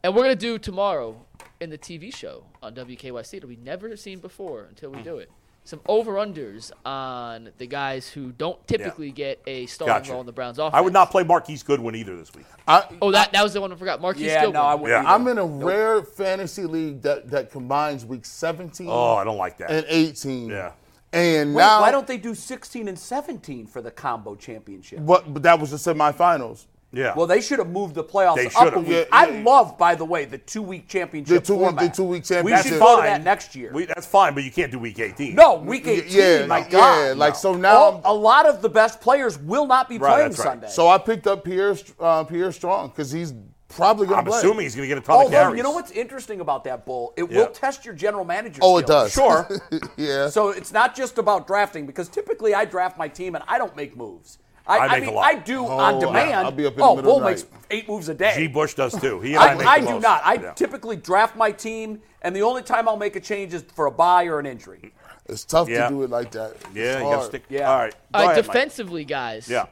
Speaker 4: And we're gonna do tomorrow in the TV show on WKYC that we never have seen before until we do it. Some over unders on the guys who don't typically get a starting
Speaker 2: Gotcha.
Speaker 4: role in the Browns offense.
Speaker 2: I would not play Marquise Goodwin either this week.
Speaker 3: I,
Speaker 4: Oh, that that was the one I forgot. Marquis
Speaker 1: yeah.
Speaker 4: Goodwin.
Speaker 1: No, I wouldn't.
Speaker 2: Yeah.
Speaker 1: either.
Speaker 3: I'm in a rare fantasy league that, that combines week 17
Speaker 2: Oh, I don't like that.
Speaker 3: and 18.
Speaker 2: Yeah.
Speaker 3: And
Speaker 1: Wait,
Speaker 3: now,
Speaker 1: why don't they do 16 and 17 for the combo championship?
Speaker 3: But, but that was the semifinals.
Speaker 2: yeah.
Speaker 1: Well, they should have moved the playoffs
Speaker 2: They
Speaker 1: up
Speaker 2: should've.
Speaker 1: a week.
Speaker 3: Yeah,
Speaker 1: I
Speaker 3: yeah, yeah.
Speaker 1: love, by the way, the two-week
Speaker 3: The
Speaker 1: championship
Speaker 3: two week,
Speaker 1: format.
Speaker 3: the two week
Speaker 1: We
Speaker 3: championship.
Speaker 1: should go to that next year.
Speaker 2: We- that's fine, but you can't do week 18.
Speaker 1: no, week
Speaker 3: Y-
Speaker 1: 18.
Speaker 3: yeah,
Speaker 1: my
Speaker 3: like-
Speaker 1: God.
Speaker 3: yeah, like,
Speaker 1: No.
Speaker 3: so now
Speaker 1: All-
Speaker 3: I'm-
Speaker 1: a lot of the best players will not be
Speaker 2: Right,
Speaker 1: playing
Speaker 2: that's right.
Speaker 1: Sunday.
Speaker 3: So I picked up Pierre uh, Pierre Strong because he's probably going
Speaker 2: I'm
Speaker 3: to play.
Speaker 2: assuming he's going to get a ton of
Speaker 1: although
Speaker 2: carries.
Speaker 1: Oh, you know what's interesting about that bull, it
Speaker 2: Yeah.
Speaker 1: will test your general manager.
Speaker 3: Oh, it
Speaker 1: skills.
Speaker 3: does.
Speaker 2: Sure.
Speaker 3: yeah.
Speaker 1: So it's not just about drafting because typically I draft my team and I don't make moves. I,
Speaker 2: I make a
Speaker 1: mean,
Speaker 2: lot.
Speaker 1: I do on
Speaker 3: I-
Speaker 1: demand.
Speaker 3: I'll be up in the
Speaker 1: oh,
Speaker 3: middle
Speaker 1: Bull
Speaker 3: of the
Speaker 1: makes
Speaker 3: night.
Speaker 1: eight moves a day.
Speaker 2: G. Bush does too. He and
Speaker 1: I,
Speaker 2: I, make
Speaker 1: I
Speaker 2: the
Speaker 1: do
Speaker 2: most.
Speaker 1: not. I
Speaker 2: Yeah.
Speaker 1: typically draft my team, and the only time I'll make a change is for a buy or an injury.
Speaker 3: it's tough
Speaker 2: Yeah.
Speaker 3: to do it like that. It's
Speaker 2: Yeah, you got
Speaker 3: hard.
Speaker 2: to stick.
Speaker 1: Yeah.
Speaker 2: All right.
Speaker 4: All
Speaker 2: Go
Speaker 4: right,
Speaker 2: ahead, Mike.
Speaker 4: defensively, guys.
Speaker 2: Yeah.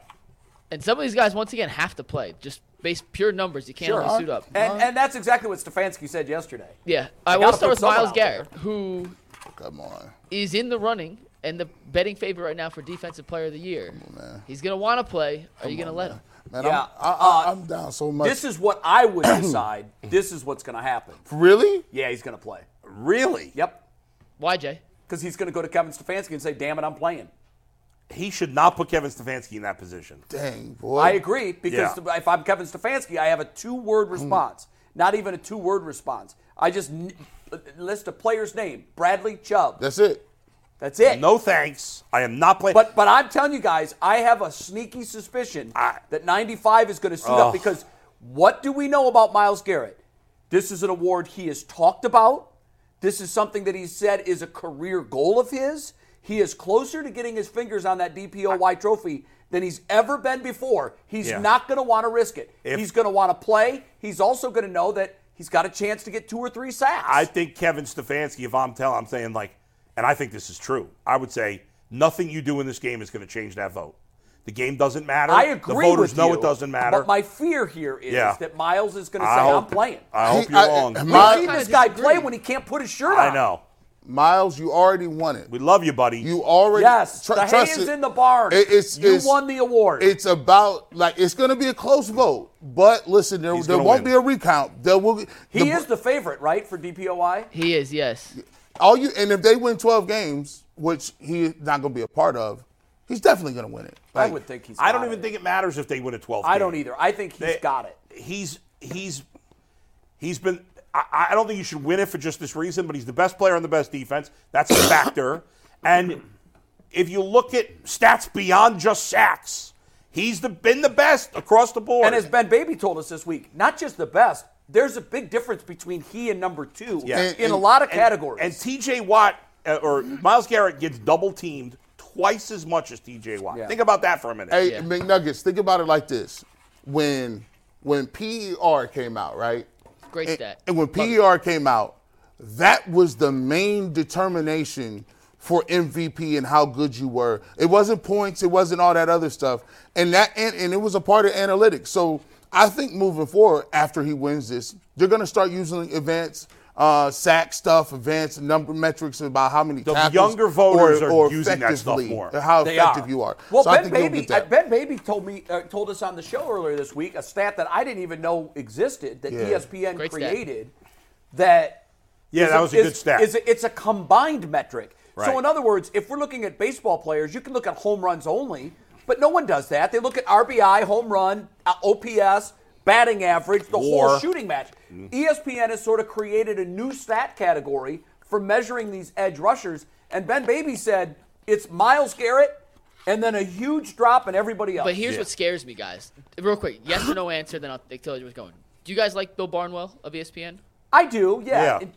Speaker 4: And some of these guys, once again, have to play. Just based pure numbers, you can't
Speaker 1: Sure.
Speaker 4: only suit up.
Speaker 1: And, and that's exactly what Stefanski said yesterday.
Speaker 4: yeah. All right,
Speaker 1: gotta
Speaker 4: well, I'll start
Speaker 1: put
Speaker 4: with
Speaker 1: someone
Speaker 4: Miles
Speaker 1: out there.
Speaker 4: Garrett, who
Speaker 3: Come on.
Speaker 4: is in the running and the betting favorite right now for Defensive Player of the Year. He's going to want to play. Are you going to let him?
Speaker 3: Man,
Speaker 1: Yeah,
Speaker 3: I'm, I, I,
Speaker 1: uh,
Speaker 3: I'm down so much.
Speaker 1: This is what I would decide. this is what's going to happen.
Speaker 3: really?
Speaker 1: Yeah, he's going to play.
Speaker 2: Really?
Speaker 1: Yep,
Speaker 4: Why, Jay?
Speaker 1: because he's going to go to Kevin Stefanski and say, "Damn it, I'm playing."
Speaker 2: He should not put Kevin Stefanski in that position.
Speaker 3: Dang, boy.
Speaker 1: I agree because
Speaker 2: Yeah.
Speaker 1: if I'm Kevin Stefanski, I have a two-word response. Not even a two-word response. I just n- list a player's name: Bradley Chubb.
Speaker 3: That's it.
Speaker 1: That's it.
Speaker 2: No thanks. I am not playing.
Speaker 1: But but I'm telling you guys, I have a sneaky suspicion
Speaker 2: I-
Speaker 1: that 95 is going to suit up because what do we know about Miles Garrett? This is an award he has talked about. This is something that he said is a career goal of his. He is closer to getting his fingers on that DPOY trophy than he's ever been before. He's
Speaker 2: Yeah.
Speaker 1: not going to want to risk it.
Speaker 2: If-
Speaker 1: he's going to want to play. He's also going to know that he's got a chance to get two or three sacks.
Speaker 2: I think Kevin Stefanski, if I'm telling, I'm saying like, and I think this is true. I would say nothing you do in this game is going to change that vote. The game doesn't matter.
Speaker 1: I agree.
Speaker 2: The voters
Speaker 1: with
Speaker 2: know
Speaker 1: you,
Speaker 2: it doesn't matter.
Speaker 1: But my fear here is
Speaker 2: Yeah.
Speaker 1: that Miles is going to say,
Speaker 2: I
Speaker 1: "I'm
Speaker 2: hope-
Speaker 1: playing."
Speaker 2: I hope
Speaker 3: He-
Speaker 2: you're
Speaker 3: I-
Speaker 2: wrong.
Speaker 3: am
Speaker 1: We've
Speaker 3: I-
Speaker 1: seen
Speaker 4: kinda
Speaker 1: this guy
Speaker 4: disagree.
Speaker 1: play when he can't put his shirt on.
Speaker 2: I know.
Speaker 3: Miles, you already won it.
Speaker 2: We love you, buddy.
Speaker 3: You already
Speaker 1: Yes,
Speaker 3: tr-
Speaker 1: the
Speaker 3: trust
Speaker 1: hay is
Speaker 3: it.
Speaker 1: in the barn.
Speaker 3: It- it's,
Speaker 1: you
Speaker 3: it's-
Speaker 1: won the award.
Speaker 3: It's about like it's going to be a close vote, but listen, there,
Speaker 2: He's
Speaker 3: there
Speaker 2: gonna
Speaker 3: won't
Speaker 2: win.
Speaker 3: be a recount. There will. Be,
Speaker 1: he is the favorite, right, for DPOI?
Speaker 4: He is, yes.
Speaker 3: all you, and if they win twelve games, which he's not going to be a part of, he's definitely going to win it.
Speaker 1: I
Speaker 3: Like,
Speaker 1: would think he's.
Speaker 2: I don't
Speaker 1: got
Speaker 2: even
Speaker 1: it.
Speaker 2: think it matters if they win a 12.
Speaker 1: I don't
Speaker 2: game.
Speaker 1: either. I think he's
Speaker 2: They-
Speaker 1: got it.
Speaker 2: He's he's he's been. I, I don't think you should win it for just this reason, but he's the best player on the best defense. That's a factor. and if you look at stats beyond just sacks, he's the, been the best across the board.
Speaker 1: And as Ben Baby told us this week, not just the best. There's a big difference between he and number two in
Speaker 3: And-
Speaker 1: a lot of
Speaker 2: And-
Speaker 1: categories.
Speaker 2: And T.J. Watt uh, or Miles Garrett gets double teamed twice as much as T.J. Watt. Think about that for a minute.
Speaker 3: Hey, McNuggets, think about it like this: when when PER came out, right?
Speaker 4: Great
Speaker 3: And,
Speaker 4: stat.
Speaker 3: and when PER came out, that was the main determination for MVP and how good you were. It wasn't points, it wasn't all that other stuff. And that and, and it was a part of analytics. So I think moving forward, after he wins this, they're gonna start using advanced uh, sack stuff, advanced number metrics about how many
Speaker 2: The
Speaker 3: tackles
Speaker 2: younger voters are using that stuff
Speaker 3: effectively-
Speaker 2: more.
Speaker 3: How
Speaker 1: They
Speaker 3: effective
Speaker 1: are.
Speaker 3: you are.
Speaker 1: Well,
Speaker 3: So I
Speaker 1: Ben
Speaker 3: think you'll
Speaker 1: Baby,
Speaker 3: get that.
Speaker 1: uh, Ben Baby told me, uh, told us on the show earlier this week a stat that I didn't even know existed that E
Speaker 3: Yeah.
Speaker 1: ESPN
Speaker 4: Great stat.
Speaker 1: created. That
Speaker 2: yeah,
Speaker 1: is
Speaker 2: that was a
Speaker 1: is-
Speaker 2: good stat.
Speaker 1: is a- it's a combined metric.
Speaker 2: Right.
Speaker 1: So in other words, if we're looking at baseball players, you can look at home runs only, but no one does that. They look at RBI, home run, uh, OPS, batting average, the
Speaker 2: War. Mm-hmm.
Speaker 1: whole shooting match. E ESPN has sort of created a new stat category for measuring these edge rushers. And Ben Baby said it's Miles Garrett and then a huge drop in everybody else.
Speaker 4: But here's what scares me, guys. Real quick, yes or no answer, then I'll tell you what's going. Do you guys like Bill Barnwell of E ESPN?
Speaker 1: I do, yeah.
Speaker 2: Yeah.
Speaker 1: It-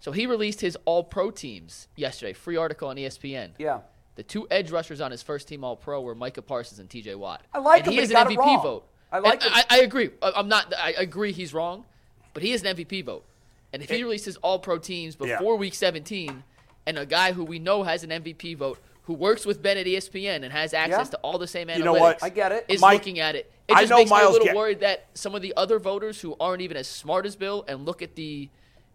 Speaker 4: So he released his All Pro teams yesterday. Free article on E ESPN.
Speaker 1: yeah.
Speaker 4: The two edge rushers on his first team All Pro were Micah Parsons and T.J. Watt.
Speaker 1: I like
Speaker 4: and
Speaker 1: him,
Speaker 4: He
Speaker 1: but
Speaker 4: is
Speaker 1: he
Speaker 4: an
Speaker 1: got it
Speaker 4: MVP
Speaker 1: wrong.
Speaker 4: vote.
Speaker 1: I like
Speaker 4: And
Speaker 1: him.
Speaker 4: I, I agree. I- I'm not. I agree. He's wrong, but he is an MVP vote. And if he released his All Pro teams before Week 17, and a guy who we know has an MVP vote, who works with Ben at E ESPN and has access
Speaker 1: Yeah.
Speaker 4: to all the same analytics,
Speaker 2: You know what?
Speaker 1: I get it.
Speaker 4: is
Speaker 2: Mike-
Speaker 4: looking at it. It
Speaker 2: I
Speaker 4: just
Speaker 2: know
Speaker 4: makes me a
Speaker 2: Myles
Speaker 4: little
Speaker 2: Ga-
Speaker 4: worried that some of the other voters who aren't even as smart as Bill and look at the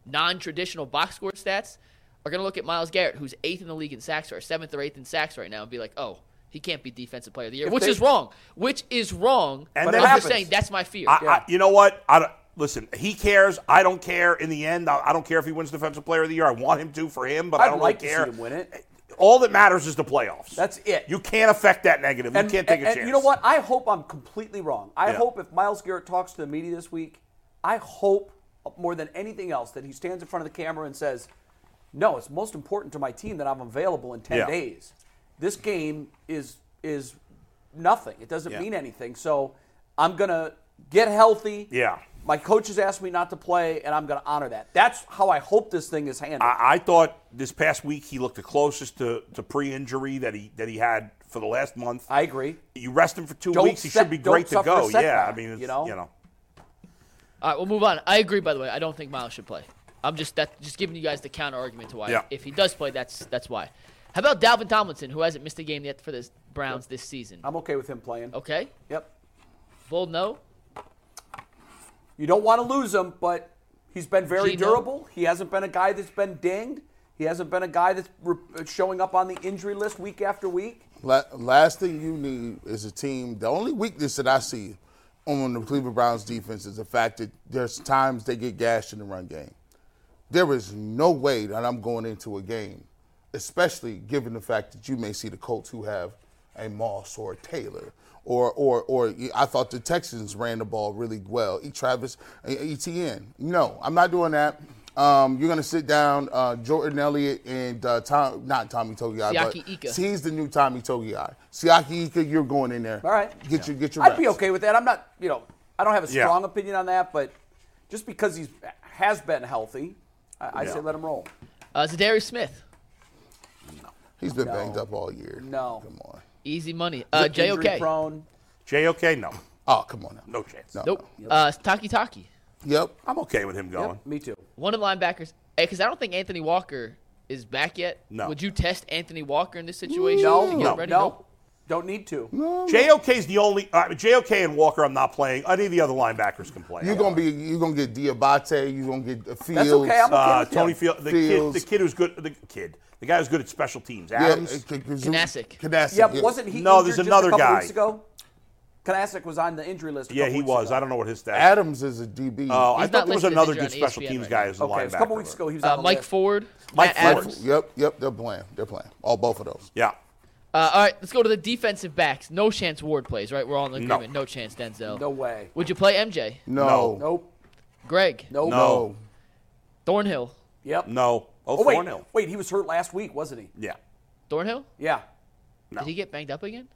Speaker 4: non-traditional box score stats are going to look at Miles Garrett, who's eighth in the league in sacks or seventh or eighth in sacks right now, and be like, "Oh, he can't be defensive player of the year," which
Speaker 1: they-
Speaker 4: is wrong. Which is wrong.
Speaker 2: And
Speaker 4: but
Speaker 2: that
Speaker 4: I'm
Speaker 2: happens.
Speaker 4: just saying that's my fear.
Speaker 2: I, I, you know what? I don't, listen, he cares. I don't care. In the end, I, I don't care if he wins Defensive Player of the Year. I want him to for him, but I
Speaker 1: I'd
Speaker 2: don't
Speaker 1: like to
Speaker 2: really
Speaker 1: see
Speaker 2: care.
Speaker 1: him win it.
Speaker 2: All that matters is the playoffs.
Speaker 1: That's it.
Speaker 2: You can't affect that negative. you can't take a
Speaker 1: and
Speaker 2: chance.
Speaker 1: You know what? I hope I'm completely wrong. I
Speaker 2: Yeah.
Speaker 1: hope if Miles Garrett talks to the media this week, I hope more than anything else that he stands in front of the camera and says, "No, it's most important to my team that I'm available in 10
Speaker 2: Yeah.
Speaker 1: days. This game is is nothing. It doesn't
Speaker 2: Yeah.
Speaker 1: mean anything. So I'm going to get healthy."
Speaker 2: Yeah.
Speaker 1: My coaches asked me not to play, and I'm going to honor that. That's how I hope this thing is handled.
Speaker 2: I, I thought this past week he looked the closest to, to pre-injury that he that he had for the last month.
Speaker 1: I agree.
Speaker 2: you rest him for 2
Speaker 1: Don't
Speaker 2: weeks. He
Speaker 1: set-
Speaker 2: should be
Speaker 1: don't
Speaker 2: great to
Speaker 1: suffer a
Speaker 2: go. Yeah,
Speaker 1: setback,
Speaker 2: I mean, it's,
Speaker 1: you know?
Speaker 4: All right, we'll move on. I agree. By the way, I don't think Miles should play. I'm just that just giving you guys the counter argument to why.
Speaker 2: Yeah.
Speaker 4: If he does play, that's that's why. How about Dalvin Tomlinson, who hasn't missed a game yet for the Browns this season?
Speaker 1: I'm okay with him playing.
Speaker 4: Okay,
Speaker 1: Yep.
Speaker 4: bold no.
Speaker 1: You don't want to lose him, but he's been very
Speaker 4: Geno?
Speaker 1: durable. He hasn't been a guy that's been dinged. He hasn't been a guy that's re- uh, showing up on the injury list week after week.
Speaker 3: La- last thing you need is a team. The only weakness that I see on the Cleveland Browns defense is the fact that there's times they get gashed in the run game. There is no way that I'm going into a game, especially given the fact that you may see the Colts who have a Moss or a Taylor. Or, or, or I thought the Texans ran the ball really well. E. Travis, E- ETN. No, I'm not doing that. Um, you're going to sit down uh, Jordan Elliott and uh, Tom, not Tommy Togiai,
Speaker 4: Siaki
Speaker 3: but
Speaker 4: Ika.
Speaker 3: He's the new Tommy Togiai. Siaki Ika, you're going in there.
Speaker 1: All right.
Speaker 3: Get your get your.
Speaker 1: I'd be
Speaker 3: reps.
Speaker 1: okay with that. I'm not, you know, I don't have a
Speaker 2: Yeah.
Speaker 1: strong opinion on that, but just because he has been healthy, I, I say let him roll.
Speaker 4: Uh, Zadarius Smith,
Speaker 3: He's been banged up all year.
Speaker 1: No.
Speaker 3: Come on.
Speaker 4: easy money. Uh,
Speaker 1: Injury
Speaker 4: JOK,
Speaker 1: prone.
Speaker 2: JOK, no,
Speaker 3: Oh, come on now.
Speaker 2: no chance.
Speaker 3: No.
Speaker 4: nope. Uh, Taki Taki,
Speaker 3: Yep.
Speaker 2: I'm okay with him going.
Speaker 1: Me too.
Speaker 4: one of the linebackers. Because I don't think Anthony Walker is back yet.
Speaker 2: No.
Speaker 4: Would you test Anthony Walker in this situation?
Speaker 1: No,
Speaker 4: to get
Speaker 1: no,
Speaker 4: ready?
Speaker 1: no. Don't need to.
Speaker 2: JOK is the only uh, JOK and Walker. I'm not playing. Any of the other linebackers can play.
Speaker 3: You're gonna be you're gonna get Diabate. You're gonna get Fields.
Speaker 1: That's okay. I'm okay
Speaker 2: uh,
Speaker 1: with
Speaker 2: Tony
Speaker 1: him.
Speaker 2: Field, the
Speaker 3: Fields.
Speaker 2: kid, the kid who's good, the kid, the guy who's good at special teams.
Speaker 3: Yeah,
Speaker 2: Adams.
Speaker 3: it could- could-
Speaker 4: Kinesic.
Speaker 3: Kinesic,
Speaker 1: Yeah,
Speaker 3: yeah.
Speaker 1: but wasn't he?
Speaker 2: No,
Speaker 1: injured
Speaker 2: there's
Speaker 1: just
Speaker 2: another
Speaker 1: a couple
Speaker 2: guy.
Speaker 1: Weeks ago, Kanasic was on the injury list. a
Speaker 2: yeah,
Speaker 1: couple
Speaker 2: he
Speaker 1: weeks
Speaker 2: was.
Speaker 1: Ago.
Speaker 2: I don't know what his stat.
Speaker 3: Adams is a DB.
Speaker 2: Oh, I thought
Speaker 4: He's not
Speaker 2: there was
Speaker 4: listed
Speaker 2: another
Speaker 4: injured
Speaker 2: good
Speaker 4: on
Speaker 2: special
Speaker 4: ESPN
Speaker 2: teams
Speaker 4: right
Speaker 2: guy
Speaker 4: now.
Speaker 2: as a
Speaker 1: Okay, it was
Speaker 2: linebacker.
Speaker 1: a couple weeks ago he was on
Speaker 4: Uh,
Speaker 1: the
Speaker 4: Mike
Speaker 1: list.
Speaker 4: Ford,
Speaker 2: Mike
Speaker 4: Matt
Speaker 2: Ford.
Speaker 4: Adams.
Speaker 3: Yep, yep, they're playing. They're playing. All both of those.
Speaker 2: Yeah.
Speaker 4: Uh, all right, let's go to the defensive backs. No chance Ward plays, right? We're all in
Speaker 2: No.
Speaker 4: agreement. No, chance Denzel.
Speaker 1: No way.
Speaker 4: Would you play MJ?
Speaker 3: No.
Speaker 1: Nope.
Speaker 4: Greg?
Speaker 1: Nope.
Speaker 2: No.
Speaker 4: Thornhill?
Speaker 1: Yep.
Speaker 2: No. Oh,
Speaker 1: Oh wait,
Speaker 2: Thornhill.
Speaker 1: wait, he was hurt last week, wasn't he?
Speaker 2: Yeah.
Speaker 4: Thornhill?
Speaker 1: Yeah.
Speaker 4: Did he get banged up again?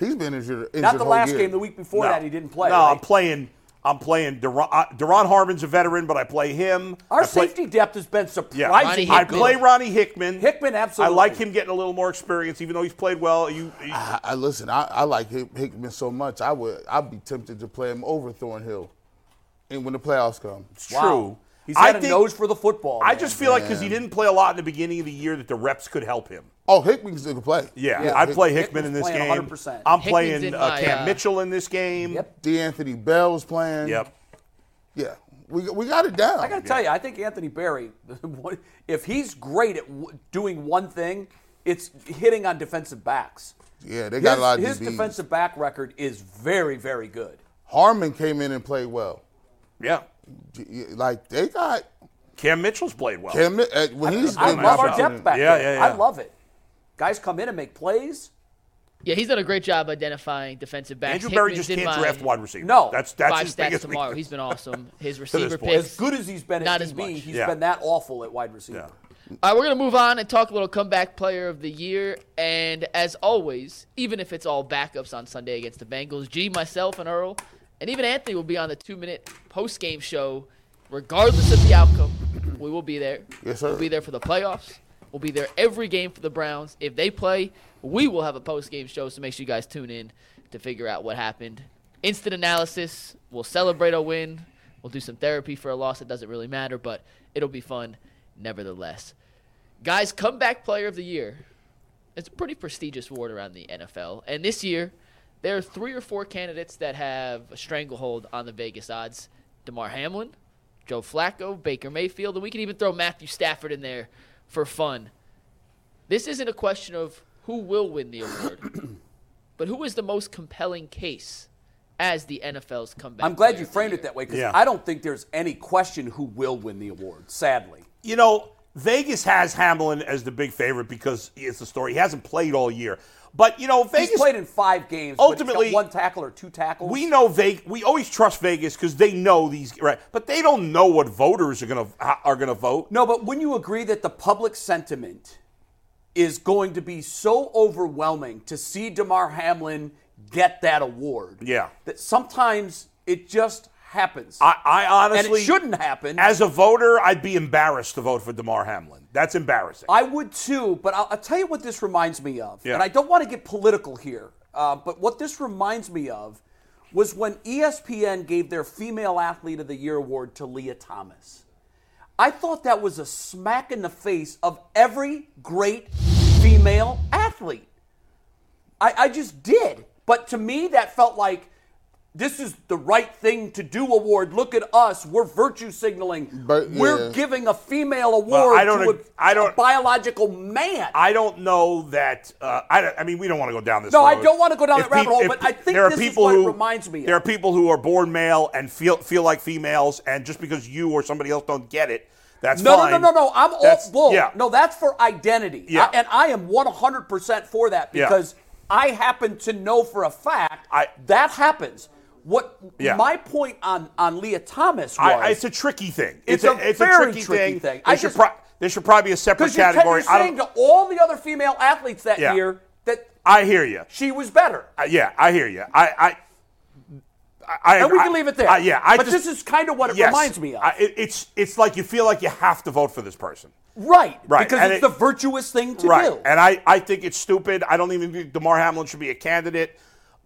Speaker 3: He's been injured. injured
Speaker 1: Not the
Speaker 3: whole
Speaker 1: last
Speaker 3: year.
Speaker 1: game. The week before that, he didn't play.
Speaker 2: No,
Speaker 1: right?
Speaker 2: I'm playing. I'm playing. Deron, uh, Deron Harmon's a veteran, but I play him.
Speaker 1: Our
Speaker 2: I play-
Speaker 1: safety depth has been
Speaker 2: Yeah,
Speaker 1: surprising.
Speaker 4: Ronnie
Speaker 2: I
Speaker 4: Hickman.
Speaker 2: play Ronnie Hickman.
Speaker 1: Hickman, absolutely. Ah,
Speaker 2: I like him getting a little more experience, even though he's played well. You, you-
Speaker 3: I, I listen. I, I like Hick- Hickman so much. I would. I'd be tempted to play him over Thornhill, and when the playoffs come.
Speaker 2: it's
Speaker 1: Wow.
Speaker 2: true.
Speaker 1: He's got
Speaker 2: I
Speaker 1: a
Speaker 2: think-
Speaker 1: nose for the football.
Speaker 2: I
Speaker 1: man.
Speaker 2: just feel like because he didn't play a lot in the beginning of the year, that the reps could help him.
Speaker 3: Oh, Hickman's gonna play.
Speaker 2: Yeah, I'd play
Speaker 1: Hick-
Speaker 2: Hickman in
Speaker 1: Hickman's
Speaker 2: this game.
Speaker 1: playing 100%.
Speaker 2: I'm
Speaker 4: Hickman's in
Speaker 2: playing uh,
Speaker 4: my,
Speaker 2: Cam
Speaker 4: uh,
Speaker 2: Mitchell in this game.
Speaker 1: Yep.
Speaker 3: D'Anthony Bell's playing.
Speaker 2: Yep.
Speaker 3: Yeah. We, we got it down.
Speaker 1: I got to tell you, I think Anthony Barry, what- if he's great at w- doing one thing, it's hitting on defensive backs.
Speaker 3: yeah, they
Speaker 1: His,
Speaker 3: got a lot of
Speaker 1: his
Speaker 3: DBs.
Speaker 1: defensive back record is very, very good.
Speaker 3: Harmon came in and played well.
Speaker 2: Yeah.
Speaker 3: G- Like they got
Speaker 2: Cam Mitchell's played well.
Speaker 3: him uh, when he's
Speaker 1: I
Speaker 3: given
Speaker 1: love our
Speaker 3: opportunity.
Speaker 1: depth back.
Speaker 2: Yeah,
Speaker 1: there.
Speaker 2: yeah, yeah.
Speaker 1: I love it. Guys come in and make plays.
Speaker 4: Yeah, he's done a great job identifying defensive backs.
Speaker 2: Andrew Berry
Speaker 4: Hickman's
Speaker 2: just
Speaker 4: in
Speaker 2: can't
Speaker 4: my
Speaker 2: draft wide receiver.
Speaker 1: No.
Speaker 2: That's that's
Speaker 4: five
Speaker 2: his
Speaker 4: stats
Speaker 2: biggest
Speaker 4: tomorrow.
Speaker 2: weakness.
Speaker 4: He's been awesome. His receiver
Speaker 2: point.
Speaker 4: picks.
Speaker 2: As
Speaker 1: Good as he's been at
Speaker 4: Not as
Speaker 1: DB,
Speaker 4: much.
Speaker 1: he's
Speaker 2: Yeah.
Speaker 1: been that awful at wide receiver.
Speaker 2: Yeah.
Speaker 4: All right, we're going to move on and talk a little comeback player of the year. And as always, even if it's all backups on Sunday against the Bengals, G, myself, and Earl, and even Anthony will be on the two minute post game show. Regardless of the outcome, we will be there.
Speaker 3: Yes, sir.
Speaker 4: We'll be there for the playoffs. We'll be there every game for the Browns. If they play, we will have a post game show, so make sure you guys tune in to figure out what happened. Instant analysis. We'll celebrate a win. We'll do some therapy for a loss. It doesn't really matter, but it'll be fun nevertheless. Guys, comeback player of the year. It's a pretty prestigious award around the NFL. And this year, there are three or four candidates that have a stranglehold on the Vegas odds DeMar Hamlin, Joe Flacco, Baker Mayfield, and we can even throw Matthew Stafford in there for fun. This isn't a question of who will win the award, but who is the most compelling case as the NFL's comeback.
Speaker 1: I'm glad
Speaker 4: player
Speaker 1: you
Speaker 4: of the
Speaker 1: framed it
Speaker 4: year.
Speaker 1: that way because
Speaker 2: Yeah.
Speaker 1: I don't think there's any question who will win the award, sadly.
Speaker 2: You know, Vegas has Hamlin as the big favorite because it's the story. He hasn't played all year. But you know, Vegas
Speaker 1: He's played in five games. but he's got
Speaker 2: Ultimately-
Speaker 1: one tackle or two tackles.
Speaker 2: We know Vegas. We always trust Vegas because they know these, right? But they don't know what voters are gonna are gonna vote.
Speaker 1: No, but wouldn't you agree that the public sentiment is going to be so overwhelming to see DeMar Hamlin get that award?
Speaker 2: Yeah.
Speaker 1: That sometimes it just happens.
Speaker 2: I, I
Speaker 1: and
Speaker 2: honestly
Speaker 1: it shouldn't happen.
Speaker 2: As a voter, I'd be embarrassed to vote for Damar Hamlin. That's embarrassing.
Speaker 1: I would too, but I'll, I'll tell you what this reminds me of.
Speaker 2: Yeah.
Speaker 1: And I don't want to get political here, uh, but what this reminds me of was when E ESPN gave their Female Athlete of the Year award to Leah Thomas. I thought that was a smack in the face of every great female athlete. I, I just did. But to me, that felt like this is the right thing to do award. Look at us. We're virtue signaling.
Speaker 3: But,
Speaker 1: We're
Speaker 3: yeah.
Speaker 1: giving a female award
Speaker 2: Well,
Speaker 1: or
Speaker 2: I don't
Speaker 1: to a-
Speaker 2: ag- I don't-
Speaker 1: a biological man.
Speaker 2: I don't know that. Uh, I, don't- I mean, we don't want to go down this.
Speaker 1: No, I
Speaker 2: road.
Speaker 1: don't wanna go down
Speaker 2: If
Speaker 1: that rabbit
Speaker 2: peop-
Speaker 1: hole,
Speaker 2: if
Speaker 1: but I think
Speaker 2: there are
Speaker 1: this is
Speaker 2: people
Speaker 1: what it
Speaker 2: who,
Speaker 1: reminds me of.
Speaker 2: There are people who are born male and feel feel like females, and just because you or somebody else don't get it, that's
Speaker 1: no, no,
Speaker 2: fine.
Speaker 1: no, no, no. I'm all
Speaker 2: That's-
Speaker 1: bull.
Speaker 2: Yeah.
Speaker 1: No, that's for identity.
Speaker 2: Yeah.
Speaker 1: I- and I am 100% for that
Speaker 2: Yeah.
Speaker 1: because I happen to know for a fact
Speaker 2: I-
Speaker 1: that happens. What
Speaker 2: Yeah.
Speaker 1: my point on, on Leah Thomas was
Speaker 2: I, I- it's a tricky thing.
Speaker 1: It's a
Speaker 2: a, it's
Speaker 1: very
Speaker 2: a tricky,
Speaker 1: tricky thing.
Speaker 2: There,
Speaker 1: I
Speaker 2: should
Speaker 1: just-
Speaker 2: pro- there should probably be a separate
Speaker 1: because you're, te-
Speaker 2: category.
Speaker 1: you're
Speaker 2: I
Speaker 1: saying
Speaker 2: don't-
Speaker 1: to all the other female athletes that
Speaker 2: Yeah.
Speaker 1: year that
Speaker 2: I hear you.
Speaker 1: she was better.
Speaker 2: Uh, yeah, I hear you. I, I, I, I
Speaker 1: And we
Speaker 2: I-
Speaker 1: can leave it there.
Speaker 2: I- yeah, I
Speaker 1: But
Speaker 2: just-
Speaker 1: this is kind of what it
Speaker 2: yes.
Speaker 1: reminds me of.
Speaker 2: I, it- it's it's like you feel like you have to vote for this person,
Speaker 1: right.
Speaker 2: Right,
Speaker 1: Because
Speaker 2: and
Speaker 1: it's
Speaker 2: it-
Speaker 1: the virtuous thing to
Speaker 2: right?
Speaker 1: do.
Speaker 2: And I, I think it's stupid. I don't even think Demar Hamlin should be a candidate.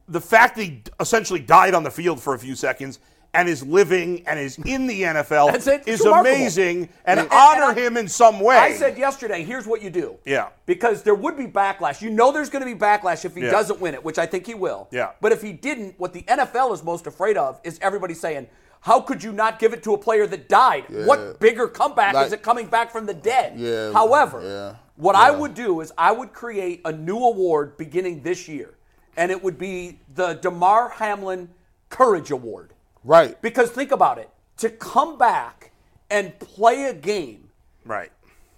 Speaker 2: The fact that he essentially died on the field for a few seconds and is living and is in the NFL
Speaker 1: That's it.
Speaker 2: is
Speaker 1: It's remarkable.
Speaker 2: amazing
Speaker 1: And-
Speaker 2: and,
Speaker 1: and
Speaker 2: honor
Speaker 1: I-
Speaker 2: him in some way.
Speaker 1: I said yesterday, here's what you do.
Speaker 2: Yeah.
Speaker 1: Because there would be backlash. You know there's going to be backlash if he
Speaker 2: Yeah.
Speaker 1: doesn't win it, which I think he will.
Speaker 2: Yeah.
Speaker 1: But if he didn't, what the NFL is most afraid of is everybody saying, how could you not give it to a player that died? What bigger comeback
Speaker 3: Like-
Speaker 1: is it coming back from the dead?
Speaker 3: Yeah,
Speaker 1: However,
Speaker 3: yeah,
Speaker 1: what I would do is I would create a new award beginning this year, and it would be the DeMar Hamlin Courage Award.
Speaker 3: Right.
Speaker 1: Because think about it to come back and play a game
Speaker 2: right.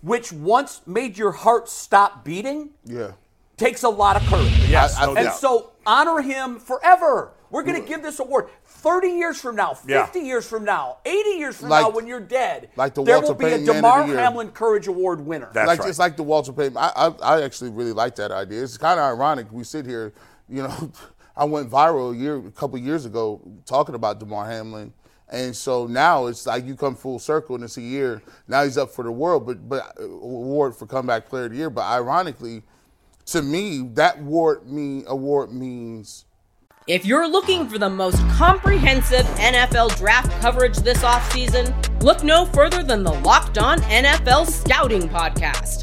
Speaker 1: which once made your heart stop beating,
Speaker 3: Yeah.
Speaker 1: takes a lot of courage.
Speaker 2: Yes, no
Speaker 1: and
Speaker 2: doubt.
Speaker 1: so honor him forever. We're going to give this award 30 years from now, 50
Speaker 2: Yeah.
Speaker 1: years from now, 80 years from
Speaker 3: Like-
Speaker 1: now when you're dead.
Speaker 3: like the
Speaker 1: there
Speaker 3: Walter
Speaker 1: will be
Speaker 3: Payton
Speaker 1: a
Speaker 3: Man of the
Speaker 1: DeMar
Speaker 3: Year.
Speaker 1: Hamlin Courage Award winner.
Speaker 2: That's
Speaker 3: like
Speaker 2: right.
Speaker 3: it's like the Walter Payton. I, I I actually really like that idea. It's kind of ironic. We sit here, you know. I went viral a year, a couple years ago, talking about Demar Hamlin, and so now it's like you come full circle, and it's a year. Now he's up for the world, but but award for comeback player of the year. But ironically, to me, that award mean award means
Speaker 5: If you're looking for the most comprehensive NFL draft coverage this offseason, look no further than the Locked On NFL Scouting Podcast.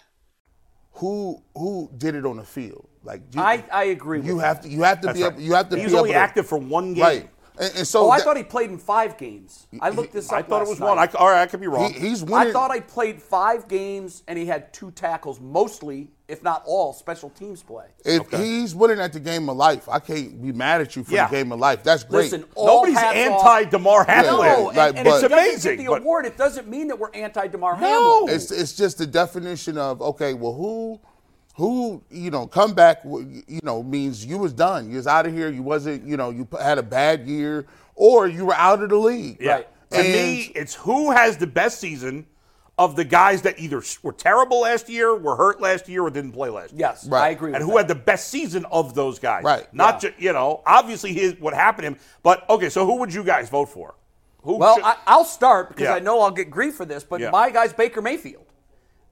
Speaker 3: who who did it on the field. Like you,
Speaker 1: I, I agree with
Speaker 3: you
Speaker 1: that.
Speaker 3: have to you have to
Speaker 2: That's
Speaker 3: be
Speaker 2: right.
Speaker 3: able, you have to
Speaker 2: He
Speaker 3: be
Speaker 2: was only
Speaker 3: able to-
Speaker 2: active for one game.
Speaker 3: right. And, and so
Speaker 1: Oh, I
Speaker 3: that-
Speaker 1: thought he played in five games. I looked this up.
Speaker 2: I thought
Speaker 1: last
Speaker 2: it was
Speaker 1: night.
Speaker 2: one. I, all right, I could be wrong.
Speaker 3: he, he's winning.
Speaker 1: I thought I played five games and he had two tackles, mostly, if not all, special teams play.
Speaker 3: If he's winning at the game of life, I can't be mad at you for
Speaker 2: Yeah.
Speaker 3: the game of life. That's great.
Speaker 1: Listen, all
Speaker 2: Nobody's
Speaker 1: hats off.
Speaker 2: anti Demar Hamlin.
Speaker 1: No, and,
Speaker 3: Like,
Speaker 1: and
Speaker 3: but-
Speaker 1: if he doesn't
Speaker 2: amazing,
Speaker 1: Get the
Speaker 2: but-
Speaker 1: award. It doesn't mean that we're anti Demar
Speaker 2: No.
Speaker 1: Hamlin.
Speaker 3: it's it's just the definition of okay. Well, who, who you know, come back. w- You know, means you was done. You was out of here. You wasn't. You know, you p- had a bad year, or you were out of the league.
Speaker 2: Yeah. To
Speaker 3: And-
Speaker 2: me, it's who has the best season of the guys that either were terrible last year, were hurt last year, or didn't play last year.
Speaker 1: Yes, I
Speaker 3: Right.
Speaker 1: agree. With
Speaker 2: And who
Speaker 1: that.
Speaker 2: had the best season of those guys.
Speaker 3: Right.
Speaker 2: Not just, you know, obviously his, what happened to him. But, okay, so who would you guys vote for? Who
Speaker 1: Well,
Speaker 2: should-
Speaker 1: I, I'll start because
Speaker 2: Yeah.
Speaker 1: I know I'll get grief for this, but
Speaker 2: Yeah.
Speaker 1: my guy's Baker Mayfield.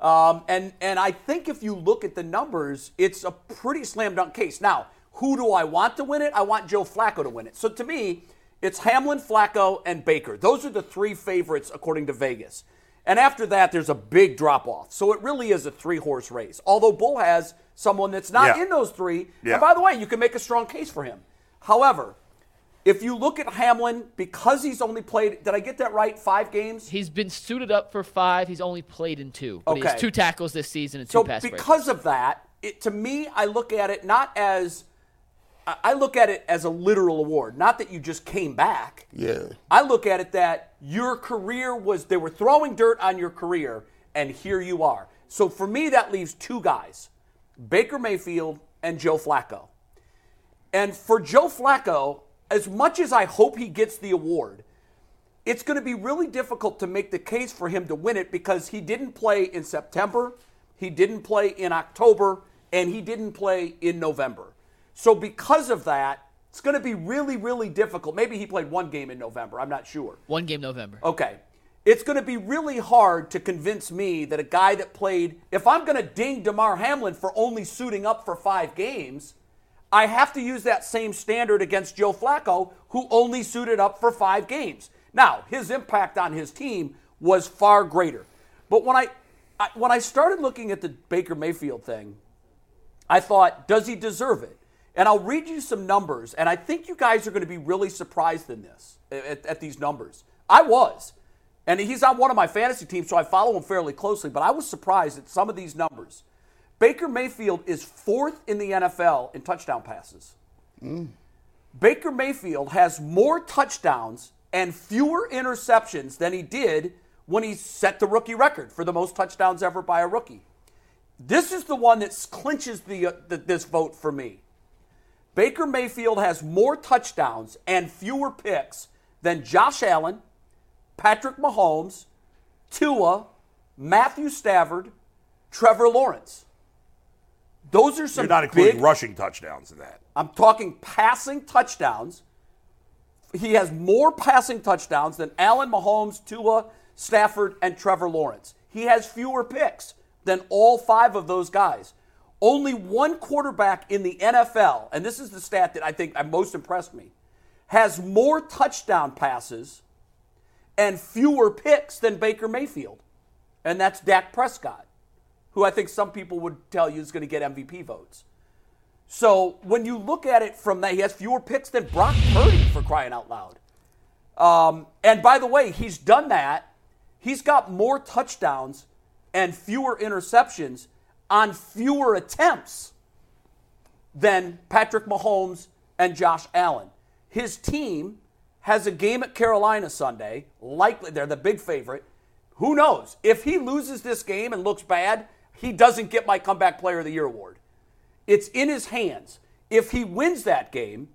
Speaker 1: Um, and, and I think if you look at the numbers, it's a pretty slam dunk case. Now, who do I want to win it? I want Joe Flacco to win it. So to me, it's Hamlin, Flacco, and Baker. Those are the three favorites according to Vegas. And after that, there's a big drop off. So it really is a three horse race. Although Bull has someone that's not
Speaker 2: Yeah.
Speaker 1: in those three.
Speaker 2: Yeah.
Speaker 1: And by the way, you can make a strong case for him. However, if you look at Hamlin, because he's only played, did I get that right? Five games?
Speaker 4: He's been suited up for five. He's only played in two. But He
Speaker 1: Okay.
Speaker 4: has two tackles this season and two
Speaker 1: so
Speaker 4: pass breakups.
Speaker 1: because of that, it, to me, I look at it not as, I I look at it as a literal award, not that you just came back.
Speaker 3: yeah.
Speaker 1: I look at it that your career was, they were throwing dirt on your career, and here you are. So for me, that leaves two guys Baker Mayfield and Joe Flacco. And for Joe Flacco, as much as I hope he gets the award, it's going to be really difficult to make the case for him to win it because he didn't play in September, he didn't play in October, and he didn't play in November. So, because of that, it's going to be really, really difficult. Maybe he played one game in November, I'm not sure.
Speaker 4: One game November.
Speaker 1: Okay. It's going to be really hard to convince me that a guy that played, if I'm going to ding DeMar Hamlin for only suiting up for five games, I have to use that same standard against Joe Flacco, who only suited up for five games. Now, his impact on his team was far greater. But when I, I when I started looking at the Baker Mayfield thing, I thought, does he deserve it? And I'll read you some numbers, and I think you guys are going to be really surprised in this at, at these numbers. I was, and he's on one of my fantasy teams, so I follow him fairly closely. But I was surprised at some of these numbers. Baker Mayfield is fourth in the NFL in touchdown passes. Baker Mayfield has more touchdowns and fewer interceptions than he did when he set the rookie record for the most touchdowns ever by a rookie. This is the one that clinches the, uh, th- this vote for me. Baker Mayfield has more touchdowns and fewer picks than Josh Allen, Patrick Mahomes, Tua, Matthew Stafford, Trevor Lawrence. Those are some
Speaker 2: You're not including
Speaker 1: big
Speaker 2: rushing touchdowns in that.
Speaker 1: I'm talking passing touchdowns. He has more passing touchdowns than Allen Mahomes, Tua, Stafford, and Trevor Lawrence. He has fewer picks than all five of those guys. Only one quarterback in the NFL, and this is the stat that I think most impressed me, has more touchdown passes and fewer picks than Baker Mayfield. And that's Dak Prescott, who I think some people would tell you is going to get MVP votes. So when you look at it from that, he has fewer picks than Brock Purdy for crying out loud. Um, and by the way, he's done that. He's got more touchdowns and fewer interceptions on fewer attempts than Patrick Mahomes and Josh Allen. His team has a game at Carolina Sunday. Likely, they're the big favorite. Who knows? If he loses this game and looks bad, he doesn't get my comeback player of the year award. It's in his hands. If he wins that game,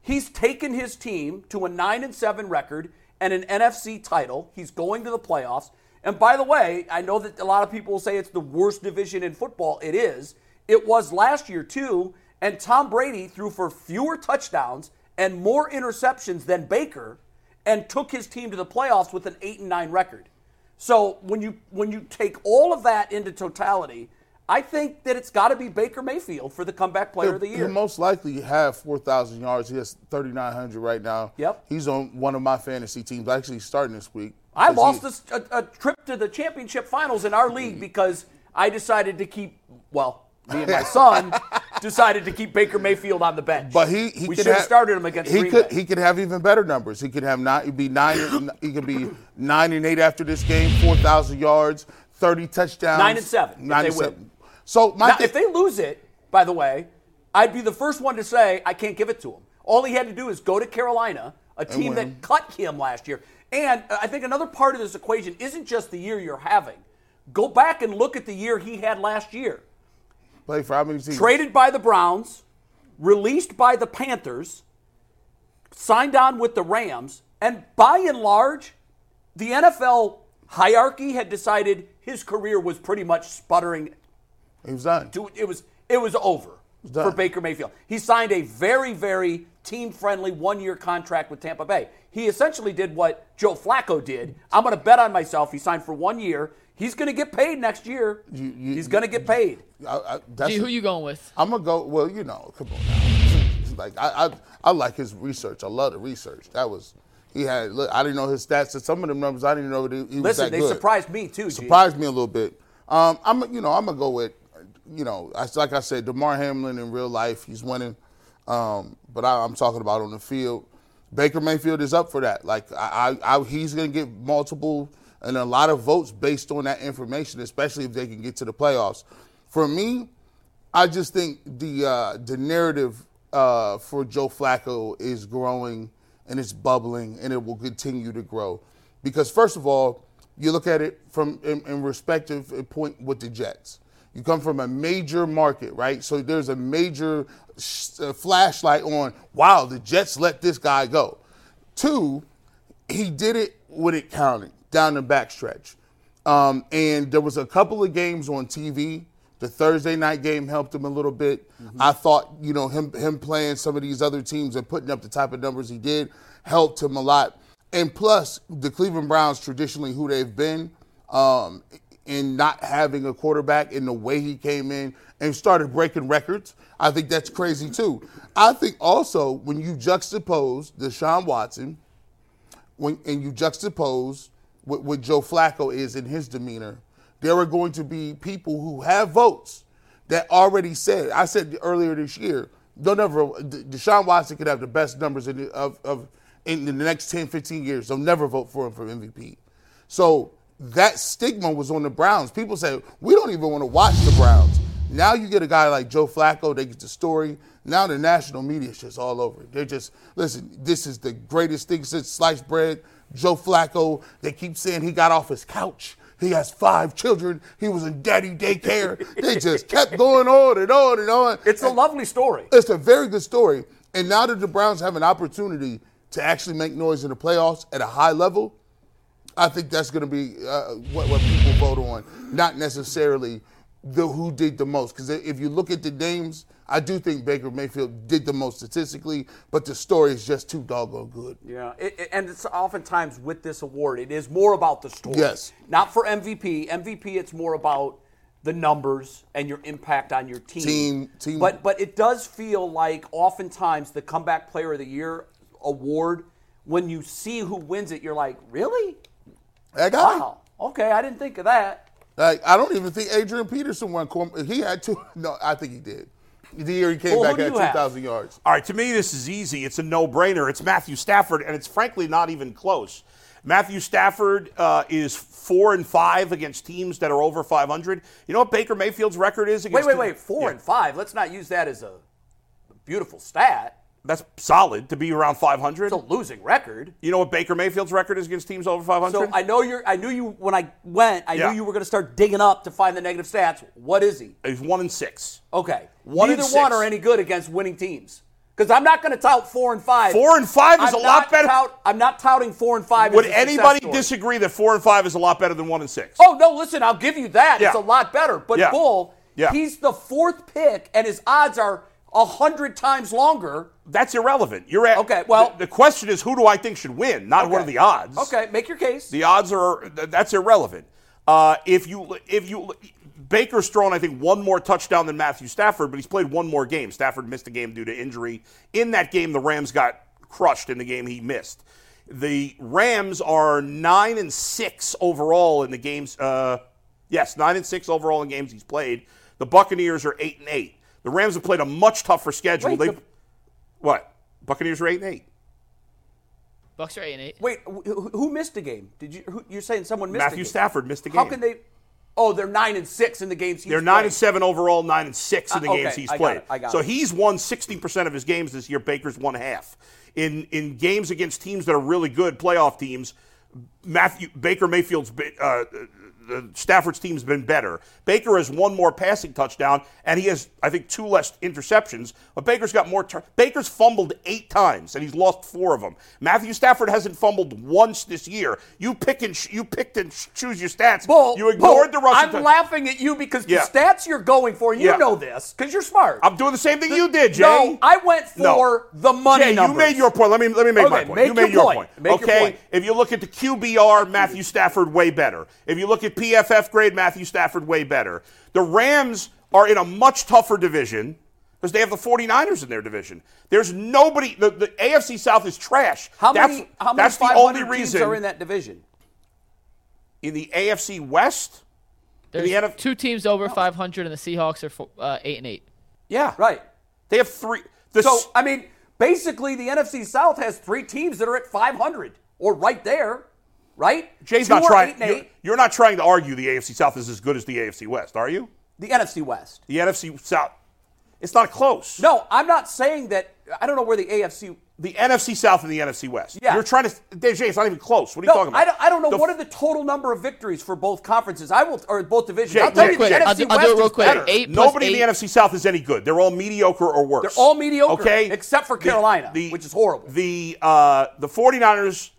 Speaker 1: he's taken his team to a 9 and 7 record and an NFC title. He's going to the playoffs. And by the way, I know that a lot of people will say it's the worst division in football. It is. It was last year too, and Tom Brady threw for fewer touchdowns and more interceptions than Baker and took his team to the playoffs with an 8 and 9 record. So when you when you take all of that into totality, I think that it's got to be Baker Mayfield for the comeback player of the
Speaker 3: He'll-
Speaker 1: year.
Speaker 3: He'll most likely have 4,000 yards. He has 3,900 right now.
Speaker 1: Yep.
Speaker 3: He's on one of my fantasy teams. Actually, starting this week.
Speaker 1: I
Speaker 3: 'Cause
Speaker 1: lost
Speaker 3: he-
Speaker 1: this, a, a trip to the championship finals in our league because I decided to keep, well, me and my son decided to keep Baker Mayfield on the bench.
Speaker 3: But he, he
Speaker 1: we
Speaker 3: could
Speaker 1: should have
Speaker 3: have-
Speaker 1: started him against
Speaker 3: he
Speaker 1: Green
Speaker 3: could
Speaker 1: Bay.
Speaker 3: he could have even better numbers. He could have nine. He'd be nine. he could be nine and eight after this game. Four thousand yards, thirty touchdowns.
Speaker 1: Nine and seven, if
Speaker 3: Nine
Speaker 1: they
Speaker 3: and
Speaker 1: win.
Speaker 3: seven. So my
Speaker 1: now,
Speaker 3: thi-
Speaker 1: if they lose it, by the way, I'd be the first one to say I can't give it to him. All he had to do is go to Carolina, a team that cut him last year. And uh, I think another part of this equation isn't just the year you're having. Go back and look at the year he had last year.
Speaker 3: play for how many teams?
Speaker 1: traded by the Browns, released by the Panthers, signed on with the Rams, and by and large, the NFL hierarchy had decided his career was pretty much sputtering.
Speaker 3: He was done.
Speaker 1: To, it was it was over
Speaker 3: done.
Speaker 1: for Baker Mayfield. He signed a very very team friendly one year contract with Tampa Bay. He essentially did what Joe Flacco did. I'm going to bet on myself. He signed for one year. He's going to get paid next year.
Speaker 3: you-
Speaker 1: He's going to get paid.
Speaker 3: I, I, that's
Speaker 4: Gee, who you going with?
Speaker 3: I'm gonna go. Well, you know, come on. Now. Like I, I, I like his research. I love the research. That was he had. Look, I didn't know his stats. And some of them numbers I didn't know that he, he was
Speaker 1: Listen,
Speaker 3: that
Speaker 1: they
Speaker 3: good.
Speaker 1: surprised me too. Gene.
Speaker 3: surprised me a little bit. Um, I'm, you know, I'm gonna go with, you know, I, like I said, Demar Hamlin in real life, he's winning, um, but I, I'm talking about on the field. Baker Mayfield is up for that. Like I, I, I, he's gonna get multiple and a lot of votes based on that information, especially if they can get to the playoffs. For me, I just think the uh, the narrative uh, for Joe Flacco is growing and it's bubbling and it will continue to grow because first of all, you look at it from in, in respective point with the Jets. You come from a major market, right? So there's a major sh- uh, flashlight on. Wow, the Jets let this guy go. Two, he did it when it counted down the backstretch. Um, and there was a couple of games on TV. The Thursday night game helped him a little bit. I thought, you know, him him playing some of these other teams and putting up the type of numbers he did helped him a lot. And plus, the Cleveland Browns traditionally who they've been, um, in not having a quarterback in the way he came in and started breaking records. I think that's crazy too. I think also when you juxtapose Deshaun Watson when and you juxtapose what, what Joe Flacco is in his demeanor, there are going to be people who have votes that already said. I said earlier this year, they'll never. D- Deshaun Watson could have the best numbers in the, of, of in the next 10, 15 years. They'll never vote for him for MVP. So that stigma was on the Browns. People said, we don't even want to watch the Browns. Now you get a guy like Joe Flacco, they get the story. Now the national media is just all over it. They're just, listen, this is the greatest thing since sliced bread. Joe Flacco, they keep saying he got off his couch. He has five children. He was in daddy daycare. they just kept going on and on and on.
Speaker 1: It's a lovely story.
Speaker 3: It's a very good story. And now that the Browns have an opportunity to actually make noise in the playoffs at a high level, I think that's going to be uh, what, what people vote on, not necessarily the who did the most. Because if you look at the names, I do think Baker Mayfield did the most statistically, but the story is just too doggone good.
Speaker 1: Yeah, it, it- and it's oftentimes with this award, it is more about the story.
Speaker 3: Yes.
Speaker 1: Not for MVP. MVP, it's more about the numbers and your impact on your team.
Speaker 3: Team- team-
Speaker 1: But but it does feel like oftentimes the comeback player of the year award, when you see who wins it, you're like, really?
Speaker 3: That guy,
Speaker 1: Wow. Okay, I didn't think of that.
Speaker 3: like I don't even think Adrian Peterson won. corn- He had two. No, I think he did. The year he came
Speaker 1: Well, who
Speaker 3: back
Speaker 1: do
Speaker 3: at
Speaker 1: you have?
Speaker 3: 2,000 yards.
Speaker 2: All right, to me, this is easy. It's a no brainer. It's Matthew Stafford, and it's frankly not even close. Matthew Stafford uh, is four and five against teams that are over 500. You know what Baker Mayfield's record is
Speaker 1: Wait,
Speaker 2: against.
Speaker 1: wait,
Speaker 2: team-
Speaker 1: wait. Four
Speaker 2: Yeah,
Speaker 1: and five. Let's not use that as a beautiful stat.
Speaker 2: That's solid to be around 500.
Speaker 1: It's a losing record.
Speaker 2: you know what Baker Mayfield's record is against teams over 500?
Speaker 1: So I know you're. I knew you when I went. I
Speaker 2: Yeah.
Speaker 1: knew you were going to start digging up to find the negative stats. What is he?
Speaker 2: He's one and six.
Speaker 1: Okay,
Speaker 2: One and
Speaker 1: neither one
Speaker 2: six.
Speaker 1: are any good against winning teams. Because I'm not going to tout four and five.
Speaker 2: Four and five is
Speaker 1: I'm
Speaker 2: a lot
Speaker 1: not
Speaker 2: better.
Speaker 1: tout- I'm not touting four and five.
Speaker 2: Would
Speaker 1: as a success
Speaker 2: anybody
Speaker 1: story.
Speaker 2: disagree that four and five is a lot better than one and six?
Speaker 1: Oh no! Listen, I'll give you that. It's a
Speaker 2: Yeah.
Speaker 1: lot better. But
Speaker 2: Yeah.
Speaker 1: Bull,
Speaker 2: Yeah.
Speaker 1: he's the fourth pick, and his odds are a hundred times longer.
Speaker 2: That's irrelevant. You're at,
Speaker 1: Okay, well-
Speaker 2: the, the question is who do I think should win, not what are
Speaker 1: Okay.
Speaker 2: the odds.
Speaker 1: Okay, make your case.
Speaker 2: The odds are th- that's irrelevant. Uh, if you if you Baker's thrown, I think one more touchdown than Matthew Stafford, but he's played one more game. Stafford missed a game due to injury. In that game, the Rams got crushed. In the game, he missed. The Rams are nine and six overall in the games. Uh, yes, nine and six overall in games he's played. The Buccaneers are eight and eight. The Rams have played a much tougher schedule.
Speaker 1: Wait,
Speaker 2: they
Speaker 1: the-
Speaker 2: what? Buccaneers are eight and eight.
Speaker 4: Bucks are eight and eight.
Speaker 1: Wait, wh- who, who missed a game? Did you? Who, you're saying someone missed a
Speaker 2: Matthew
Speaker 1: game.
Speaker 2: Stafford missed a game.
Speaker 1: How can they? Oh, they're nine and six in the games. He's
Speaker 2: They're nine
Speaker 1: played.
Speaker 2: and seven overall, nine and six in the
Speaker 1: Uh, okay,
Speaker 2: games he's
Speaker 1: I got
Speaker 2: played.
Speaker 1: it, I got
Speaker 2: so
Speaker 1: it.
Speaker 2: he's won sixty percent of his games this year. Baker's won half. In in games against teams that are really good playoff teams, Matthew Baker Mayfield's be- uh, the Stafford's team's been better. Baker has one more passing touchdown, and he has I think two less interceptions. But Baker's got more. Tur- Baker's fumbled eight times, and he's lost four of them. Matthew Stafford hasn't fumbled once this year. You pick and sh- you picked and sh- choose your stats.
Speaker 1: Bull,
Speaker 2: you ignored
Speaker 1: Bull,
Speaker 2: the rushing.
Speaker 1: I'm
Speaker 2: tou-
Speaker 1: laughing at you because
Speaker 2: Yeah.
Speaker 1: the stats you're going for, and you
Speaker 2: Yeah.
Speaker 1: know this because you're smart.
Speaker 2: I'm doing the same thing you did, Jay.
Speaker 1: No, I went
Speaker 2: No.
Speaker 1: for the money
Speaker 2: Jay,
Speaker 1: numbers.
Speaker 2: you made your point. Let me let me make my
Speaker 1: Okay,
Speaker 2: point.
Speaker 1: make
Speaker 2: you made
Speaker 1: your
Speaker 2: your,
Speaker 1: point. Make your
Speaker 2: okay,
Speaker 1: point.
Speaker 2: if you look at the QBR, Matthew Stafford way better. If you look at PFF grade, Matthew Stafford way better. The Rams are in a much tougher division because they have the 49ers in their division. There's nobody. The, the AFC South is trash.
Speaker 1: How
Speaker 2: that's,
Speaker 1: many? How many
Speaker 2: That's the
Speaker 1: 500
Speaker 2: only
Speaker 1: teams
Speaker 2: reason
Speaker 1: are in that division?
Speaker 2: in the AFC West.
Speaker 4: There's
Speaker 2: the NF
Speaker 4: two teams over 500, and the Seahawks are four, uh, eight and eight.
Speaker 2: Yeah,
Speaker 1: Right.
Speaker 2: They have three. The
Speaker 1: So uh,
Speaker 2: s-
Speaker 1: I mean, basically, the NFC South has three teams that are at 500 or right there, right?
Speaker 2: Jay's
Speaker 1: Two
Speaker 2: not
Speaker 1: are
Speaker 2: trying.
Speaker 1: eight and
Speaker 2: You're,
Speaker 1: eight.
Speaker 2: you're not trying to argue the AFC South is as good as the AFC West, are you?
Speaker 1: The NFC West.
Speaker 2: The NFC South. It's not close.
Speaker 1: No, I'm not saying that. I don't know where the AFC.
Speaker 2: The NFC South and the NFC West.
Speaker 1: Yeah.
Speaker 2: You're trying to. Dave, Jay, it's not even close. What are you
Speaker 1: No,
Speaker 2: talking about?
Speaker 1: I don't, I don't know
Speaker 2: The
Speaker 1: what
Speaker 2: f-
Speaker 1: are the total number of victories for both conferences. I will or both divisions.
Speaker 2: Jay,
Speaker 1: I'll tell
Speaker 2: real
Speaker 1: you the
Speaker 2: quick.
Speaker 1: NFC
Speaker 4: I'll do- I'll
Speaker 1: West
Speaker 4: do it real
Speaker 1: is
Speaker 4: quick.
Speaker 1: better.
Speaker 4: Eight plus
Speaker 2: Nobody in
Speaker 4: eight.
Speaker 2: the NFC South is any good. They're all mediocre or worse.
Speaker 1: They're all mediocre,
Speaker 2: Okay.
Speaker 1: except for Carolina, which is horrible.
Speaker 2: The uh, the 49ers,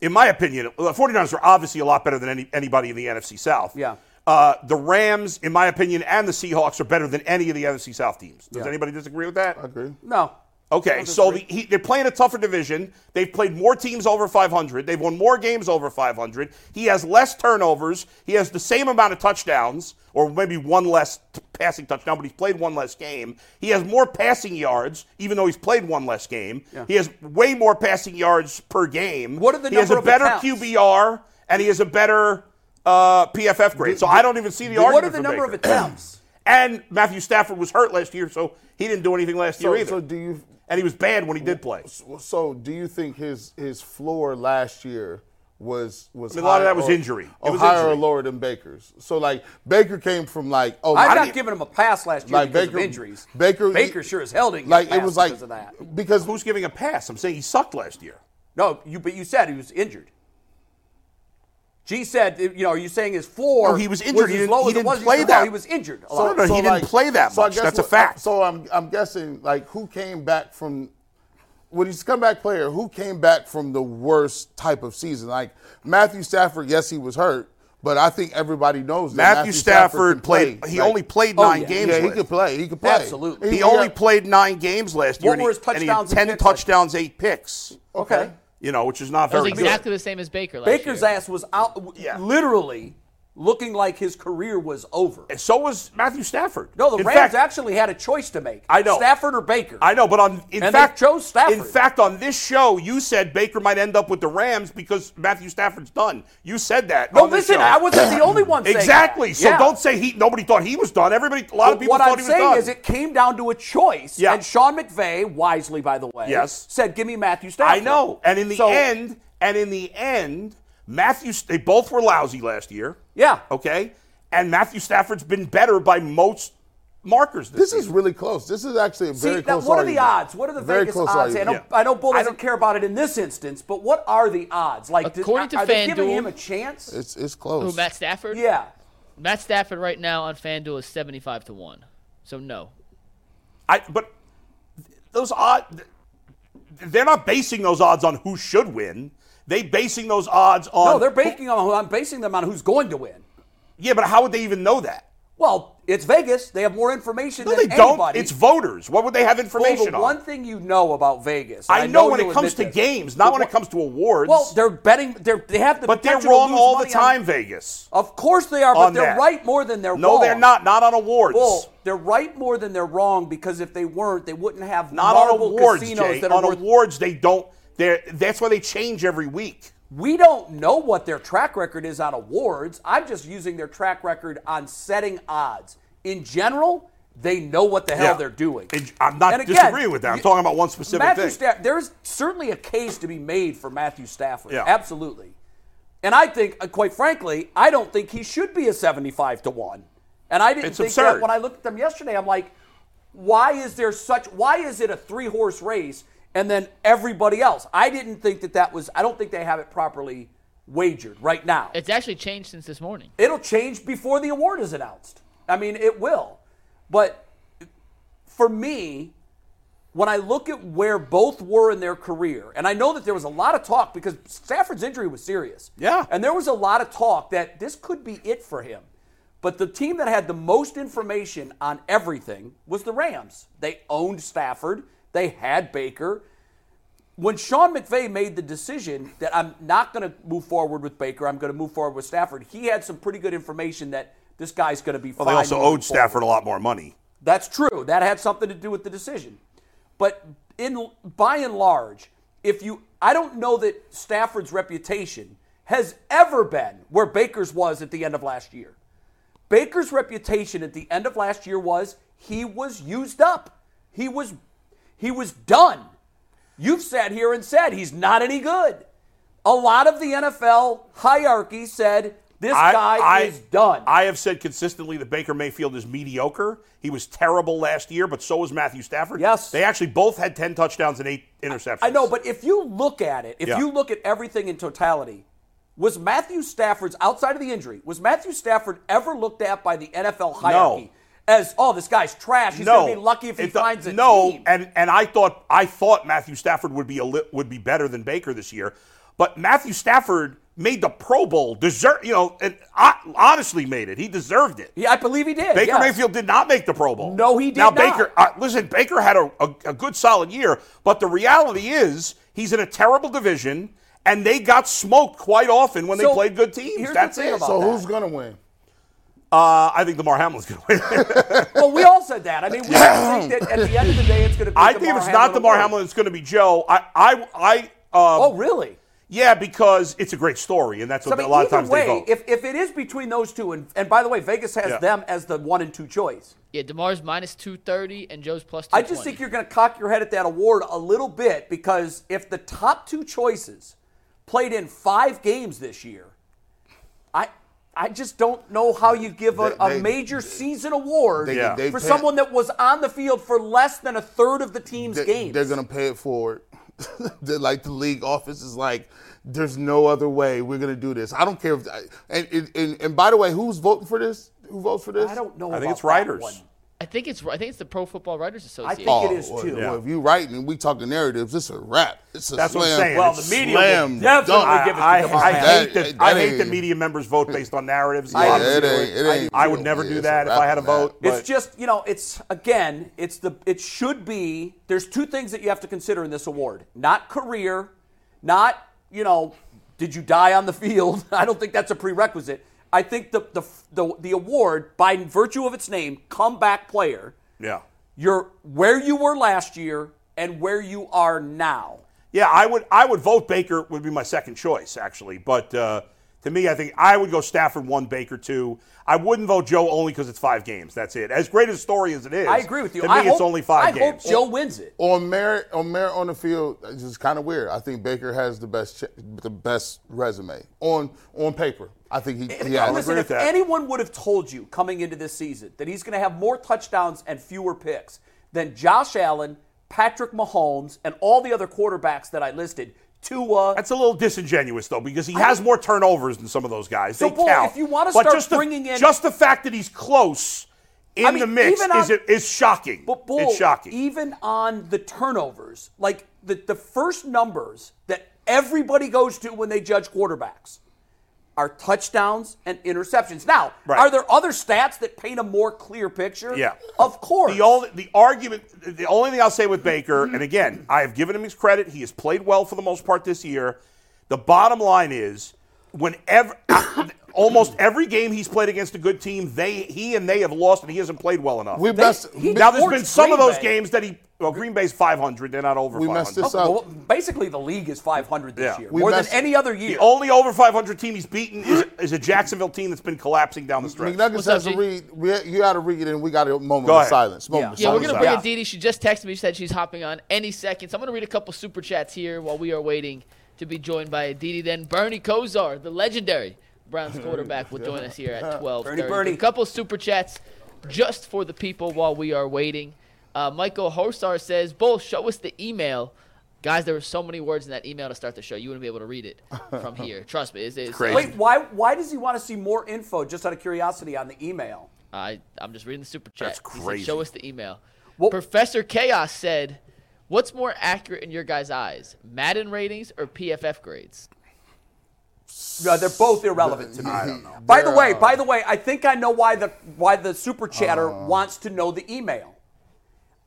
Speaker 2: in my opinion, the 49ers are obviously a lot better than any, anybody in the NFC South.
Speaker 1: Yeah.
Speaker 2: Uh, the Rams, in my opinion, and the Seahawks are better than any of the NFC South teams. Does
Speaker 1: Yeah.
Speaker 2: anybody disagree with that?
Speaker 3: I agree.
Speaker 1: No.
Speaker 2: Okay, so the, he, they're playing a tougher division. They've played more teams over 500. They've won more games over 500. He has less turnovers. He has the same amount of touchdowns, or maybe one less t- passing touchdown, but he's played one less game. He has more passing yards, even though he's played one less game. He has way more passing yards per game.
Speaker 1: What are the
Speaker 2: He has
Speaker 1: number
Speaker 2: a
Speaker 1: of
Speaker 2: better
Speaker 1: attempts?
Speaker 2: QBR, and he has a better uh, PFF grade. So I don't even see the argument.
Speaker 1: What are the
Speaker 2: for
Speaker 1: number of
Speaker 2: Baker.
Speaker 1: attempts?
Speaker 2: And Matthew Stafford was hurt last year, so he didn't do anything last
Speaker 3: So,
Speaker 2: year either
Speaker 3: so do you?
Speaker 2: and he was bad when he did play.
Speaker 3: So, so do you think his his floor last year was was
Speaker 2: mean, a lot of
Speaker 3: higher
Speaker 2: that was
Speaker 3: or-
Speaker 2: injury. It
Speaker 3: or
Speaker 2: was
Speaker 3: higher
Speaker 2: injury.
Speaker 3: or lower than Baker's? So like Baker came from like oh
Speaker 1: I'm not
Speaker 3: didn't-
Speaker 1: giving him a pass last year
Speaker 3: Like
Speaker 1: because
Speaker 3: Baker-
Speaker 1: of injuries.
Speaker 3: Baker-
Speaker 1: Baker sure as hell didn't get
Speaker 3: like
Speaker 1: a pass
Speaker 3: it was like
Speaker 1: because of that.
Speaker 3: because
Speaker 2: Who's giving a pass? I'm saying he sucked last year.
Speaker 1: No, you but you said he was injured. G said, you know, are you saying his floor?
Speaker 2: No, he was injured.
Speaker 1: as
Speaker 2: He didn't-
Speaker 1: low
Speaker 2: he
Speaker 1: as it
Speaker 2: didn't
Speaker 1: was? You
Speaker 2: play
Speaker 1: said, well,
Speaker 2: that-
Speaker 1: He was injured a
Speaker 2: So-
Speaker 1: lot.
Speaker 2: No, no, he didn't play that
Speaker 3: so I
Speaker 2: much.
Speaker 3: guess
Speaker 2: That's a
Speaker 3: what-
Speaker 2: fact.
Speaker 3: So I'm I'm guessing like who came back from when he's a comeback player, who came back from the worst type of season? Like Matthew Stafford, yes, he was hurt, but I think everybody knows that
Speaker 2: Matthew Stafford
Speaker 3: can
Speaker 2: played-
Speaker 3: play.
Speaker 2: he only played
Speaker 3: nine
Speaker 2: nine games
Speaker 3: Yeah, he
Speaker 2: last
Speaker 3: could play. He could play.
Speaker 1: Absolutely.
Speaker 2: He
Speaker 3: got-
Speaker 2: only played nine games last year.
Speaker 1: What
Speaker 2: and
Speaker 1: were
Speaker 2: he-
Speaker 1: his
Speaker 2: and he had
Speaker 1: touchdowns and
Speaker 2: ten
Speaker 1: picks Oh. last year?
Speaker 2: touchdowns, eight picks.
Speaker 1: Okay.
Speaker 2: You know, which is not
Speaker 4: That
Speaker 2: very
Speaker 4: was exactly the same as Baker last
Speaker 1: Baker's
Speaker 4: year.
Speaker 1: ass was out, w-
Speaker 2: Yeah.
Speaker 1: literally looking like his career was over.
Speaker 2: good. So was Matthew Stafford.
Speaker 1: No, the
Speaker 2: In
Speaker 1: Rams
Speaker 2: fact,
Speaker 1: actually had a choice to make.
Speaker 2: I know.
Speaker 1: Stafford or Baker.
Speaker 2: I know, but on in
Speaker 1: And they
Speaker 2: fact,
Speaker 1: chose Stafford.
Speaker 2: In fact, on this show, you said Baker might end up with the Rams because Matthew Stafford's done. You said that.
Speaker 1: No,
Speaker 2: on this
Speaker 1: Oh, listen,
Speaker 2: show.
Speaker 1: I wasn't the only one saying
Speaker 2: exactly.
Speaker 1: that.
Speaker 2: So
Speaker 1: Yeah.
Speaker 2: don't say he. Nobody thought he was done. Everybody, a lot of
Speaker 1: But
Speaker 2: people
Speaker 1: what
Speaker 2: thought
Speaker 1: I'm
Speaker 2: he was
Speaker 1: saying
Speaker 2: done.
Speaker 1: is it came down to a choice,
Speaker 2: Yeah.
Speaker 1: and Sean McVay, wisely by the way,
Speaker 2: Yes.
Speaker 1: said, "Give me Matthew Stafford."
Speaker 2: I know. And in the
Speaker 1: So-
Speaker 2: end, and in the end, Matthew. They both were lousy last year.
Speaker 1: yeah,
Speaker 2: Okay, and Matthew Stafford's been better by most markers. This,
Speaker 3: This
Speaker 2: season.
Speaker 3: is really close. This is actually a
Speaker 1: See,
Speaker 3: very
Speaker 1: now,
Speaker 3: close.
Speaker 1: what are the
Speaker 3: argument.
Speaker 1: odds? What are the
Speaker 3: Very
Speaker 1: Vegas
Speaker 3: close
Speaker 1: odds? I know,
Speaker 3: argument.
Speaker 1: I know Bull
Speaker 2: I
Speaker 1: doesn't care about it in this instance, but what are the odds? Like, did-
Speaker 4: According to
Speaker 1: are they giving
Speaker 4: FanDuel-
Speaker 1: him a chance?
Speaker 3: It's it's close.
Speaker 4: Who, Matt Stafford?
Speaker 1: yeah.
Speaker 4: Matt Stafford right now on FanDuel is 75 to 1. So no.
Speaker 2: I but those odds they're not basing those odds on who should win. They basing those odds on
Speaker 1: No, they're basing on. I'm basing them on who's going to win.
Speaker 2: Yeah, but how would they even know that?
Speaker 1: Well, it's Vegas. They have more information
Speaker 2: No, they
Speaker 1: than
Speaker 2: don't.
Speaker 1: anybody.
Speaker 2: It's voters. What would they have
Speaker 1: Well,
Speaker 2: information
Speaker 1: the
Speaker 2: on?
Speaker 1: one thing you know about Vegas. and
Speaker 2: I know when
Speaker 1: you'll
Speaker 2: it comes to
Speaker 1: admit this,
Speaker 2: games, not when it comes to awards.
Speaker 1: Well, they're betting. They're, they have the.
Speaker 2: but they're
Speaker 1: potential to
Speaker 2: wrong
Speaker 1: lose
Speaker 2: all the
Speaker 1: money on-
Speaker 2: time, Vegas.
Speaker 1: of course they are, but
Speaker 2: on
Speaker 1: they're
Speaker 2: that.
Speaker 1: right more than they're
Speaker 2: no,
Speaker 1: wrong.
Speaker 2: they're not. Not on awards.
Speaker 1: Well, they're right more than they're wrong because if they weren't, they wouldn't have
Speaker 2: not on
Speaker 1: marble
Speaker 2: awards,
Speaker 1: casinos
Speaker 2: Jay.
Speaker 1: that
Speaker 2: on
Speaker 1: are worth.
Speaker 2: awards, they don't. They're, that's why they change every week.
Speaker 1: We don't know what their track record is on awards. I'm just using their track record on setting odds. In general, they know what the hell
Speaker 2: Yeah.
Speaker 1: they're doing.
Speaker 2: And I'm not
Speaker 1: And again,
Speaker 2: disagreeing with that. I'm
Speaker 1: you-
Speaker 2: talking about one specific
Speaker 1: Matthew
Speaker 2: thing.
Speaker 1: Stafford. There's certainly a case to be made for Matthew Stafford.
Speaker 2: Yeah.
Speaker 1: Absolutely. And I think, uh, quite frankly, I don't think he should be a 75 to 1. And I didn't
Speaker 2: It's
Speaker 1: think that
Speaker 2: absurd.
Speaker 1: when I looked at them yesterday. I'm like, why is there such, why is it a three horse race and then everybody else? I didn't think that that was, I don't think they have it properly wagered right now.
Speaker 4: It's actually changed since this morning.
Speaker 1: It'll change before the award is announced. I mean, it will. But for me, when I look at where both were in their career, and I know that there was a lot of talk because Stafford's injury was serious.
Speaker 2: Yeah.
Speaker 1: And there was a lot of talk that this could be it for him. But the team that had the most information on everything was the Rams. They owned Stafford, they had Baker. When Sean McVay made the decision that I'm not going to move forward with Baker, I'm going to move forward with Stafford, he had some pretty good information that this guy's going to be
Speaker 2: Well,
Speaker 1: fine.
Speaker 2: they also
Speaker 1: moving
Speaker 2: owed Stafford
Speaker 1: forward.
Speaker 2: a lot more money.
Speaker 1: That's true. That had something to do with the decision. But in by and large, if you I don't know that Stafford's reputation has ever been where Baker's was at the end of last year. Baker's reputation at the end of last year was he was used up. He was he was done. You've sat here and said he's not any good. A lot of the NFL hierarchy said this guy is done.
Speaker 2: I have said consistently that Baker Mayfield is mediocre. He was terrible last year, but so was Matthew Stafford.
Speaker 1: Yes.
Speaker 2: They actually both had 10 touchdowns and eight interceptions.
Speaker 1: I know, but if you look at it, if
Speaker 2: Yeah.
Speaker 1: you look at everything in totality, was Matthew Stafford's outside of the injury, was Matthew Stafford ever looked at by the NFL hierarchy as, oh, this guy's trash. He's
Speaker 2: no,
Speaker 1: gonna be lucky if he
Speaker 2: It do-
Speaker 1: finds a
Speaker 2: no,
Speaker 1: team.
Speaker 2: and and I thought I thought Matthew Stafford would be a li- would be better than Baker this year, but Matthew Stafford made the Pro Bowl, deserve you know, and I, honestly made it. He deserved it.
Speaker 1: Yeah, I believe he did.
Speaker 2: Baker
Speaker 1: yes.
Speaker 2: Mayfield did not make the Pro Bowl.
Speaker 1: No, he did
Speaker 2: now,
Speaker 1: not.
Speaker 2: Baker, uh, listen, Baker had a, a, a good solid year, but the reality is he's in a terrible division, and they got smoked quite often when
Speaker 1: So,
Speaker 2: they played good teams.
Speaker 1: here's the
Speaker 2: That's
Speaker 1: thing
Speaker 2: it.
Speaker 1: about
Speaker 3: So
Speaker 1: that.
Speaker 3: who's gonna win?
Speaker 2: Uh, I think Lamar Hamlin's going to win.
Speaker 1: Well, we all said that. I mean, we all think that at the end of the day, it's going to be DeMar
Speaker 2: I think if it's
Speaker 1: Hamlin
Speaker 2: not DeMar
Speaker 1: award.
Speaker 2: Hamlin, it's going to be Joe. I, I, I uh,
Speaker 1: Oh, really?
Speaker 2: yeah, because it's a great story, and that's
Speaker 1: So, I
Speaker 2: what
Speaker 1: mean,
Speaker 2: a lot
Speaker 1: either
Speaker 2: of times they
Speaker 1: way,
Speaker 2: vote.
Speaker 1: if, if it is between those two, and, and by the way, Vegas has
Speaker 2: Yeah.
Speaker 1: them as the one and two choice.
Speaker 4: Yeah, DeMar's minus 230 and Joe's plus
Speaker 1: I
Speaker 4: 220.
Speaker 1: just think you're going to cock your head at that award a little bit because if the top two choices played in five games this year, I I just don't know how you give a,
Speaker 3: They-
Speaker 1: a
Speaker 3: they-
Speaker 1: major season award
Speaker 3: they-
Speaker 2: Yeah. they
Speaker 1: for
Speaker 3: pay-
Speaker 1: someone that was on the field for less than a third of the team's games.
Speaker 3: They're gonna pay it forward. They're like the league office is like, there's no other way we're gonna do this. I don't care if. I, and, and and by the way, who's voting for this? Who votes for this?
Speaker 1: I don't know.
Speaker 2: I think
Speaker 1: about
Speaker 2: it's writers.
Speaker 1: That one.
Speaker 4: I think it's I think it's the Pro Football Writers Association.
Speaker 1: I think it is
Speaker 3: well,
Speaker 1: too.
Speaker 3: Oh, well, if you writing and we talking narratives, it's a wrap. It's a
Speaker 2: That's
Speaker 3: slam.
Speaker 2: what I'm saying.
Speaker 1: Well,
Speaker 2: It's
Speaker 1: the media
Speaker 3: slam
Speaker 1: will definitely
Speaker 3: dunk.
Speaker 1: give it to
Speaker 2: I,
Speaker 1: them.
Speaker 2: I hate
Speaker 3: That-
Speaker 2: the
Speaker 3: that
Speaker 2: I hate the
Speaker 3: ain't-
Speaker 2: media members vote based on narratives.
Speaker 3: Yeah,
Speaker 2: Obviously,
Speaker 3: it ain't, it ain't
Speaker 2: I would
Speaker 3: real.
Speaker 2: never
Speaker 3: Yeah,
Speaker 2: do
Speaker 3: it's
Speaker 2: that
Speaker 3: a
Speaker 2: if I had a
Speaker 3: wrap on
Speaker 2: vote.
Speaker 3: that.
Speaker 2: But
Speaker 1: It's just, you know, it's again, it's the it should be there's two things that you have to consider in this award. Not career, not, you know, did you die on the field? I don't think that's a prerequisite. I think the the the, the award by virtue of its name, comeback player,
Speaker 2: yeah,
Speaker 1: you're where you were last year and where you are now.
Speaker 2: yeah. I would I would vote Baker would be my second choice actually. But uh, to me, I think I would go Stafford one, Baker two. I wouldn't vote Joe only because it's five games. That's it. As great a story as it is,
Speaker 1: I agree with you.
Speaker 2: To me,
Speaker 1: I
Speaker 2: it's
Speaker 1: hope-
Speaker 2: only five
Speaker 1: I
Speaker 2: games.
Speaker 1: hope Joe wins it.
Speaker 3: on merit on merit on the field it's just kind of weird. I think Baker has the best ch- the best resume on on paper. I think he, he
Speaker 1: Now,
Speaker 3: has.
Speaker 1: listen,
Speaker 2: agree
Speaker 1: if
Speaker 2: with that.
Speaker 1: anyone would have told you coming into this season that he's going to have more touchdowns and fewer picks than Josh Allen, Patrick Mahomes, and all the other quarterbacks that I listed, Tua.
Speaker 2: That's a little disingenuous, though, because he has more turnovers than some of those guys.
Speaker 1: So,
Speaker 2: they
Speaker 1: Bull,
Speaker 2: count.
Speaker 1: if you wanna
Speaker 2: But
Speaker 1: start
Speaker 2: just the-
Speaker 1: bringing in-
Speaker 2: just the fact that he's close in
Speaker 1: I mean,
Speaker 2: the mix
Speaker 1: even
Speaker 2: is
Speaker 1: on-
Speaker 2: is shocking.
Speaker 1: but Bull,
Speaker 2: it's shocking.
Speaker 1: even on the turnovers, like the, the first numbers that everybody goes to when they judge quarterbacks are touchdowns and interceptions. Now,
Speaker 2: Right.
Speaker 1: are there other stats that paint a more clear picture?
Speaker 2: Yeah.
Speaker 1: Of course. Mm-hmm.
Speaker 2: The only the argument, the only thing I'll say with Baker, and again, I have given him his credit. He has played well for the most part this year. The bottom line is, whenever almost every game he's played against a good team, they he and they have lost, and he hasn't played well enough.
Speaker 3: we messed
Speaker 1: he-
Speaker 3: we-
Speaker 2: now there's been
Speaker 1: Forged
Speaker 2: some of
Speaker 1: Green
Speaker 2: those
Speaker 1: Bay.
Speaker 2: games that he well, Green Bay's 500, they're not over
Speaker 3: We
Speaker 2: 500.
Speaker 3: messed this up.
Speaker 1: Well, basically, the league is 500 this
Speaker 2: Yeah.
Speaker 1: year,
Speaker 3: We
Speaker 1: more
Speaker 3: messed-
Speaker 1: than any other year.
Speaker 2: The only over 500 team he's beaten is, is a Jacksonville team that's been collapsing down the stretch.
Speaker 3: McNuggets
Speaker 4: What's up,
Speaker 3: has
Speaker 4: G?
Speaker 3: to read. We, you got to read it, and we got a moment
Speaker 2: Go
Speaker 3: of
Speaker 2: ahead.
Speaker 3: silence. Moment of
Speaker 4: Yeah, we're
Speaker 3: silence.
Speaker 4: gonna bring
Speaker 1: Yeah.
Speaker 4: in Didi. She just texted me. She said she's hopping on any second. So I'm gonna read a couple super chats here while we are waiting to be joined by Didi. Then Bernie Kosar, the legendary Browns quarterback, will join us here at 12.
Speaker 1: Bernie.
Speaker 4: A couple super chats just for the people while we are waiting. Uh, Michael Horsar says, "Bull, show us the email." Guys, there were so many words in that email to start the show. You wouldn't be able to read it from here. Trust me. It's, it's
Speaker 2: Crazy.
Speaker 1: Wait, why? Why does he want to see more info? Just out of curiosity, on the email.
Speaker 4: I I'm just reading the super chat.
Speaker 2: That's
Speaker 4: He said,
Speaker 2: crazy.
Speaker 4: Show us the email.
Speaker 1: Well-
Speaker 4: Professor Chaos said, "What's more accurate in your guys' eyes, Madden ratings or PFF grades?"
Speaker 1: No, they're both irrelevant to me.
Speaker 3: I don't know.
Speaker 1: By the way,
Speaker 3: They're, uh, Uh.
Speaker 1: by the way, I think I know why the why the super chatter wants to know the email.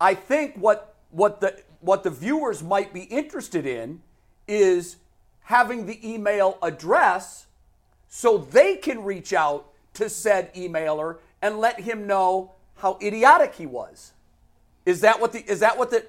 Speaker 1: I think what what the what the viewers might be interested in is having the email address so they can reach out to said emailer and let him know how idiotic he was. Is that what the is that what the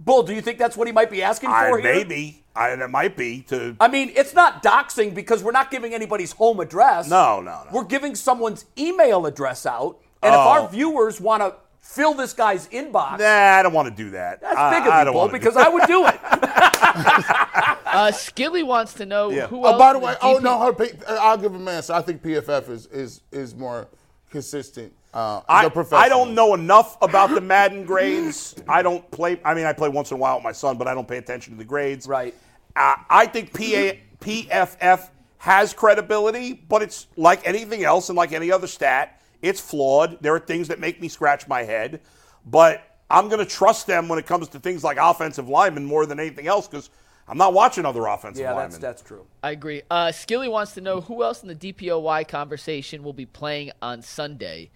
Speaker 1: Bull, do you think that's what he might be asking
Speaker 2: I,
Speaker 1: for here?
Speaker 2: maybe. I, it might be to.
Speaker 1: I mean, it's not doxing because we're not giving anybody's home address.
Speaker 2: No, no, no.
Speaker 1: We're giving someone's email address out. And if our viewers want to fill this guy's inbox,
Speaker 2: Oh. nah, I don't want to do that.
Speaker 1: that's
Speaker 2: I,
Speaker 1: big
Speaker 2: I
Speaker 1: of you,
Speaker 2: don't
Speaker 1: Bull,
Speaker 2: wanna do
Speaker 1: because
Speaker 2: that.
Speaker 1: I would do it.
Speaker 4: Uh, Skilly wants to know
Speaker 2: Yeah.
Speaker 4: who else.
Speaker 3: Oh, by the
Speaker 4: in
Speaker 3: way, oh
Speaker 4: DP
Speaker 3: no, her, P- I'll give him an answer. I think PFF is is is more consistent. Uh,
Speaker 2: I,
Speaker 3: the professional.
Speaker 2: I don't know enough about the Madden grades. I don't play. I mean, I play once in a while with my son, but I don't pay attention to the grades.
Speaker 1: Right.
Speaker 2: Uh, I think PA, PFF has credibility, but it's like anything else and like any other stat, it's flawed. There are things that make me scratch my head, but I'm going to trust them when it comes to things like offensive linemen more than anything else because I'm not watching other offensive
Speaker 1: yeah, that's
Speaker 2: linemen.
Speaker 1: that's true.
Speaker 4: I agree. Uh, Skilly wants to know who else in the DPOY conversation will be playing on Sunday,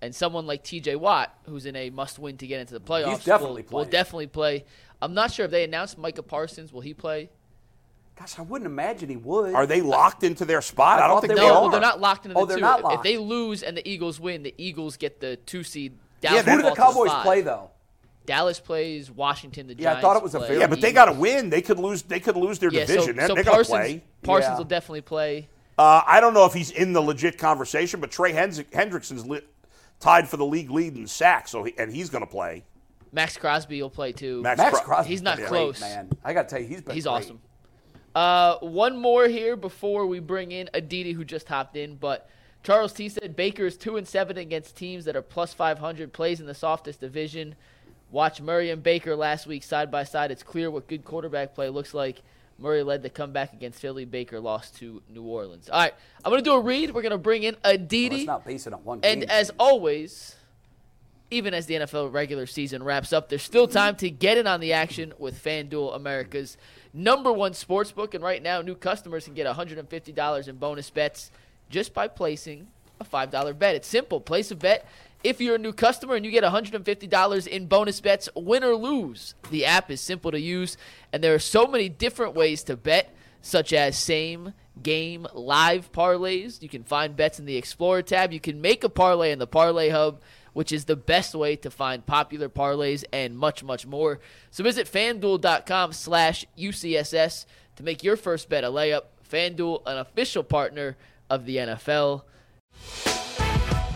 Speaker 4: and someone like T.J. Watt, who's in a must-win to get into the playoffs,
Speaker 1: definitely
Speaker 4: will, will
Speaker 1: playing.
Speaker 4: definitely play. I'm not sure if they announced Micah Parsons. Will he play?
Speaker 1: Gosh, I wouldn't imagine he would.
Speaker 2: are they locked into their spot? I,
Speaker 1: thought
Speaker 2: don't think
Speaker 1: they
Speaker 2: they,
Speaker 4: No,
Speaker 1: were.
Speaker 2: are.
Speaker 4: well, they're not locked into the
Speaker 1: Oh, they're
Speaker 4: two.
Speaker 1: not
Speaker 4: If- If
Speaker 1: locked.
Speaker 4: they lose and the Eagles win, the Eagles get the two seed. Dallas
Speaker 2: Yeah,
Speaker 1: Who do the
Speaker 4: falls to
Speaker 1: Cowboys
Speaker 4: five.
Speaker 1: play though?
Speaker 4: Dallas plays Washington. The
Speaker 1: Yeah, I
Speaker 4: Giants
Speaker 1: thought it was a
Speaker 4: play
Speaker 1: very-
Speaker 2: Yeah, but they
Speaker 4: Eagles.
Speaker 2: got to win. They could lose. They could lose their
Speaker 4: yeah, so-
Speaker 2: division. They're-
Speaker 4: So,
Speaker 2: they're going to
Speaker 4: Parsons,
Speaker 2: play.
Speaker 4: Parsons
Speaker 1: Yeah.
Speaker 4: will definitely play.
Speaker 2: Uh, I don't know if he's in the legit conversation, but Trey Hendrick- Hendrickson's li- tied for the league lead in sacks, so he, and he's going to play.
Speaker 4: Max Crosby will play too.
Speaker 1: Max
Speaker 2: Cro-
Speaker 1: Crosby.
Speaker 4: He's not
Speaker 1: great,
Speaker 4: close.
Speaker 1: man. I gotta tell you, he's been
Speaker 4: He's
Speaker 1: great.
Speaker 4: awesome. Uh, one more here before we bring in Aditi, who just hopped in. But Charles T said Baker is two and seven against teams that are plus five hundred. Plays in the softest division. Watch Murray and Baker last week side by side. It's clear what good quarterback play looks like. Murray led the comeback against Philly. Baker lost to New Orleans. All right, I'm gonna do a read. We're gonna bring in Aditi.
Speaker 1: Let's not base it on one.
Speaker 4: And
Speaker 1: game.
Speaker 4: as always, Even as the NFL regular season wraps up, there's still time to get in on the action with FanDuel America's number one sportsbook. And right now, new customers can get $150 in bonus bets just by placing a $5 bet. It's simple. Place a bet if you're a new customer and you get $150 in bonus bets, win or lose. The app is simple to use, and there are so many different ways to bet, such as same game live parlays. You can find bets in the Explorer tab. You can make a parlay in the Parlay Hub, which is the best way to find popular parlays and much, much more. So visit fanduel.com slash UCSS to make your first bet a layup. FanDuel, an official partner of the NFL.